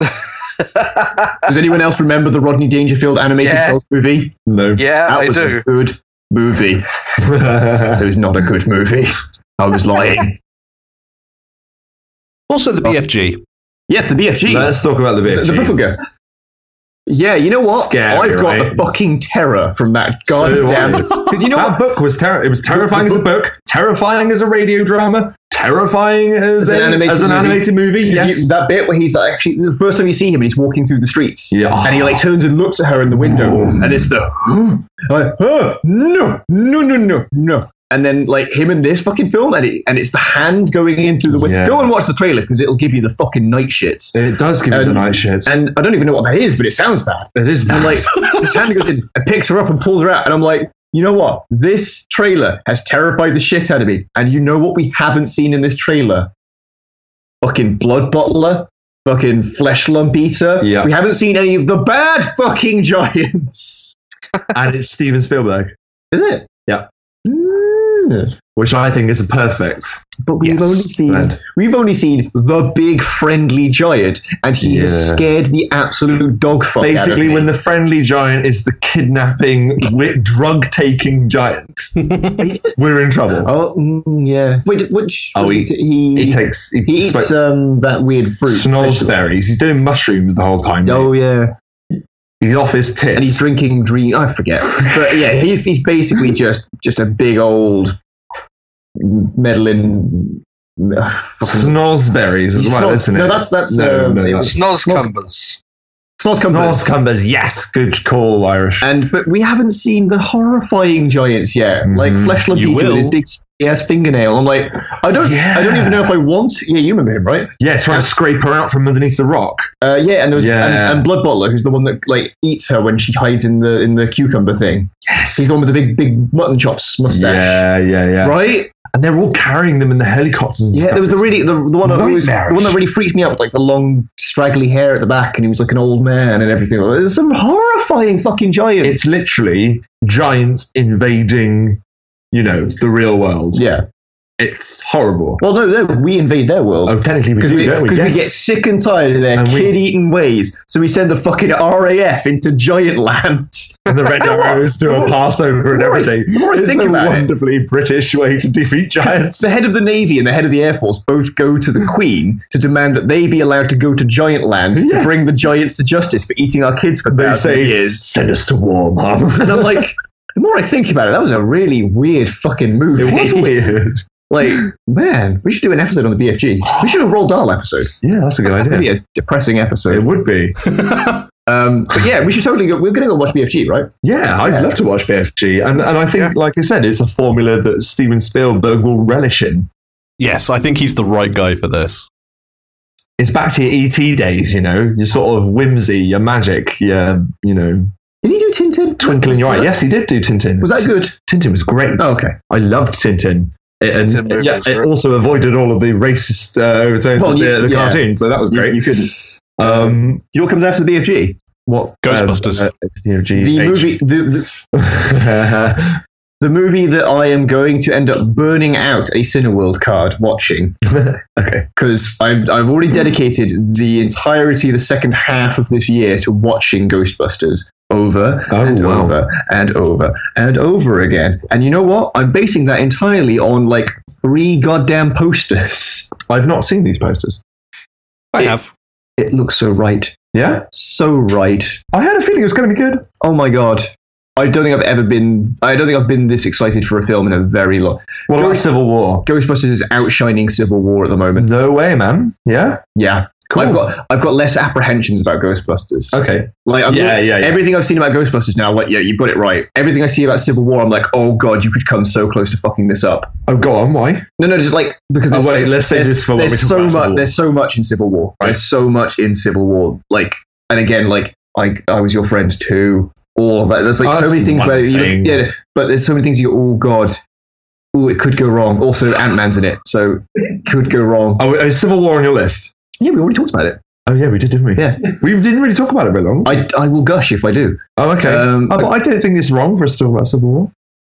Speaker 1: Does anyone else remember the Rodney Dangerfield animated
Speaker 4: Yeah.
Speaker 1: dog movie?
Speaker 2: no
Speaker 4: yeah,
Speaker 1: that
Speaker 4: I
Speaker 1: was
Speaker 4: do.
Speaker 1: a good movie. It was not a good movie. I was lying.
Speaker 3: Also, the BFG.
Speaker 1: Yes, the BFG.
Speaker 2: let's talk about the
Speaker 1: the,
Speaker 2: bit
Speaker 1: the Buffago. Yeah, you know what?
Speaker 2: Scary,
Speaker 1: I've got the
Speaker 2: right?
Speaker 1: fucking terror from that
Speaker 2: So do
Speaker 1: goddamn. Because you know
Speaker 2: that
Speaker 1: what?
Speaker 2: book was ter- it was terrifying
Speaker 1: The
Speaker 2: as a book terrifying as a radio drama terrifying as, a- as an animated movie, yes
Speaker 1: You- that bit where he's like, actually the first time you see him and he's walking through the streets
Speaker 2: Yeah.
Speaker 1: and he like turns and looks at her in the window and it's the huh? like, huh? no no no no no and then like him in this fucking film and, it, and it's the hand going into the window
Speaker 2: Yeah.
Speaker 1: go and watch the trailer because it'll give you the fucking night shits
Speaker 2: It does give you the
Speaker 1: And-
Speaker 2: night shits.
Speaker 1: and I don't even know what that is but it sounds bad
Speaker 2: it is
Speaker 1: and like this hand goes in and picks her up and pulls her out and i'm like you know what this trailer has terrified the shit out of me and you know what we haven't seen in this trailer fucking blood bottler fucking flesh lump eater
Speaker 2: Yeah.
Speaker 1: we haven't seen any of the bad fucking giants
Speaker 2: and it's Steven Spielberg,
Speaker 1: is it
Speaker 2: Yeah.
Speaker 1: Mm.
Speaker 2: which I think is a perfect.
Speaker 1: but we've
Speaker 3: Yes.
Speaker 1: only seen
Speaker 2: Right.
Speaker 1: we've only seen the big friendly giant and he has
Speaker 2: Yeah.
Speaker 1: scared the absolute dog fuck out of
Speaker 2: Basically,
Speaker 1: me.
Speaker 2: when the friendly giant is the kidnapping, wi- drug-taking giant, we're in trouble.
Speaker 1: oh mm, yeah Wait, which
Speaker 2: Oh,
Speaker 1: was
Speaker 2: he-
Speaker 1: it? he
Speaker 2: he takes he, uh,
Speaker 1: He eats
Speaker 2: sm-
Speaker 1: um, that weird fruit.
Speaker 2: snarls
Speaker 1: vegetable.
Speaker 2: berries. He's doing mushrooms the whole time.
Speaker 1: Oh yeah,
Speaker 2: He's off his tits.
Speaker 1: and he's drinking dream. I forget, but yeah, he's he's basically just just a big old meddling. Fucking,
Speaker 2: snarls berries as well,
Speaker 1: Snarls-
Speaker 2: isn't it?
Speaker 1: no, that's that's
Speaker 2: No,
Speaker 1: um,
Speaker 2: no,
Speaker 1: it
Speaker 2: that's-
Speaker 1: was
Speaker 4: Snozcumbers.
Speaker 1: Snozcumbers.
Speaker 2: snarls cumbers. Yes, good call, Irish.
Speaker 1: And but we haven't seen the horrifying giants yet, like
Speaker 2: Mhm.
Speaker 1: Flesh Lumpy
Speaker 3: You
Speaker 1: with his
Speaker 3: will.
Speaker 1: big ass fingernail. I'm like, I don't, I don't
Speaker 2: Yeah.
Speaker 1: even know if I want. Yeah, you remember him, right?
Speaker 2: yeah, trying to scrape her out from underneath the rock.
Speaker 1: Uh, yeah, and there was
Speaker 2: Yeah.
Speaker 1: and, and Blood Bottler, who's the one that like eats her when she hides in the in the cucumber thing.
Speaker 2: Yes.
Speaker 1: He's the one with the big big mutton chops mustache.
Speaker 2: Yeah, yeah, yeah.
Speaker 1: Right?
Speaker 2: And they're all carrying them in the helicopters. And
Speaker 1: Yeah,
Speaker 2: stuff.
Speaker 1: there was the
Speaker 2: It's
Speaker 1: really the, the one that always, the
Speaker 2: Nightmarish.
Speaker 1: one that really freaked me out, was like the long straggly hair at the back, and he was like an old man and everything. There's some horrifying fucking giants.
Speaker 2: it's literally giants invading, you know, the real world.
Speaker 1: yeah.
Speaker 2: It's horrible.
Speaker 1: Well, no, no, we invade their world.
Speaker 2: Oh, technically we
Speaker 1: Because
Speaker 2: do,
Speaker 1: we,
Speaker 2: don't we?
Speaker 1: 'cause we
Speaker 2: Yes.
Speaker 1: get sick and tired of their
Speaker 2: And we-
Speaker 1: kid-eating ways, so we send the fucking RAF into giant land.
Speaker 2: and the Red Arrows do a Passover and
Speaker 1: The more I-
Speaker 2: everything.
Speaker 1: the more I
Speaker 2: it's
Speaker 1: think
Speaker 2: a
Speaker 1: about it-
Speaker 2: wonderfully British way to defeat giants.
Speaker 1: the head of the navy and the head of the air force both go to the queen to demand that they be allowed to go to giant land to
Speaker 2: Yes.
Speaker 1: bring the giants to justice for eating our kids for
Speaker 2: They
Speaker 1: thousands of
Speaker 2: say,
Speaker 1: years.
Speaker 2: send us to war, mum.
Speaker 1: And I'm like, the more I think about it, that was a really weird fucking movie.
Speaker 2: it was weird.
Speaker 1: like, man, we should do an episode on the BFG. We should do a Roald Dahl episode.
Speaker 2: Yeah, that's a good
Speaker 1: That'd
Speaker 2: idea.
Speaker 1: be a depressing
Speaker 2: It
Speaker 1: episode.
Speaker 2: would be.
Speaker 1: Um, but yeah, we should totally go. We're going to go watch BFG, right?
Speaker 2: Yeah, I'd love to watch BFG, and and I think,
Speaker 4: Yeah.
Speaker 2: like I said, it's a formula that Steven Spielberg will relish in.
Speaker 3: Yes, I think he's the right guy for this.
Speaker 2: It's back to your ET days, you know, your sort of whimsy, your magic, your you know,
Speaker 1: Did he do Tintin?
Speaker 2: twinkling your eye. Yes, he did do Tintin.
Speaker 1: Was that good?
Speaker 2: Tintin was great.
Speaker 1: Oh, okay.
Speaker 2: I loved Tintin. It, and
Speaker 4: Tintin movies
Speaker 2: yeah,
Speaker 4: were-
Speaker 2: it also avoided all of the racist uh, overtones
Speaker 1: Well,
Speaker 2: of the,
Speaker 1: you-
Speaker 2: the
Speaker 1: yeah.
Speaker 2: cartoon, so that was
Speaker 1: You-
Speaker 2: great.
Speaker 1: You, couldn't.
Speaker 2: um,
Speaker 1: You know what comes after the BFG?
Speaker 2: what
Speaker 3: Ghostbusters.
Speaker 2: um, uh, you know, G-
Speaker 1: The
Speaker 2: H-
Speaker 1: movie, the, the, the movie that I am going to end up burning out a Cineworld card watching
Speaker 2: okay.
Speaker 1: because I've, I've already dedicated the entirety, the second half of this year to watching Ghostbusters over
Speaker 2: Oh,
Speaker 1: and
Speaker 2: wow.
Speaker 1: over and over and over again. And you know what? I'm basing that entirely on like three goddamn posters.
Speaker 2: I've not seen these posters.
Speaker 3: I have.
Speaker 1: It looks so right.
Speaker 2: Yeah?
Speaker 1: So right.
Speaker 2: I had a feeling it was going to be good.
Speaker 1: Oh my god. I don't think I've ever been. I don't think I've been this excited for a film in a very long.
Speaker 2: What about
Speaker 1: Ghost-
Speaker 2: Civil War?
Speaker 1: Ghostbusters is outshining Civil War at the moment.
Speaker 2: No way, man. Yeah?
Speaker 1: Yeah,
Speaker 2: Cool.
Speaker 1: I've got I've got less apprehensions about Ghostbusters.
Speaker 2: Okay.
Speaker 1: Oh, Like, I'm
Speaker 2: Yeah, yeah, yeah.
Speaker 1: Everything I've seen about Ghostbusters now, like, yeah, you've got it right. Everything I see about Civil War, I'm like, oh god, you could come so close to fucking this up.
Speaker 2: Oh, go on. Why?
Speaker 1: No, no, just like because
Speaker 2: Oh,
Speaker 1: there's,
Speaker 2: wait, let's say
Speaker 1: there's-
Speaker 2: this for what we
Speaker 1: there's
Speaker 2: talk
Speaker 1: so
Speaker 2: about Civil
Speaker 1: much.
Speaker 2: War.
Speaker 1: There's so much in Civil War.
Speaker 2: Right.
Speaker 1: There's so much in Civil War. Like, and again, like, I I was your friend too. All of that. There's like
Speaker 2: Oh,
Speaker 1: so
Speaker 2: that's
Speaker 1: many things
Speaker 2: one
Speaker 1: where you
Speaker 2: thing.
Speaker 1: yeah, but there's so many things you go, oh god, oh it could go wrong. Also, Ant Man's in it, so it could go wrong.
Speaker 2: Oh, is Civil War on your list?
Speaker 1: Yeah, we already talked about it.
Speaker 2: Oh, yeah, we did, didn't we?
Speaker 1: Yeah.
Speaker 2: We didn't really talk about it very long.
Speaker 1: I, I will gush if I do.
Speaker 2: oh, okay.
Speaker 1: Um,
Speaker 2: oh, but I don't think it's wrong for us to talk about Civil War.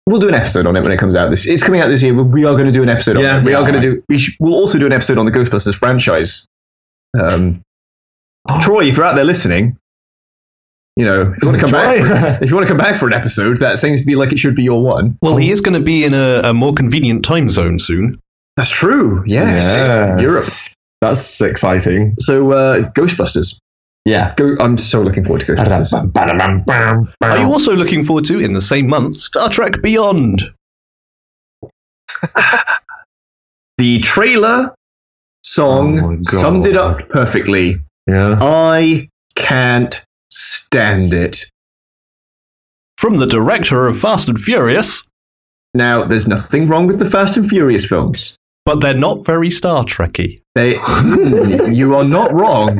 Speaker 1: we'll do an episode on it when it comes out. This it's coming out this year. But we are going to do an episode.
Speaker 2: Yeah,
Speaker 1: on it. we
Speaker 2: yeah.
Speaker 1: are going to do. We sh- we'll also do an episode on the Ghostbusters franchise. Um, Troy, if you're out there listening, you know if you want to come back. For, if you want to come back for an episode, that seems to be like it should be your one.
Speaker 3: Well, he is going to be in a, a more convenient time zone soon.
Speaker 1: That's true. Yes,
Speaker 2: Yes.
Speaker 1: Europe.
Speaker 2: That's exciting.
Speaker 1: So uh, Ghostbusters.
Speaker 2: Yeah.
Speaker 1: Go, I'm so looking forward to Ghostbusters.
Speaker 3: Are you also looking forward to, in the same month, Star Trek Beyond?
Speaker 1: the trailer
Speaker 2: Oh my
Speaker 1: song
Speaker 2: God.
Speaker 1: summed it up perfectly.
Speaker 2: Yeah.
Speaker 1: I can't stand it.
Speaker 3: From the director of Fast and Furious,
Speaker 1: Now, there's nothing wrong with the Fast and Furious films.
Speaker 3: but they're not very Star Trekky.
Speaker 1: They, mm, you are not wrong.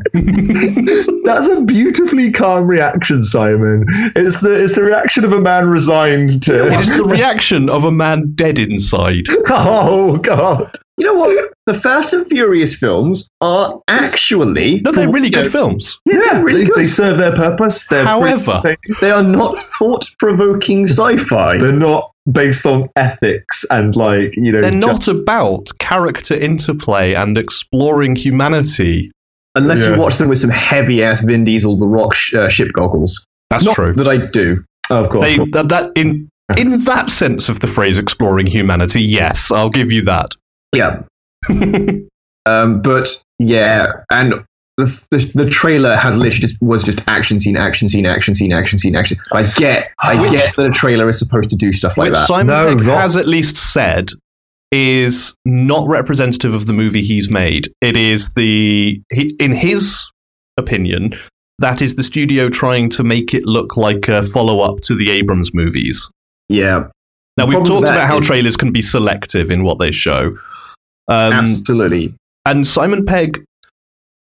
Speaker 2: That's a beautifully calm reaction, Simon. It's the it's the reaction of a man resigned
Speaker 3: It
Speaker 2: to.
Speaker 3: is the reaction of a man dead inside.
Speaker 2: oh God!
Speaker 1: You know what? The Fast and Furious films are actually
Speaker 3: No, they're really good films.
Speaker 1: Yeah, they're really
Speaker 2: they,
Speaker 1: good.
Speaker 2: they serve their purpose. They're
Speaker 3: However-
Speaker 2: pretty-
Speaker 1: They are not thought-provoking sci-fi.
Speaker 2: they're not based on ethics and like you know.
Speaker 3: They're
Speaker 2: ju-
Speaker 3: not about character interplay and exploring humanity.
Speaker 1: Unless
Speaker 2: Yeah.
Speaker 1: you watch them with some heavy-ass Vin Diesel, The Rock sh- uh, ship goggles.
Speaker 3: That's
Speaker 1: Not
Speaker 3: true.
Speaker 1: That I do.
Speaker 2: Oh, of course.
Speaker 3: They, that, that in in that sense of the phrase exploring humanity, yes, I'll give you that.
Speaker 1: Yeah. Um, but yeah, and the, the the trailer has literally just was just action scene, action scene, action scene, action scene, action. I get, I get that a trailer is supposed to do stuff like
Speaker 3: which
Speaker 1: that.
Speaker 3: Simon
Speaker 2: No,
Speaker 3: Pegg
Speaker 2: not-
Speaker 3: has at least said is not representative of the movie he's made. It is the he, in his opinion that is the studio trying to make it look like a follow up to the Abrams movies.
Speaker 1: Yeah,
Speaker 3: Now
Speaker 1: The
Speaker 3: we've
Speaker 1: problem
Speaker 3: talked
Speaker 1: with
Speaker 3: about
Speaker 1: that
Speaker 3: how
Speaker 1: is-
Speaker 3: trailers can be selective in what they show. Um,
Speaker 1: absolutely.
Speaker 3: And Simon Pegg,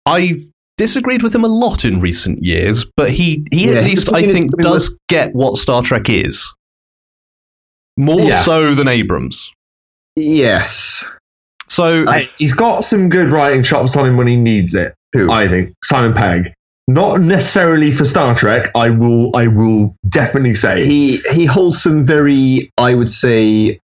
Speaker 3: I've disagreed with him a lot in recent years, but he, he
Speaker 1: Yeah,
Speaker 3: at
Speaker 1: his
Speaker 3: least, I
Speaker 1: opinion is
Speaker 3: think,
Speaker 1: pretty
Speaker 3: does get what Star Trek is. More
Speaker 2: Yeah.
Speaker 3: so than Abrams.
Speaker 1: Yes.
Speaker 3: So,
Speaker 2: I- he's got some good writing chops on him when he needs it.
Speaker 1: Who?
Speaker 2: I think Simon Pegg, not necessarily for Star Trek. I will, I will definitely say
Speaker 1: He he holds some very, I would say,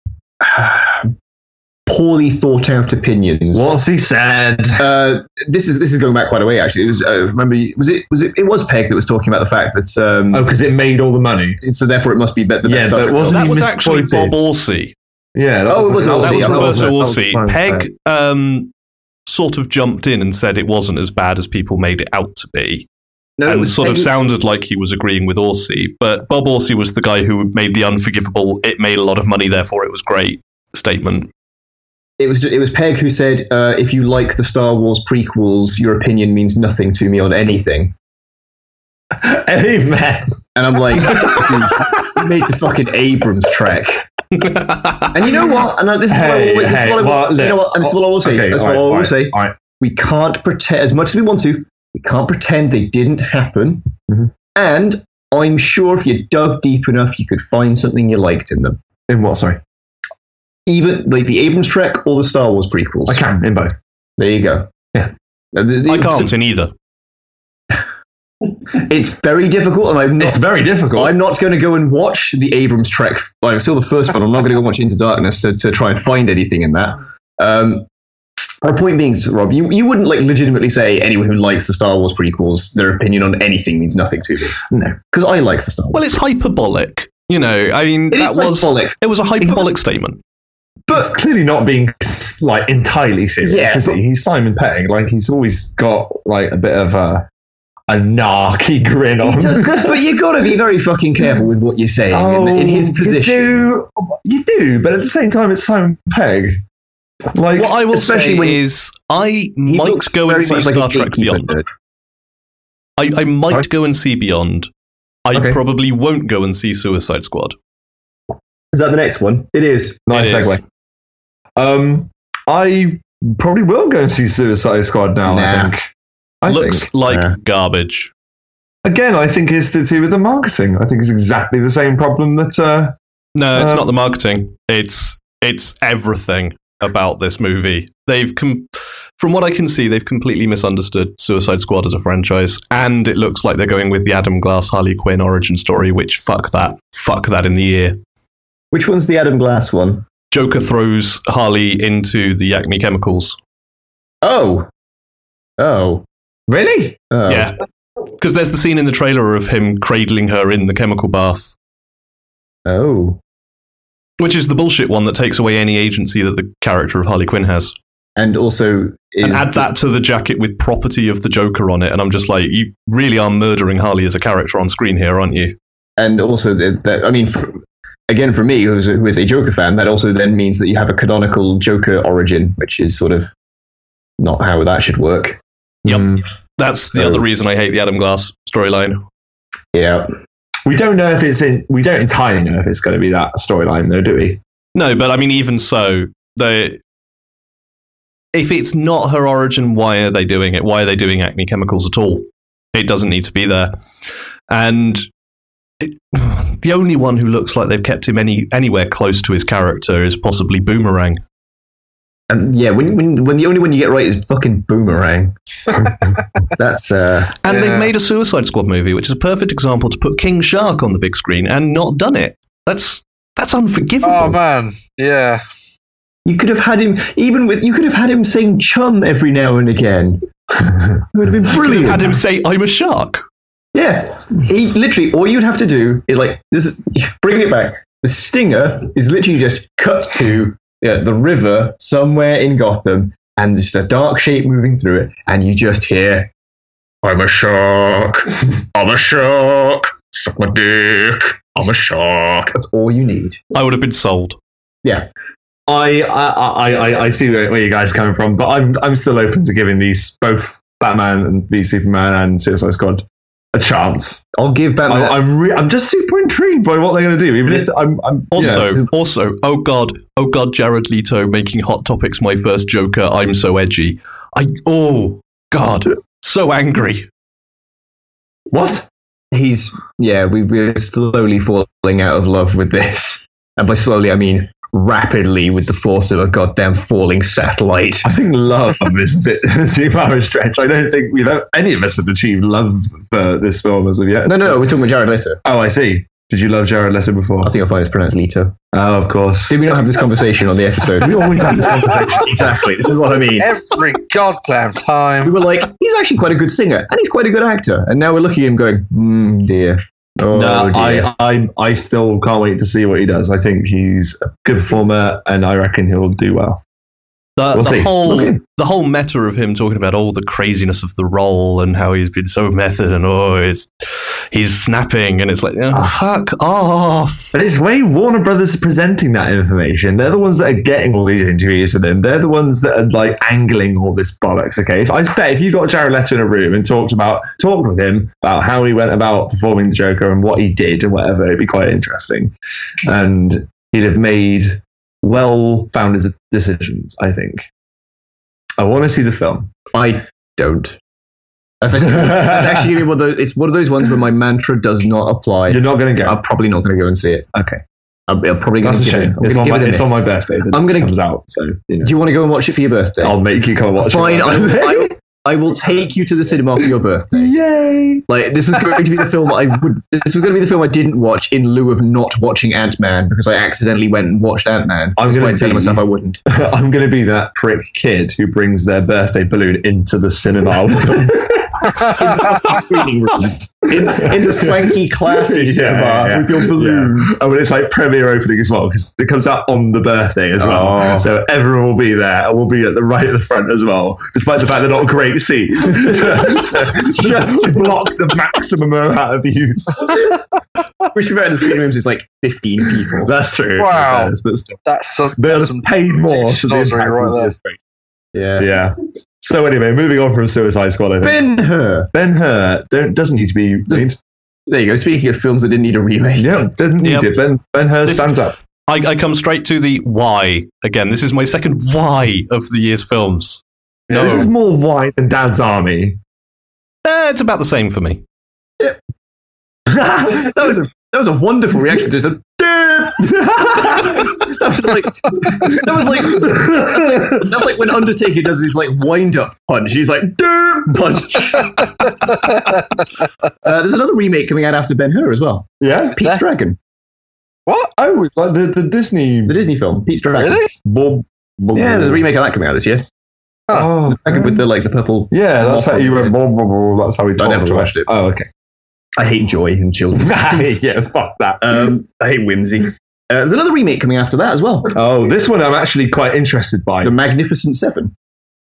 Speaker 1: poorly thought out opinions.
Speaker 2: What's he said?
Speaker 1: Uh, this is this is going back quite a way actually. It was, uh, remember, was it was it it was Peg that was talking about the fact that um,
Speaker 2: Oh, because it made all the money.
Speaker 1: so therefore it must be better.
Speaker 2: Yeah, but wasn't
Speaker 3: that
Speaker 2: he
Speaker 3: was actually
Speaker 2: misquoted?
Speaker 3: Bob Orsi.
Speaker 2: Yeah,
Speaker 1: Oh, it was
Speaker 3: That
Speaker 1: Orsi,
Speaker 3: was
Speaker 1: yeah, that was
Speaker 3: Roberto
Speaker 1: it.
Speaker 3: Orsi.
Speaker 2: Simon
Speaker 3: Pegg um, sort of jumped in and said it wasn't as bad as people made it out to be.
Speaker 1: no, it
Speaker 3: and
Speaker 1: was
Speaker 3: sort of
Speaker 1: Peg-
Speaker 3: sounded like he was agreeing with Orsi, but Bob Orsi was the guy who made the unforgivable, it made a lot of money, therefore it was great statement.
Speaker 1: It was it was Peg who said, uh, "If you like the Star Wars prequels, your opinion means nothing to me on anything."
Speaker 2: Amen.
Speaker 1: And I'm like, dude, you made the fucking Abrams trek. And you know what? And uh, this is what I
Speaker 2: Hey,
Speaker 1: always, this is
Speaker 2: hey,
Speaker 1: what I,
Speaker 2: well,
Speaker 1: you know
Speaker 2: look,
Speaker 1: what? And this is what I will say.
Speaker 2: okay,
Speaker 1: That's what
Speaker 2: all
Speaker 1: I
Speaker 2: right,
Speaker 1: will
Speaker 2: all right,
Speaker 1: say.
Speaker 2: all right.
Speaker 1: We can't pretend as much as we want to. We can't pretend they didn't happen.
Speaker 2: Mhm.
Speaker 1: And I'm sure if you dug deep enough, you could find something you liked in them.
Speaker 2: In what? Sorry,
Speaker 1: Even like the Abrams trek or the Star Wars prequels.
Speaker 2: I can in both.
Speaker 1: There you go.
Speaker 2: Yeah.
Speaker 1: Uh, the- the-
Speaker 3: I can't in either.
Speaker 1: It's very difficult, and I'm not.
Speaker 2: It's very difficult.
Speaker 1: I'm not going to go and watch the Abrams Trek. Well, I'm still the first one. I'm not going to go watch Into Darkness to, to try and find anything in that. Um, my point being, Sir Rob, you, you wouldn't like legitimately say anyone who likes the Star Wars prequels, their opinion on anything means nothing to me.
Speaker 2: No.
Speaker 1: because I like the Star Wars.
Speaker 3: Well, it's hyperbolic. You know, I mean,
Speaker 1: it
Speaker 3: that
Speaker 1: is
Speaker 3: was
Speaker 1: symbolic.
Speaker 3: it was a hyperbolic statement.
Speaker 2: but it's clearly not being like entirely serious.
Speaker 1: Yeah.
Speaker 2: is he? He's Simon Petting. Like he's always got like a bit of a a narky grin on.
Speaker 1: He does, but you got to be very fucking careful with what you're saying
Speaker 2: Oh,
Speaker 1: in, in his position,
Speaker 2: you do, you do, but at the same time, it's Simon Pegg. Like,
Speaker 3: What I will
Speaker 1: especially
Speaker 3: say
Speaker 1: when-
Speaker 3: is, I
Speaker 1: He
Speaker 3: might
Speaker 1: looks
Speaker 3: go and
Speaker 1: very
Speaker 3: see
Speaker 1: much like a
Speaker 3: Star Trek
Speaker 1: gatekeeper
Speaker 3: Beyond.
Speaker 1: nerd.
Speaker 3: I, I might
Speaker 2: Sorry?
Speaker 3: go and see Beyond. I
Speaker 2: Okay.
Speaker 3: probably won't go and see Suicide Squad.
Speaker 1: Is that the next one? It is.
Speaker 2: nice
Speaker 3: It is.
Speaker 2: segue. Um, I probably will go and see Suicide Squad now.
Speaker 1: Nah.
Speaker 2: I think. I
Speaker 3: Looks
Speaker 2: think.
Speaker 3: like
Speaker 1: Yeah.
Speaker 3: garbage.
Speaker 2: Again, I think it's to do with the marketing. I think it's exactly the same problem that. Uh,
Speaker 3: No, it's
Speaker 2: Um,
Speaker 3: not the marketing. It's it's everything about this movie. They've com- from what I can see, they've completely misunderstood Suicide Squad as a franchise, and it looks like they're going with the Adam Glass Harley Quinn origin story. Which fuck that, fuck that in the ear.
Speaker 1: Which one's the Adam Glass one?
Speaker 3: Joker throws Harley into the Acme Chemicals.
Speaker 1: Oh, oh,
Speaker 2: really?
Speaker 1: oh.
Speaker 3: Yeah, because there's the scene in the trailer of him cradling her in the chemical bath,
Speaker 1: oh.
Speaker 3: which is the bullshit one that takes away any agency that the character of Harley Quinn has.
Speaker 1: and also is
Speaker 3: and add that to the jacket with property of the Joker on it, and I'm just like, you really are murdering Harley as a character on screen here, aren't you?
Speaker 1: and also that, that I mean, for, again, for me, who is, a, who is a Joker fan, that also then means that you have a canonical Joker origin, which is sort of not how that should work.
Speaker 3: Yep.
Speaker 2: Mm.
Speaker 3: That's the
Speaker 1: So-
Speaker 3: other reason I hate the Adam Glass storyline.
Speaker 1: Yeah,
Speaker 2: We don't know if it's in. We don't entirely know if it's going to be that storyline, though, do we?
Speaker 3: No, but I mean, even so, they. If it's not her origin, why are they doing it? Why are they doing acne chemicals at all? It doesn't need to be there. And it, the only one who looks like they've kept him any, anywhere close to his character is possibly Boomerang.
Speaker 1: and Um, yeah, when, when when the only one you get right is fucking Boomerang. That's uh,
Speaker 3: And
Speaker 4: Yeah.
Speaker 3: they've made a Suicide Squad movie, which is a perfect example to put King Shark on the big screen and not done it. That's that's unforgivable.
Speaker 4: Oh man, yeah.
Speaker 1: you could have had him even with you could have had him saying chum every now and again. it would have been
Speaker 3: Could have
Speaker 1: brilliant.
Speaker 3: had him say, "I'm a shark."
Speaker 1: Yeah, he literally all you'd have to do is like this. Is, bring it back. The stinger is literally just cut to yeah, the river somewhere in Gotham, and just a dark shape moving through it, and you just hear, "I'm a shark. I'm a shark. Suck my dick. I'm a shark." That's all you need.
Speaker 3: I would have been sold.
Speaker 2: I I, I, I- I see where, where you guys are coming from, but I'm I'm still open to giving these both Batman and the Superman and Suicide Squad a chance.
Speaker 1: I'll give Batman.
Speaker 2: I, I'm re- I'm just super intrigued by what they're going to do. Even if I'm, I'm
Speaker 3: Also,
Speaker 2: yeah,
Speaker 3: also, oh god, oh god, Jared Leto making Hot Topics my first Joker. I'm so edgy. I oh god, so angry.
Speaker 2: what?
Speaker 1: he's yeah. We, we're slowly falling out of love with this, and by slowly I mean rapidly with the force of a goddamn falling satellite.
Speaker 2: I think love is a bit too far a stretch. I don't think we've ever, any of us have achieved love for this film as of yet.
Speaker 1: No, no, no, we're talking about Jared Leto.
Speaker 2: Oh, I see. Did you love Jared Leto before?
Speaker 1: I think I find it's pronounced Leto.
Speaker 2: Oh, of course.
Speaker 1: Did we not have this conversation on the episode? We always have this conversation. Exactly. This is what I mean.
Speaker 4: Every goddamn
Speaker 1: We
Speaker 4: time.
Speaker 1: were like, he's actually quite a good singer and he's quite a good actor. And now we're looking at him going, hmm, dear. Oh,
Speaker 2: no,
Speaker 1: dear.
Speaker 2: I, I, I still can't wait to see what he does. I think he's a good performer, and I reckon he'll do well.
Speaker 3: The,
Speaker 2: We'll
Speaker 3: the
Speaker 2: see.
Speaker 3: whole
Speaker 2: We'll see.
Speaker 3: the whole meta of him talking about all the craziness of the role and how he's been so method and oh it's, he's snapping and it's like oh,
Speaker 2: Ah.
Speaker 3: fuck off.
Speaker 2: But it's the way Warner Brothers are presenting that information. They're the ones that are getting all these interviews with him. They're the ones that are like angling all this bollocks. Okay, if I bet if you got Jared Leto in a room and talked about talked with him about how he went about performing the Joker and what he did and whatever, it'd be quite interesting, and he'd have made well-founded decisions. I think. I want to see the film.
Speaker 1: I don't. That's actually, that's actually gonna be one of those. It's one of those ones where my mantra does not apply.
Speaker 2: You're not going to go.
Speaker 1: I'm probably not going to go and see it.
Speaker 2: Okay,
Speaker 1: I'm, I'm probably going
Speaker 2: that's
Speaker 1: to give
Speaker 2: a
Speaker 1: it.
Speaker 2: shame.
Speaker 1: I'm
Speaker 2: It's,
Speaker 1: gonna
Speaker 2: on
Speaker 1: give
Speaker 2: my,
Speaker 1: it a
Speaker 2: it's on
Speaker 1: miss.
Speaker 2: my birthday. That
Speaker 1: I'm
Speaker 2: I'm
Speaker 1: gonna-
Speaker 2: going comes out. So you know,
Speaker 1: Do you want to go and watch it for your birthday?
Speaker 2: I'll make you come and watch
Speaker 1: Fine,
Speaker 2: it.
Speaker 1: I will, I, will- I will take you to the cinema for your birthday.
Speaker 2: Yay!
Speaker 1: Like this was going to be the film I would. This was going to be the film I didn't watch in lieu of not watching Ant Man because I accidentally went and watched Ant Man.
Speaker 2: I'm gonna
Speaker 1: going to tell
Speaker 2: be-
Speaker 1: myself I wouldn't.
Speaker 2: I'm going to be that prick kid who brings their birthday balloon into the cinema with them.
Speaker 1: Screening rooms in, in the swanky, classy
Speaker 2: Yeah,
Speaker 1: cinema
Speaker 2: yeah. Oh,
Speaker 1: with your balloon.
Speaker 2: and when it's like premiere opening as well, because it comes out on the birthday as well.
Speaker 1: Oh.
Speaker 2: So everyone will be there and we'll be at the right at the front as well, despite the fact they're not great seats, to, to- just to block the maximum amount of views.
Speaker 1: Which we in the screening rooms is like 15 people.
Speaker 2: That's true.
Speaker 4: Wow.
Speaker 2: Yes, but still,
Speaker 4: That's some,
Speaker 2: they're
Speaker 4: that's some
Speaker 2: paid more to the
Speaker 4: Sorcery
Speaker 2: impact
Speaker 4: right
Speaker 2: of
Speaker 4: there.
Speaker 2: this thing.
Speaker 1: Yeah.
Speaker 2: Yeah. So anyway, moving on from Suicide Squad, I think.
Speaker 1: Ben Hur.
Speaker 2: Ben Hur don't, doesn't need to be.
Speaker 1: There you go. Speaking of films that didn't need a remake.
Speaker 2: Yeah, doesn't need
Speaker 3: Yep.
Speaker 2: it. Ben, ben Hur
Speaker 3: This-
Speaker 2: stands up.
Speaker 3: I, I come straight to the why again. This is my second why of the year's films.
Speaker 4: Yeah,
Speaker 3: No,
Speaker 2: This is more white than Dad's Army.
Speaker 3: Eh, it's about the same for me.
Speaker 1: that, was a, that was a wonderful reaction. Just a. that was like. That was like. That's like, that's like when Undertaker does his like wind up punch. He's like, derp punch. uh, there's another remake coming out after Ben Hur as well.
Speaker 2: yeah.
Speaker 1: Pete's
Speaker 4: that-
Speaker 1: Dragon.
Speaker 4: What?
Speaker 2: Oh, it's like the, the Disney.
Speaker 1: The Disney film. Pete's Dragon.
Speaker 4: Really?
Speaker 2: Bob, Bob-
Speaker 1: Yeah, there's a remake of that coming out this year.
Speaker 2: Oh,
Speaker 1: Dragon with the like the purple.
Speaker 2: yeah, that's how you went. Bob, Bob, Bob, that's how we talked.
Speaker 1: never
Speaker 2: to
Speaker 1: watched it.
Speaker 2: Oh, okay.
Speaker 1: I hate joy in children's films.
Speaker 2: yeah, fuck that.
Speaker 1: Um, I hate whimsy. Uh, there's another remake coming after that as well.
Speaker 2: oh, this one I'm actually quite interested by.
Speaker 1: The Magnificent Seven.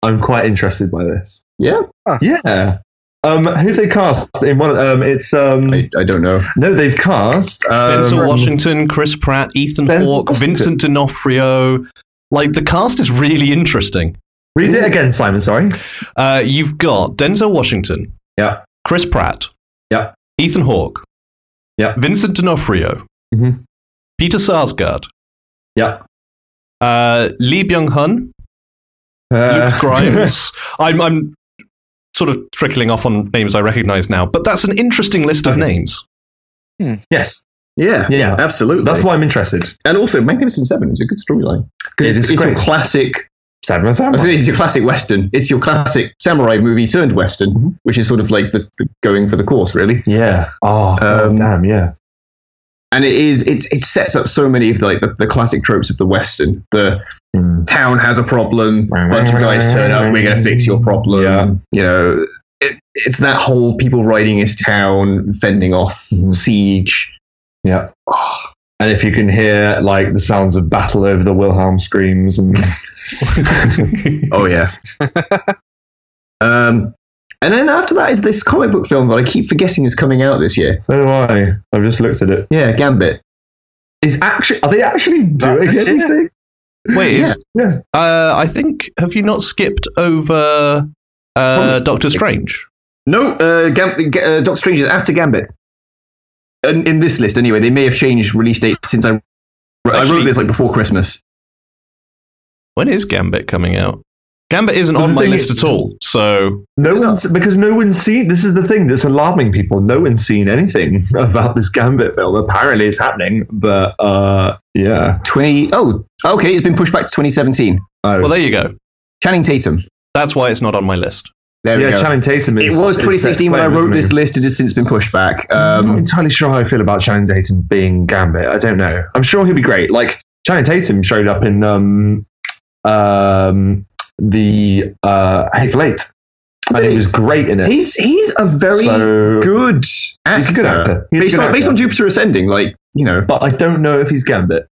Speaker 2: I'm quite interested by this.
Speaker 1: Yeah?
Speaker 4: Huh.
Speaker 2: Yeah. Um, who they cast in one? of- Um, it's um.
Speaker 1: I, I don't know.
Speaker 2: no, they've cast um,
Speaker 3: Denzel Washington, Chris Pratt, Ethan
Speaker 2: Denzel
Speaker 3: Hawke,
Speaker 2: Washington.
Speaker 3: Vincent D'Onofrio. Like the cast is really interesting.
Speaker 2: Read it again, Simon. Sorry.
Speaker 3: Uh, you've got Denzel Washington,
Speaker 2: Yeah.
Speaker 3: Chris Pratt,
Speaker 2: Yeah.
Speaker 3: Ethan Hawke,
Speaker 2: Yeah.
Speaker 3: Vincent D'Onofrio,
Speaker 2: Mhm.
Speaker 3: Peter Sarsgaard,
Speaker 2: Yeah.
Speaker 3: uh, Lee Byung Hun,
Speaker 2: Uh,
Speaker 3: Luke Grimes. Uh, I'm, I'm sort of trickling off on names I recognise now, but that's an interesting list of
Speaker 2: Okay.
Speaker 3: names.
Speaker 2: yes.
Speaker 1: Yeah,
Speaker 2: Yeah.
Speaker 1: absolutely.
Speaker 2: That's why I'm interested.
Speaker 1: and also Magnificent Seven is a good storyline
Speaker 2: Yeah,
Speaker 1: because
Speaker 2: this
Speaker 1: it's,
Speaker 2: is
Speaker 1: it's your
Speaker 2: great.
Speaker 1: classic.
Speaker 2: Seven
Speaker 1: I was gonna say It's your classic western. It's your classic samurai movie turned western,
Speaker 2: Mm-hmm.
Speaker 1: which is sort of like the, the going for the course, really.
Speaker 2: Yeah. Oh,
Speaker 1: Um,
Speaker 2: damn. Yeah.
Speaker 1: And it is it, it sets up so many of like the, the classic tropes of the western. The town has a problem, bunch of guys turn up, we're going to fix your problem.
Speaker 2: Yeah.
Speaker 1: You know, it, it's that whole people raiding his town, fending off
Speaker 2: Mhm.
Speaker 1: siege.
Speaker 2: Yeah. And if you can hear like the sounds of battle over the Wilhelm screams and
Speaker 1: Oh yeah. um, and then after that is this comic book film that I keep forgetting is coming out this year.
Speaker 2: so do I. I've just looked at it.
Speaker 1: Yeah, Gambit.
Speaker 2: Is actually are they actually
Speaker 4: that
Speaker 2: doing
Speaker 4: this year?
Speaker 2: anything?
Speaker 3: Wait, is-
Speaker 2: Yeah, yeah.
Speaker 3: Uh, I think have you not skipped over uh, Doctor Strange?
Speaker 1: No, uh, Gam- G- uh, Doctor Strange is after Gambit. And in this list, anyway, they may have changed release date since I, I
Speaker 3: Actually-
Speaker 1: wrote this like before Christmas.
Speaker 3: When is Gambit coming out? Gambit isn't
Speaker 2: Well,
Speaker 3: on
Speaker 2: the
Speaker 3: my
Speaker 2: thing
Speaker 3: list
Speaker 2: is-
Speaker 3: at all, so
Speaker 2: No one's because no one's seen this is the thing that's alarming people. No one's seen anything about this Gambit film. Apparently it's happening, but uh yeah.
Speaker 1: 20 oh okay it's been pushed back to 2017
Speaker 2: Oh.
Speaker 3: well there you go.
Speaker 1: channing tatum
Speaker 3: That's why it's not on my list.
Speaker 1: there we
Speaker 2: yeah,
Speaker 1: go
Speaker 2: Channing Tatum
Speaker 1: it
Speaker 2: is
Speaker 1: was
Speaker 2: is set
Speaker 1: 2016 when i
Speaker 2: play,
Speaker 1: wrote
Speaker 2: wasn't
Speaker 1: this
Speaker 2: it?
Speaker 1: list it has since been pushed back
Speaker 2: I'm not
Speaker 1: um,
Speaker 2: entirely sure how I feel about Channing Tatum being Gambit. I don't know. I'm sure he'll be great. Like Channing Tatum showed up in um, um, the uh, Hateful Eight, and he was great in it.
Speaker 1: he's he's a very
Speaker 2: so
Speaker 1: good actor,
Speaker 2: he's a good actor. He's a
Speaker 1: based,
Speaker 2: good
Speaker 1: on, based on
Speaker 2: actor.
Speaker 1: jupiter ascending like you know
Speaker 2: but I don't know if he's Gambit.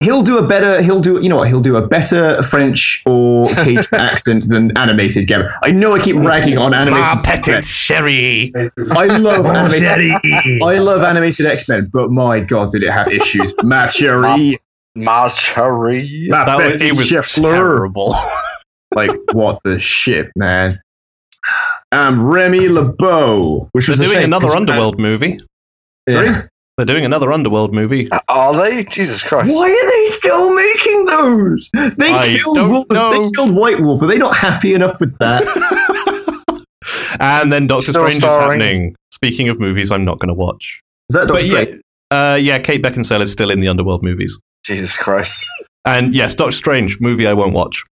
Speaker 1: he'll do a better he'll do you know what he'll do a better French or Cajun accent than animated Gavin. I know I keep ragging on animated. X-Men.
Speaker 3: sherry.
Speaker 1: I love animated. I love animated X Men, but my god, did it have issues? Matchery,
Speaker 4: Marjorie.
Speaker 1: that
Speaker 3: That was, it was terrible.
Speaker 1: Like what the shit, man. Um, Remy LeBeau, which
Speaker 3: They're
Speaker 1: was a
Speaker 3: doing
Speaker 1: shame,
Speaker 3: another
Speaker 1: 'cause-
Speaker 3: underworld movie.
Speaker 1: Sorry?
Speaker 3: They're doing another underworld movie.
Speaker 4: Are they? Jesus Christ.
Speaker 1: Why are they still making those? They
Speaker 3: I
Speaker 1: killed
Speaker 3: don't
Speaker 1: Wolf.
Speaker 3: know.
Speaker 1: They killed White Wolf. Are they not happy enough with that?
Speaker 3: And then Doctor
Speaker 4: Still
Speaker 3: Strange
Speaker 4: starring-
Speaker 3: is happening. Speaking of movies, I'm not going to watch.
Speaker 1: Is that Doctor
Speaker 3: but
Speaker 1: Strange?
Speaker 3: yeah, uh, yeah, Kate Beckinsale is still in the underworld movies.
Speaker 4: Jesus Christ.
Speaker 3: And yes, Doctor Strange movie I won't watch.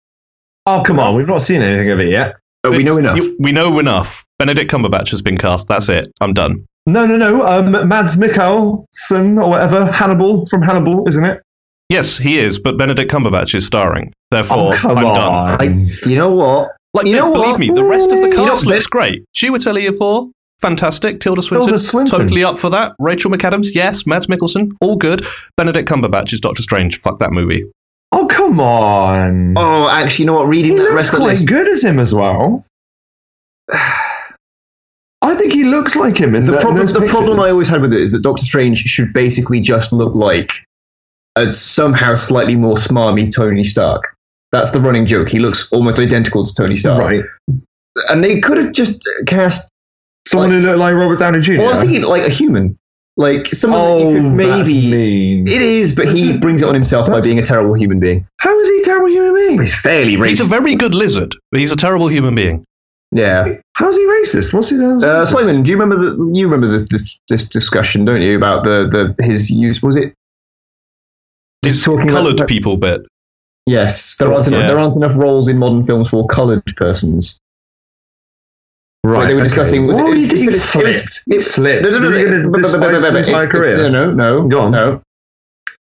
Speaker 2: Oh, come on. We've not seen anything of it yet.
Speaker 1: Oh, we know enough.
Speaker 3: You- We know enough. Benedict Cumberbatch has been cast. That's it. I'm done.
Speaker 2: No, no, no. Um, Mads Mikkelsen or whatever. Hannibal from Hannibal, isn't it?
Speaker 3: Yes, he is, but Benedict Cumberbatch is starring. Therefore,
Speaker 2: Oh, come
Speaker 3: I'm
Speaker 2: on.
Speaker 3: done.
Speaker 1: I, you know what?
Speaker 3: Like,
Speaker 1: You
Speaker 3: no,
Speaker 1: know
Speaker 3: believe
Speaker 1: what?
Speaker 3: me, the rest of the
Speaker 1: You know,
Speaker 3: cast
Speaker 1: Ben-
Speaker 3: looks great. Chiwetel Ejiofor, fantastic. Tilda Swinton,
Speaker 2: Tilda Swinton.
Speaker 3: totally up for that. Rachel McAdams, yes. Mads Mikkelsen, all good. Benedict Cumberbatch is Doctor Strange. Fuck that movie.
Speaker 2: Oh, come on.
Speaker 1: Oh, actually, you know what? Reading
Speaker 2: he
Speaker 1: that
Speaker 2: looks
Speaker 1: rest of the
Speaker 2: quite
Speaker 1: list,
Speaker 2: good as him as well. I think he looks like him in
Speaker 1: the
Speaker 2: that-
Speaker 1: problem
Speaker 2: those
Speaker 1: the problem
Speaker 2: pictures.
Speaker 1: I always had with it is that Doctor Strange should basically just look like a somehow slightly more smarmy Tony Stark. That's the running joke. He looks almost identical to Tony Stark.
Speaker 2: right.
Speaker 1: And they could have just cast
Speaker 2: Someone who looked like Robert Downey Jr.
Speaker 1: Well, I was thinking like a human, like someone that
Speaker 2: oh,
Speaker 1: you could
Speaker 2: that's
Speaker 1: maybe.
Speaker 2: mean.
Speaker 1: It is, but he brings it on himself by
Speaker 2: That's-
Speaker 1: being a terrible human being.
Speaker 2: How is he a terrible human being?
Speaker 1: He's fairly
Speaker 3: He's a
Speaker 1: racist.
Speaker 3: very good lizard, but he's a terrible human being.
Speaker 1: yeah,
Speaker 2: How's he racist? What's he done?
Speaker 1: uh, Simon, do you remember the, You remember the, this, this discussion, don't you, about the, the his use? Was it
Speaker 3: He's
Speaker 1: talking about-
Speaker 3: coloured people bit.
Speaker 1: yes? There aren't enough,
Speaker 3: Yeah.
Speaker 1: there aren't enough roles in modern films for coloured persons. Like, they were discussing. Was
Speaker 2: Was
Speaker 1: it,
Speaker 2: what
Speaker 1: it
Speaker 2: were
Speaker 1: was-
Speaker 2: you
Speaker 1: it
Speaker 2: getting
Speaker 1: was- it was-
Speaker 2: slipped? It, slipped.
Speaker 1: No, no, no,
Speaker 2: Were you
Speaker 1: no,
Speaker 2: gonna
Speaker 1: but- but- but-
Speaker 2: displace
Speaker 1: but-
Speaker 2: his
Speaker 1: but-
Speaker 2: entire
Speaker 1: it's-
Speaker 2: career?
Speaker 1: No, no, no.
Speaker 2: Go on.
Speaker 1: No.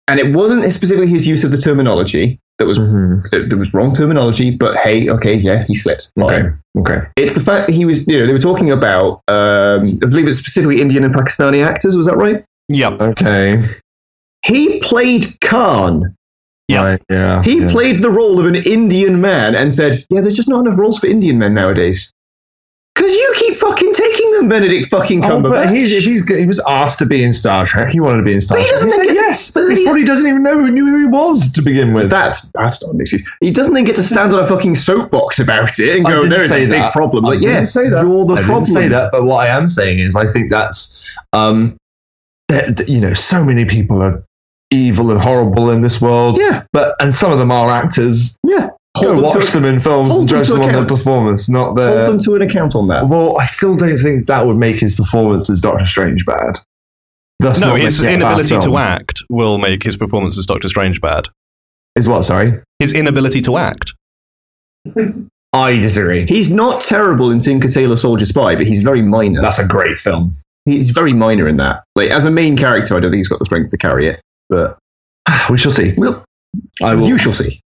Speaker 1: And it wasn't specifically his use of the terminology that was
Speaker 2: Mhm.
Speaker 1: that that was wrong terminology, but hey, okay, yeah, he slipped. Fine.
Speaker 2: Okay. Okay.
Speaker 1: It's the fact that he was, you know, they were talking about, um, I believe it's specifically Indian and Pakistani actors, was that right?
Speaker 3: Yep.
Speaker 2: Okay.
Speaker 1: He played Khan.
Speaker 3: Yeah.
Speaker 2: Right, yeah.
Speaker 1: He
Speaker 2: Oh, yeah.
Speaker 1: played the role of an Indian man and said, yeah, there's just not enough roles for Indian men nowadays. Because you keep fucking taking them, Benedict fucking
Speaker 2: Oh,
Speaker 1: Cumberbatch.
Speaker 2: but he's, if he's, he was asked to be in Star Trek. He wanted to be in Star
Speaker 1: But he
Speaker 2: Trek.
Speaker 1: doesn't
Speaker 2: said
Speaker 1: think it's-
Speaker 2: yes.
Speaker 1: but
Speaker 2: he
Speaker 1: he-
Speaker 2: probably doesn't even know who knew who he was to begin with.
Speaker 1: that's, that's not an excuse. He doesn't then get to stand on a fucking soapbox about it and
Speaker 2: I
Speaker 1: go,
Speaker 2: didn't
Speaker 1: there's
Speaker 2: say
Speaker 1: a big
Speaker 2: that.
Speaker 1: problem.
Speaker 2: I
Speaker 1: Like,
Speaker 2: didn't
Speaker 1: yeah,
Speaker 2: say that.
Speaker 1: you're the
Speaker 2: I
Speaker 1: problem.
Speaker 2: didn't say that, but what I am saying is, I think that's, um, that, that, you know, so many people are evil and horrible in this world.
Speaker 1: Yeah,
Speaker 2: But and some of them are actors.
Speaker 1: yeah.
Speaker 2: Go
Speaker 1: them to
Speaker 2: watch
Speaker 1: a-
Speaker 2: them in films
Speaker 1: hold
Speaker 2: and
Speaker 1: them
Speaker 2: judge
Speaker 1: to
Speaker 2: them on their
Speaker 1: account.
Speaker 2: performance, not
Speaker 1: hold
Speaker 2: their.
Speaker 1: them to an account on that.
Speaker 2: Well, I still don't think that would make his performance as Doctor Strange bad. That's
Speaker 3: no,
Speaker 2: not
Speaker 3: his
Speaker 2: making it a bad
Speaker 3: inability to
Speaker 2: film.
Speaker 3: act will make his performance as Doctor Strange bad.
Speaker 2: is what. Sorry,
Speaker 3: His inability to act.
Speaker 2: I disagree.
Speaker 1: He's not terrible in Tinker Tailor Soldier Spy, but he's very minor.
Speaker 2: That's a great film.
Speaker 1: he's very minor in that. Like as a main character, I don't think he's got the strength to carry it. But
Speaker 2: We shall see.
Speaker 1: well,
Speaker 2: I will.
Speaker 1: you shall see.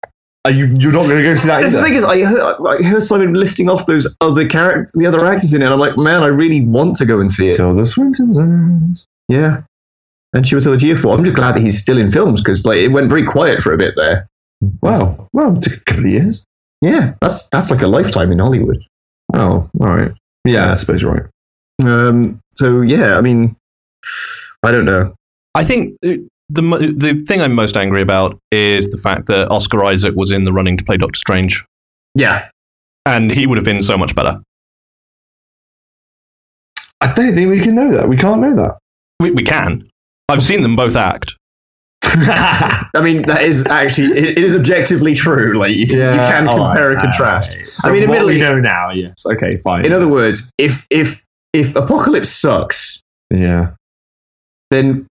Speaker 2: Are you, you're not going to go see that.
Speaker 1: the
Speaker 2: either?
Speaker 1: thing is, I heard, I heard Simon listing off those other character, the other actors in it, and I'm like, man, I really want to go and see it.
Speaker 2: Tilda Swinton's. eyes.
Speaker 1: Yeah. And she was a year four. I'm just glad that he's still in films because like it went very quiet for a bit there.
Speaker 2: Wow. Well, it took a couple of years.
Speaker 1: Yeah, that's that's like a lifetime in Hollywood.
Speaker 2: Oh, all right. Yeah, I suppose you're right.
Speaker 1: Um, so yeah, I mean, I don't know.
Speaker 3: I think uh, the mo- the thing I'm most angry about is the fact that Oscar Isaac was in the running to play Doctor Strange,
Speaker 1: Yeah,
Speaker 3: and he would have been so much better.
Speaker 2: I don't think we can know that. We can't know
Speaker 3: We, we can. I've seen them both act.
Speaker 2: that.
Speaker 1: I mean that is actually it, it is objectively true. Like you can, you can
Speaker 2: Oh,
Speaker 1: compare and contrast. I mean, admittedly-
Speaker 2: we know now. Yes. Okay. Fine.
Speaker 1: In other words, if if if apocalypse sucks,
Speaker 2: yeah,
Speaker 1: then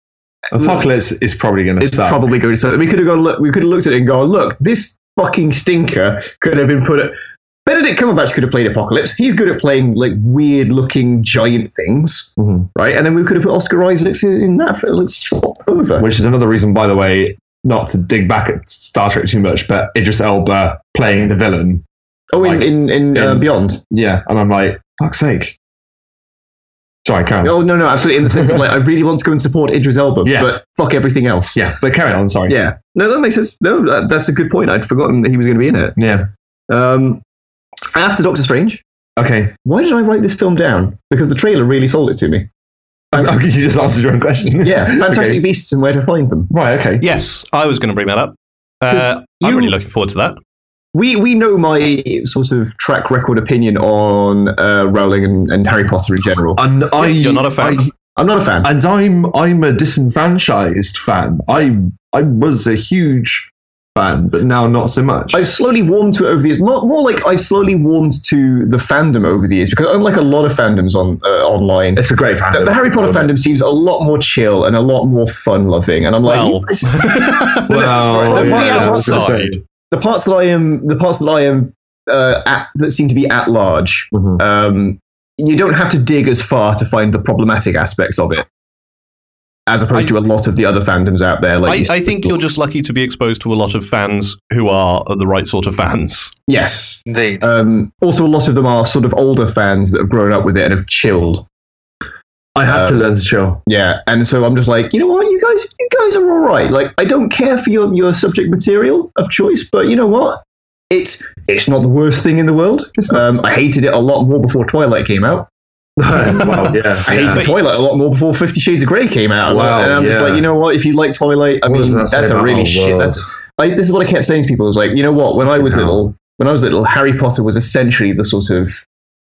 Speaker 2: Apocalypse is probably going to
Speaker 1: it's
Speaker 2: suck.
Speaker 1: probably going to suck. We could have gone look. We could have looked at it and gone, look, this fucking stinker could have been put. At, Benedict Cumberbatch could have played Apocalypse. He's good at playing like weird looking giant things,
Speaker 2: Mhm.
Speaker 1: right? And then we could have put Oscar Isaac in, in that. It looks swapped over.
Speaker 2: which is another reason, by the way, not to dig back at Star Trek too much, but Idris Elba playing the villain.
Speaker 1: oh, in
Speaker 2: like-
Speaker 1: in, in, uh,
Speaker 2: in-
Speaker 1: Beyond.
Speaker 2: Yeah, and I'm like, fuck's sake. Sorry, Karen.
Speaker 1: Oh no, no, absolutely. In the sense of like, I really want to go and support Idris Elba,
Speaker 2: Yeah.
Speaker 1: but fuck everything else.
Speaker 2: Yeah, but carry on. Sorry.
Speaker 1: yeah. No, that makes sense. No, that, that's a good point. I'd forgotten that he was going to be in it.
Speaker 2: Yeah.
Speaker 1: Um, after Doctor Strange,
Speaker 2: Okay.
Speaker 1: why did I write this film down? Because the trailer really sold it to me.
Speaker 2: okay. You just answered your own question.
Speaker 1: Yeah, Fantastic
Speaker 2: Okay.
Speaker 1: Beasts and Where to Find Them.
Speaker 2: Right. Okay.
Speaker 3: Yes, I was going to bring that up.
Speaker 1: 'Cause
Speaker 3: Uh, I'm
Speaker 1: you-
Speaker 3: really looking forward to that.
Speaker 1: We we know my sort of track record opinion on uh, Rowling and, and Harry Potter in general.
Speaker 2: And I,
Speaker 3: you're not a fan.
Speaker 2: I-
Speaker 1: I'm not a fan.
Speaker 2: and I'm I'm a disenfranchised fan. I I was a huge fan, but now not so much.
Speaker 1: I've slowly warmed to it over the years. More, more like I've slowly warmed to the fandom over the years because unlike a lot of fandoms on uh, online,
Speaker 2: it's a great fan.
Speaker 1: the, the Harry Potter fandom seems a lot more chill and a lot more fun loving. And I'm like,
Speaker 3: Well,
Speaker 1: you guys-
Speaker 2: Well,
Speaker 1: Right,
Speaker 2: yeah,
Speaker 1: yeah,
Speaker 2: that's
Speaker 3: outside.
Speaker 2: the same.
Speaker 1: the parts that I am, the parts that I am uh, at, that seem to be at large.
Speaker 2: Mhm.
Speaker 1: Um, you don't have to dig as far to find the problematic aspects of it, as opposed
Speaker 3: I-
Speaker 1: to a lot of the other fandoms out there. Like, you
Speaker 3: I, I
Speaker 1: said
Speaker 3: think
Speaker 1: before.
Speaker 3: you're just lucky to be exposed to a lot of fans who are the right sort of fans.
Speaker 1: yes.
Speaker 4: Indeed.
Speaker 2: Uh,
Speaker 1: Um, also, a lot of them are sort of older fans that have grown up with it and have chilled.
Speaker 2: I had to learn to chill.
Speaker 1: Yeah, and so I'm just like, you know what, you guys, you guys are all right. Like, I don't care for your, your subject material of choice, but you know what, it's it's not the worst thing in the world. Um, I hated it a lot more before Twilight came out.
Speaker 2: well, yeah.
Speaker 1: I
Speaker 2: yeah.
Speaker 1: hated
Speaker 3: Wait.
Speaker 1: Twilight a lot more before Fifty Shades of Grey came out.
Speaker 2: Wow,
Speaker 1: and I'm just
Speaker 2: yeah.
Speaker 1: like, you know what, if you like Twilight, I
Speaker 2: What
Speaker 1: mean,
Speaker 2: does that say
Speaker 1: that's a
Speaker 2: about
Speaker 1: really
Speaker 2: our
Speaker 1: shit.
Speaker 2: world?
Speaker 1: That's I, this is what I kept saying to people. Is like, you know what, when I was
Speaker 2: Fucking hell.
Speaker 1: little, when I was little, Harry Potter was essentially the sort of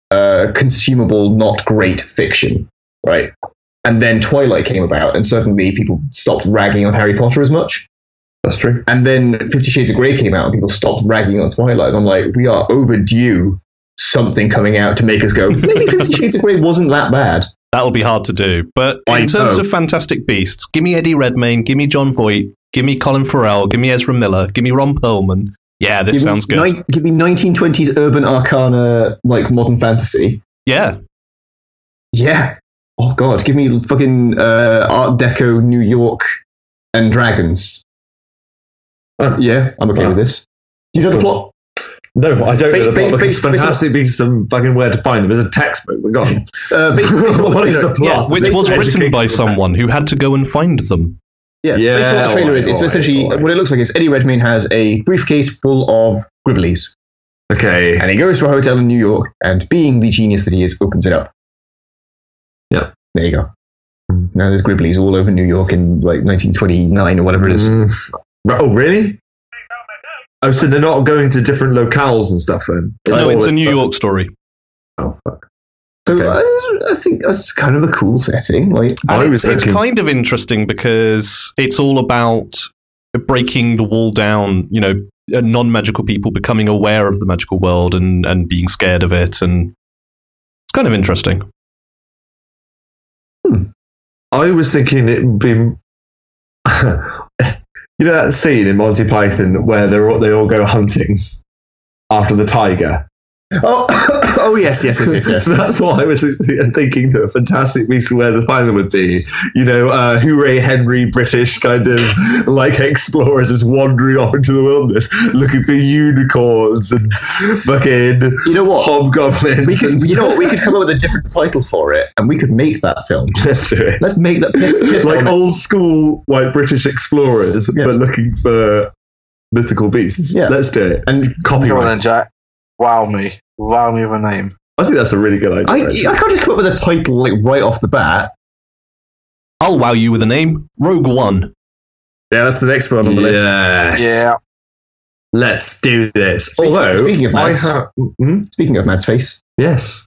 Speaker 1: uh, consumable, not great fiction, right? And then Twilight came about, and suddenly people stopped ragging on Harry Potter as much.
Speaker 2: that's true.
Speaker 1: And then Fifty Shades of Grey came out, and people stopped ragging on Twilight. And I'm like, we are overdue something coming out to make us go, maybe Fifty Shades of Grey wasn't that bad.
Speaker 3: That'll be hard to do. But in
Speaker 1: I
Speaker 3: terms
Speaker 1: know.
Speaker 3: of Fantastic Beasts, give me Eddie Redmayne, give me John Voight, give me Colin Farrell, give me Ezra Miller, give me Ron Perlman. Yeah, this
Speaker 1: Give me
Speaker 3: sounds good.
Speaker 1: Ni- give me 1920s urban arcana, like modern fantasy.
Speaker 3: yeah,
Speaker 1: Yeah. Oh god, give me fucking uh, Art Deco New York and dragons.
Speaker 2: Oh.
Speaker 1: yeah, I'm okay
Speaker 2: Wow.
Speaker 1: with this. Do you know the plot?
Speaker 2: No, I don't
Speaker 1: Ba-
Speaker 2: know the
Speaker 1: ba-
Speaker 2: plot.
Speaker 1: ba-
Speaker 2: because
Speaker 1: ba-
Speaker 2: fantastic being some fucking where to find them. There's a textbook. We're gone.
Speaker 1: Uh, basically, based on
Speaker 2: What is the
Speaker 1: trailer-
Speaker 2: plot?
Speaker 3: yeah, which
Speaker 1: based
Speaker 3: was
Speaker 1: on-
Speaker 3: written by someone who had to go and find them.
Speaker 1: Yeah,
Speaker 2: Yeah, Oh
Speaker 1: based on what the trailer
Speaker 2: alright,
Speaker 1: is, it's
Speaker 2: alright,
Speaker 1: essentially
Speaker 2: alright.
Speaker 1: what it looks like is Eddie Redmayne has a briefcase full of gribblies,
Speaker 2: Okay.
Speaker 1: and he goes to a hotel in New York, and being the genius that he is, opens it up.
Speaker 2: Yeah.
Speaker 1: there you go. Now there's gribblies all over New York in like 1929 or whatever it is.
Speaker 2: Mm. Right, Oh, really? Oh, so they're not going to different locales and stuff then?
Speaker 3: no,
Speaker 2: all
Speaker 3: it's a
Speaker 2: in-
Speaker 3: New York story.
Speaker 2: Oh, fuck.
Speaker 1: So
Speaker 2: Okay.
Speaker 1: I, I think that's kind of a cool setting. Like,
Speaker 2: I
Speaker 3: And
Speaker 2: was
Speaker 3: it's, it's
Speaker 2: thinking-
Speaker 3: kind of interesting because it's all about breaking the wall down, you know, uh, non-magical people becoming aware of the magical world and, and being scared of it. And it's kind of interesting.
Speaker 2: I was thinking it would be. you know that scene in Monty Python where they're all, they all go hunting after the tiger?
Speaker 1: oh, oh yes, yes, yes, yes, yes.
Speaker 2: That's what I was thinking that a fantastic piece of where the final would be. You know, uh, hooray Henry British kind of like explorers just wandering off into the wilderness looking for unicorns and fucking
Speaker 1: You know what?
Speaker 2: hobgoblins.
Speaker 1: We could,
Speaker 2: and-
Speaker 1: you know what? We could come up with a different title for it, and we could make that film.
Speaker 2: Let's do it.
Speaker 1: Let's make that
Speaker 2: like
Speaker 1: film.
Speaker 2: old school like British explorers
Speaker 1: Yes.
Speaker 2: but looking for mythical beasts.
Speaker 1: Yeah.
Speaker 2: Let's do it.
Speaker 1: And
Speaker 4: Come on then,
Speaker 2: Copyright.
Speaker 4: Jack. Wow me. Wow me with a name.
Speaker 2: I think that's a really good
Speaker 1: I, I
Speaker 2: idea. actually.
Speaker 1: can't just come up with a title like right off the bat.
Speaker 3: I'll wow you with a name, Rogue One.
Speaker 1: Yeah, that's the next one
Speaker 2: yes.
Speaker 4: Yeah.
Speaker 2: Let's do this.
Speaker 1: Speaking-
Speaker 2: Although
Speaker 1: speaking of
Speaker 2: I
Speaker 1: maths.
Speaker 2: have Hmm?
Speaker 1: Speaking of Mad Space,
Speaker 2: Yes.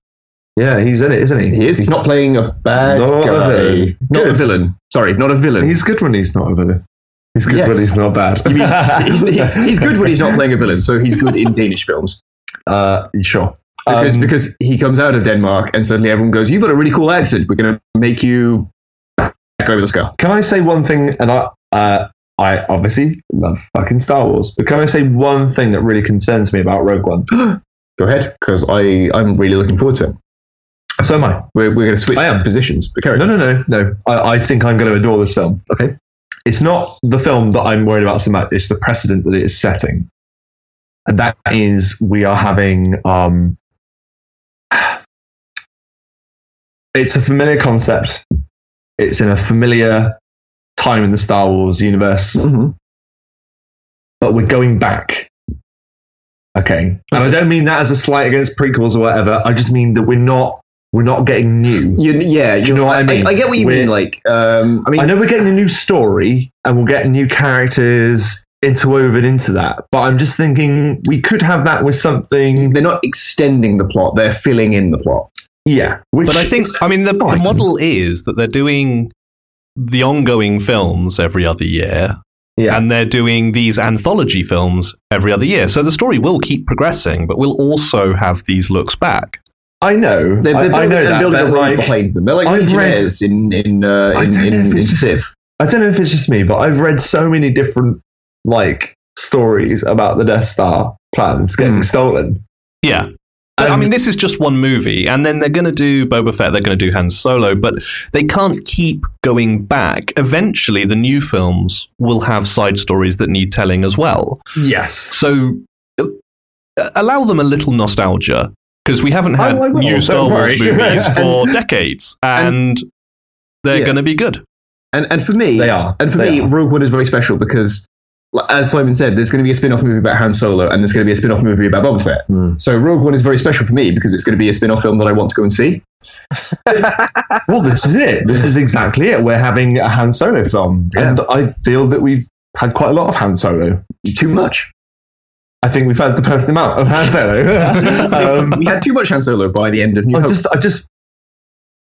Speaker 2: Yeah, he's in it, isn't he?
Speaker 1: he is. He's not playing a bad
Speaker 2: Not a
Speaker 1: guy.
Speaker 2: villain.
Speaker 1: Not a
Speaker 2: Good.
Speaker 1: villain. Sorry, not a villain.
Speaker 2: He's good when he's not a villain. He's good
Speaker 1: Yes.
Speaker 2: when he's not bad.
Speaker 1: You mean- he's, he- he's good when he's not playing a villain, so he's good in Danish films.
Speaker 2: Uh, sure.
Speaker 1: because
Speaker 2: Um,
Speaker 1: because he comes out of Denmark and suddenly everyone goes, "You've got a really cool accent. We're going to make you back over the scar."
Speaker 2: Can I say one thing? And I, uh, I obviously love fucking Star Wars, but can I say one thing that really concerns me about Rogue One?
Speaker 1: Go ahead, because I I'm really looking forward to it.
Speaker 2: So am I.
Speaker 1: We're, we're going to switch
Speaker 2: I am.
Speaker 1: positions. But carry on.
Speaker 2: No, no, no, no. I, I think I'm going to adore this film. Okay. It's not the film that I'm worried about so much. It's the precedent that it is setting. And that is we are having um, it's a familiar concept. It's in a familiar time in the Star Wars universe, but we're going back. Okay, and I don't mean that as a slight against prequels or whatever. I just mean that we're not we're not getting new.
Speaker 1: You, yeah,
Speaker 2: Do you
Speaker 1: you
Speaker 2: know what I mean?
Speaker 1: I, I get what you
Speaker 2: We're-
Speaker 1: mean. Like, um, I mean,
Speaker 2: I know we're getting a new story and we'll get new characters interwoven into that, but I'm just thinking we could have that with something.
Speaker 1: they're not extending the plot; they're filling in the plot.
Speaker 2: Yeah, which
Speaker 3: But I think,
Speaker 2: is
Speaker 3: I mean, the, the
Speaker 2: fine.
Speaker 3: model is that they're doing the ongoing films every other year.
Speaker 1: Yeah.
Speaker 3: And they're doing these anthology films every other year. So the story will keep progressing, but we'll also have these looks back.
Speaker 2: I know.
Speaker 1: They're, they're
Speaker 2: I- I,
Speaker 1: building,
Speaker 2: know
Speaker 1: they're
Speaker 2: that.
Speaker 1: building
Speaker 2: but
Speaker 1: a world
Speaker 2: like-
Speaker 1: behind them. They're like
Speaker 2: I've read-
Speaker 1: legionnaires in in uh,
Speaker 2: I
Speaker 1: in,
Speaker 2: don't know
Speaker 1: in,
Speaker 2: if
Speaker 1: in,
Speaker 2: it's just-
Speaker 1: Civ.
Speaker 2: I don't know if it's just me, but I've read so many different like stories about the Death Star plans getting
Speaker 1: Hmm.
Speaker 2: stolen.
Speaker 3: Yeah. But, I mean, this is just one movie, and then they're going to do Boba Fett, they're going to do Han Solo, but they can't keep going back. Eventually, the new films will have side stories that need telling as well.
Speaker 2: yes,
Speaker 3: So uh, allow them a little nostalgia because we haven't had
Speaker 2: I will,
Speaker 3: new
Speaker 2: don't
Speaker 3: Star
Speaker 2: worry.
Speaker 3: Wars movies for decades, and, they're
Speaker 1: yeah.
Speaker 3: going to be good.
Speaker 1: And and for me,
Speaker 2: they are.
Speaker 1: And for me,
Speaker 2: They are.
Speaker 1: Rogue One is very special because, like, as Simon said, there's going to be a spin off movie about Han Solo and there's going to be a spin off movie about Boba Fett.
Speaker 2: Hmm.
Speaker 1: So Rogue One is very special for me because it's going to be a spin off film that I want to go and see.
Speaker 2: well, this is it. This is exactly it. We're having a Han Solo film,
Speaker 1: Yeah.
Speaker 2: and I feel that we've had quite a lot of Han Solo.
Speaker 1: Too much.
Speaker 2: I think we've had the perfect amount of Han Solo. um,
Speaker 1: we had too much Han Solo by the end of New
Speaker 2: I
Speaker 1: Hope.
Speaker 2: just, I just,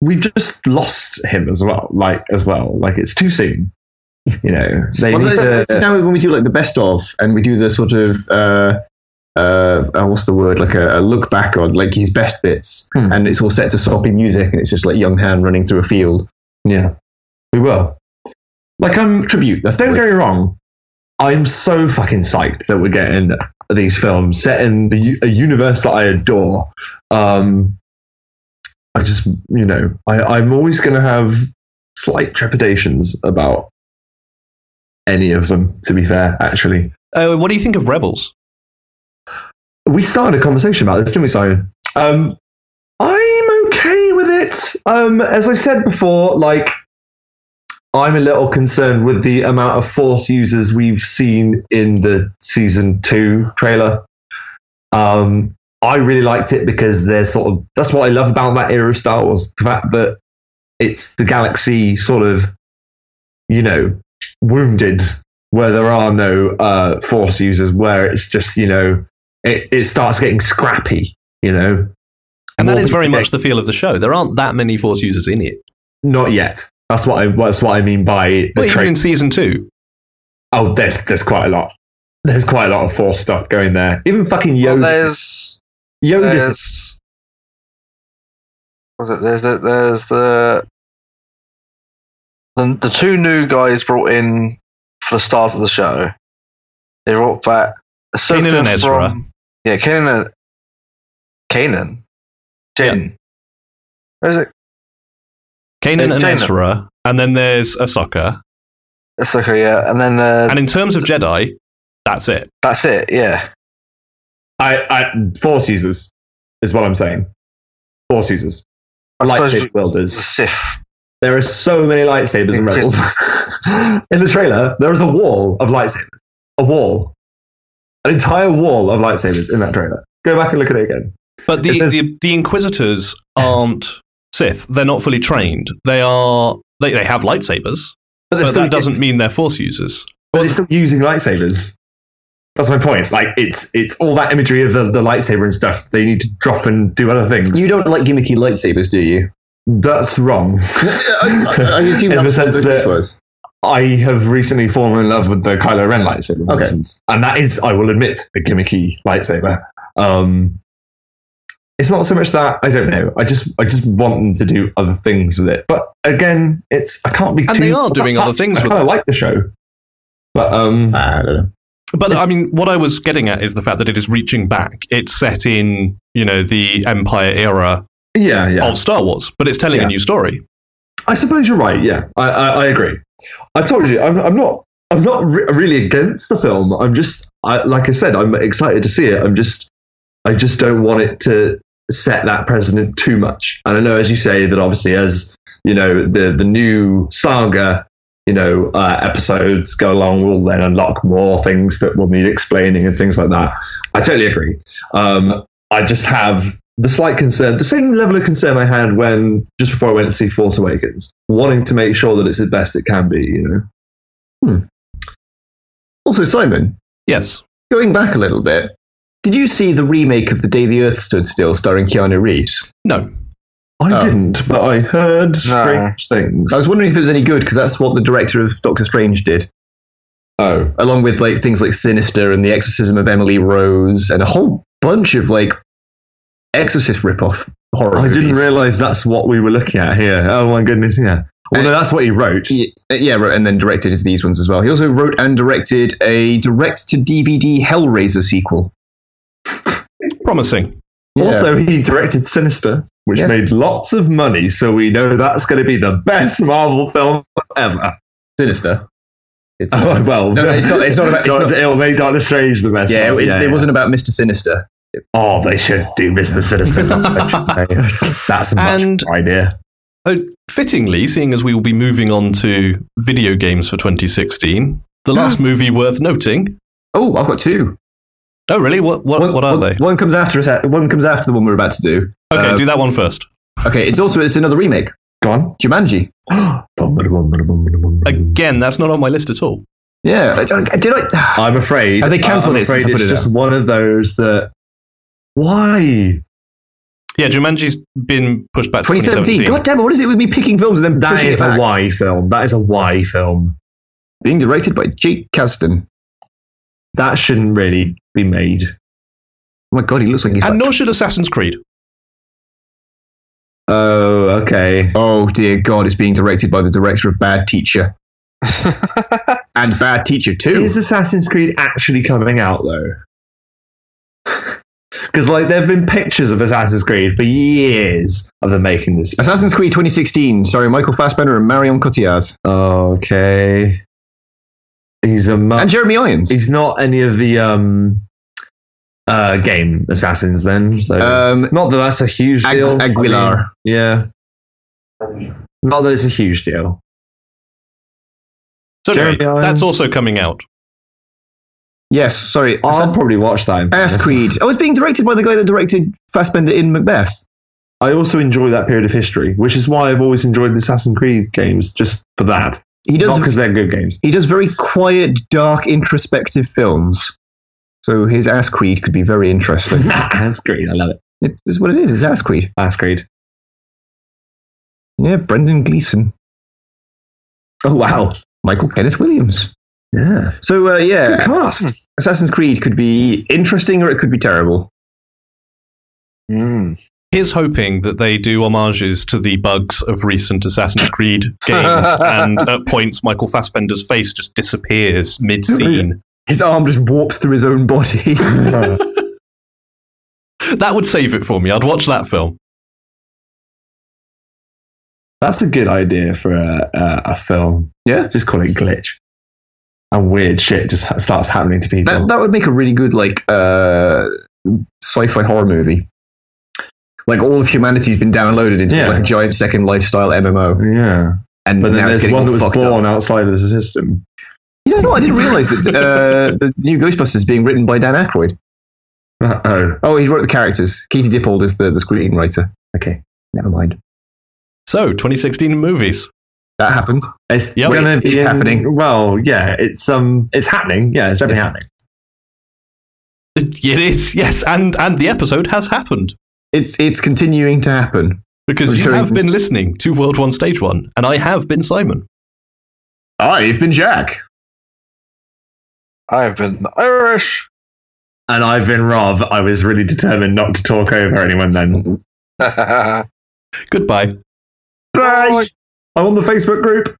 Speaker 2: we've just lost him as well. Like as well, like it's too soon. You know, they
Speaker 1: Well,
Speaker 2: need
Speaker 1: that's,
Speaker 2: to.
Speaker 1: that's now when we do like the best of, and we do the sort of uh, uh, uh, what's the word? Like a, a look back on like his best bits,
Speaker 2: Hmm.
Speaker 1: and it's all set to soppy music, and it's just like young Han running through a field.
Speaker 2: Yeah, we will. Like I'm.
Speaker 1: Tribute. That's the
Speaker 2: Don't
Speaker 1: word.
Speaker 2: get me wrong. I'm so fucking psyched that we're getting these films set in the, u- a universe that I adore. Um, I just, you know, I, I'm always going to have slight trepidations about any of them. To be fair, actually,
Speaker 3: Uh, what do you think of Rebels?
Speaker 2: we started a conversation about this, didn't we, Simon? Um, I'm okay with it. Um, as I said before, like I'm a little concerned with the amount of force users we've seen in the season two trailer. Um, I really liked it because they're sort of that's what I love about that era of Star Wars the fact that it's the galaxy sort of, you know, wounded where there are no uh, force users, where it's just, you know, it, it starts getting scrappy, you know.
Speaker 3: And that
Speaker 2: More
Speaker 3: is
Speaker 2: than-
Speaker 3: very much the feel of the show. There aren't that many Force users in it.
Speaker 2: not yet. That's what I that's what I mean by the
Speaker 3: Well, even
Speaker 2: trait.
Speaker 3: in season two.
Speaker 2: Oh, there's there's quite a lot. There's quite a lot of force stuff going there. Even fucking
Speaker 4: Well,
Speaker 2: Yoda.
Speaker 4: there's
Speaker 2: Yoda's
Speaker 4: there's was it there's the, there's the, the the two new guys brought in for the start of the show. They brought back Ahsoka
Speaker 3: Kanan and Ezra.
Speaker 4: from yeah, Kanan and Kanan, Jin. Where's it?
Speaker 3: Kanan
Speaker 4: It's
Speaker 3: and
Speaker 4: Kanan.
Speaker 3: Ezra, and then there's Ahsoka.
Speaker 4: Ahsoka, yeah, and then uh,
Speaker 3: And in terms of Jedi, that's it.
Speaker 4: that's it. Yeah,
Speaker 2: I, I force users is what I'm saying. Force users.
Speaker 4: I suppose
Speaker 2: Lightsaber
Speaker 4: the
Speaker 2: wielders.
Speaker 4: Sith.
Speaker 2: There are so many lightsabers in Rebels. in the trailer, there is a wall of lightsabers. A wall. An entire wall of lightsabers in that trailer. Go back and look at it again.
Speaker 3: But the,
Speaker 2: If there's-
Speaker 3: the, the Inquisitors aren't Sith. They're not fully trained. They are. They, they have lightsabers,
Speaker 2: they're
Speaker 3: but
Speaker 2: still
Speaker 3: that doesn't
Speaker 2: kids.
Speaker 3: mean they're Force users.
Speaker 2: But they're still using lightsabers. That's my point. Like it's it's all that imagery of the, the lightsaber and stuff. They need to drop and do other things.
Speaker 1: You don't like gimmicky lightsabers, do you?
Speaker 2: That's wrong. in the sense that
Speaker 1: was.
Speaker 2: I have recently fallen in love with the Kylo Ren lightsaber, for
Speaker 1: Okay.
Speaker 2: instance, and that is, I will admit, a gimmicky lightsaber. Um, it's not so much that I don't know. I just I just want them to do other things with it. But again, it's I can't be.
Speaker 3: And
Speaker 2: too,
Speaker 3: they are doing other things
Speaker 2: I
Speaker 3: with
Speaker 2: kind
Speaker 3: it.
Speaker 2: of like the show, but um,
Speaker 1: I don't know.
Speaker 3: But I
Speaker 2: It's-
Speaker 3: mean, what I was getting at is the fact that it is reaching back. It's set in, you know, the Empire era
Speaker 2: yeah, yeah.
Speaker 3: of Star Wars, but it's telling
Speaker 2: Yeah.
Speaker 3: a new story.
Speaker 2: I suppose you're right. Yeah, I, I, I agree. I told you, I'm, I'm not, I'm not re- really against the film. I'm just, I, like I said, I'm excited to see it. I'm just, I just don't want it to set that precedent too much. And I know, as you say, that obviously, as you know, the the new saga, you know, uh, episodes go along, will then unlock more things that will need explaining and things like that. I totally agree. Um, I just have the slight concern, the same level of concern I had when just before I went to see Force Awakens, wanting to make sure that it's the best it can be. You know.
Speaker 1: Also, Simon,
Speaker 3: Yes.
Speaker 1: going back a little bit, did you see the remake of The Day the Earth Stood Still starring Keanu Reeves?
Speaker 3: No.
Speaker 2: I
Speaker 1: Oh.
Speaker 2: didn't, but I heard strange things.
Speaker 1: I was wondering if it was any good because that's what the director of Doctor Strange did,
Speaker 2: Oh,
Speaker 1: along with like things like Sinister and The Exorcism of Emily Rose and a whole bunch of like Exorcist ripoff horror.
Speaker 2: I didn't
Speaker 1: movies.
Speaker 2: realize that's what we were looking at here. Oh my goodness, yeah. Well, no, that's what he wrote.
Speaker 1: Yeah, uh, yeah, wrote and then directed into these ones as well. He also wrote and directed a direct to DVD Hellraiser sequel.
Speaker 3: Promising.
Speaker 2: Also, he directed Sinister, which
Speaker 1: Yeah.
Speaker 2: made lots of money, so we know that's going to be the best Marvel film ever.
Speaker 1: Sinister. It's, uh,
Speaker 2: Oh, well,
Speaker 1: No, no, it's not- it's not about- it's
Speaker 2: Doctor-
Speaker 1: not-
Speaker 2: it'll make Doctor Strange the best.
Speaker 1: yeah,
Speaker 2: one.
Speaker 1: it, it wasn't about Mr. Sinister.
Speaker 2: Oh, they should do Mr. Sinister. that's a much
Speaker 3: And-
Speaker 2: better idea.
Speaker 3: Oh, fittingly, seeing as we will be moving on to video games for 2016, the last movie worth noting.
Speaker 1: Oh, I've got two.
Speaker 3: Oh, really? What, what, what are they?
Speaker 1: One comes after us. uh, One comes after the one we're about to do.
Speaker 3: Okay,
Speaker 1: uh,
Speaker 3: do that one first.
Speaker 1: Okay, it's also it's another remake,
Speaker 2: Gone.
Speaker 1: Jumanji.
Speaker 3: Again, that's not on my list at all.
Speaker 1: Yeah, I- I- did I?
Speaker 2: I'm afraid.
Speaker 1: Have they cancelled
Speaker 2: I'm
Speaker 1: it since
Speaker 2: afraid
Speaker 1: I put
Speaker 2: it's
Speaker 1: it
Speaker 2: just
Speaker 1: out?
Speaker 2: one of those that. Why?
Speaker 3: Yeah, Jumanji's been pushed back to
Speaker 1: 2017.
Speaker 3: 2017.
Speaker 1: God damn it! What is it with me picking films and then
Speaker 2: That
Speaker 1: pushing
Speaker 2: is
Speaker 1: it
Speaker 2: a
Speaker 1: back?
Speaker 2: why film. That is a why film.
Speaker 1: being directed by Jake Kasdan?
Speaker 2: That shouldn't really be made.
Speaker 1: Oh my god, he looks like he's.
Speaker 3: and
Speaker 1: like-
Speaker 3: nor should Assassin's Creed.
Speaker 2: Oh, okay.
Speaker 1: oh dear God, it's being directed by the director of Bad Teacher and Bad Teacher Two.
Speaker 2: Is Assassin's Creed actually coming out though? Because like there have been pictures of Assassin's Creed for years of them making this.
Speaker 1: Assassin's Creed 2016, starring Michael Fassbender and Marion Cotillard
Speaker 2: Okay, he's a mu-
Speaker 1: and Jeremy Irons.
Speaker 2: Uh, he's not any of the um uh game assassins then. So
Speaker 1: Um,
Speaker 2: not that that's a huge
Speaker 1: Agu-
Speaker 2: deal. I mean,
Speaker 1: Aguilar.
Speaker 2: yeah. Not that it's a huge deal.
Speaker 3: So anyway,
Speaker 2: Jeremy Irons.
Speaker 3: that's also coming out.
Speaker 1: yes, sorry.
Speaker 2: I'll
Speaker 1: Assa-
Speaker 2: probably watch that. in
Speaker 1: Ass
Speaker 2: fairness.
Speaker 1: Creed. Oh, it's being directed by the guy that directed Fassbender in Macbeth.
Speaker 2: I also enjoy that period of history, which is why I've always enjoyed the Assassin's Creed games just for that.
Speaker 1: He
Speaker 2: Not
Speaker 1: does
Speaker 2: because they're good games.
Speaker 1: he does very quiet, dark, introspective films. So his Ass Creed could be very interesting.
Speaker 2: That's great. I love it.
Speaker 1: it is what it is. It's Ass Creed.
Speaker 2: That's great.
Speaker 1: Yeah, Brendan Gleeson,
Speaker 2: Oh wow.
Speaker 1: Michael Kenneth Williams.
Speaker 2: Yeah.
Speaker 1: So uh, yeah,
Speaker 2: Cast.
Speaker 1: Assassin's Creed could be interesting or it could be terrible.
Speaker 4: Mm.
Speaker 3: Here's hoping that they do homages to the bugs of recent Assassin's Creed games, and at points Michael Fassbender's face just disappears mid-scene.
Speaker 1: His arm just warps through his own body.
Speaker 3: That would save it for me. I'd watch that film.
Speaker 2: That's a good idea for a, a, a film.
Speaker 1: Yeah.
Speaker 2: Just call it glitch. And weird shit just ha- starts happening to people.
Speaker 1: That, that would make a really good like uh, sci-fi horror movie. Like all of humanity's been downloaded into
Speaker 2: Yeah.
Speaker 1: like a giant second lifestyle MMO,
Speaker 2: yeah.
Speaker 1: and
Speaker 2: But then
Speaker 1: now it's
Speaker 2: there's
Speaker 1: getting
Speaker 2: one that
Speaker 1: all
Speaker 2: was
Speaker 1: fucked up.
Speaker 2: born outside of the system.
Speaker 1: You know, no, I didn't realize that uh, the new Ghostbusters is being written by Dan Aykroyd.
Speaker 2: Oh.
Speaker 1: Oh, he wrote the characters. Katie Dippold is the, the screenwriter.
Speaker 2: Okay.
Speaker 1: Never mind.
Speaker 3: So, 2016 movies.
Speaker 1: That happened.
Speaker 2: It's
Speaker 3: Yep.
Speaker 2: gonna
Speaker 1: Wait,
Speaker 2: be
Speaker 1: it's
Speaker 2: in-
Speaker 1: happening.
Speaker 2: Well, yeah, it's um it's happening. Yeah, it's definitely happening.
Speaker 3: It is, yes, and and the episode has happened
Speaker 1: It's it's continuing to happen.
Speaker 3: because
Speaker 1: I'm
Speaker 3: you
Speaker 1: sure
Speaker 3: have
Speaker 1: you-
Speaker 3: been listening to World One Stage One, and I have been Simon.
Speaker 1: I've been Jack.
Speaker 4: I've been Irish.
Speaker 2: And I've been Rob. I was really determined not to talk over anyone then.
Speaker 4: Bye.
Speaker 3: Goodbye.
Speaker 2: I'm on the Facebook group.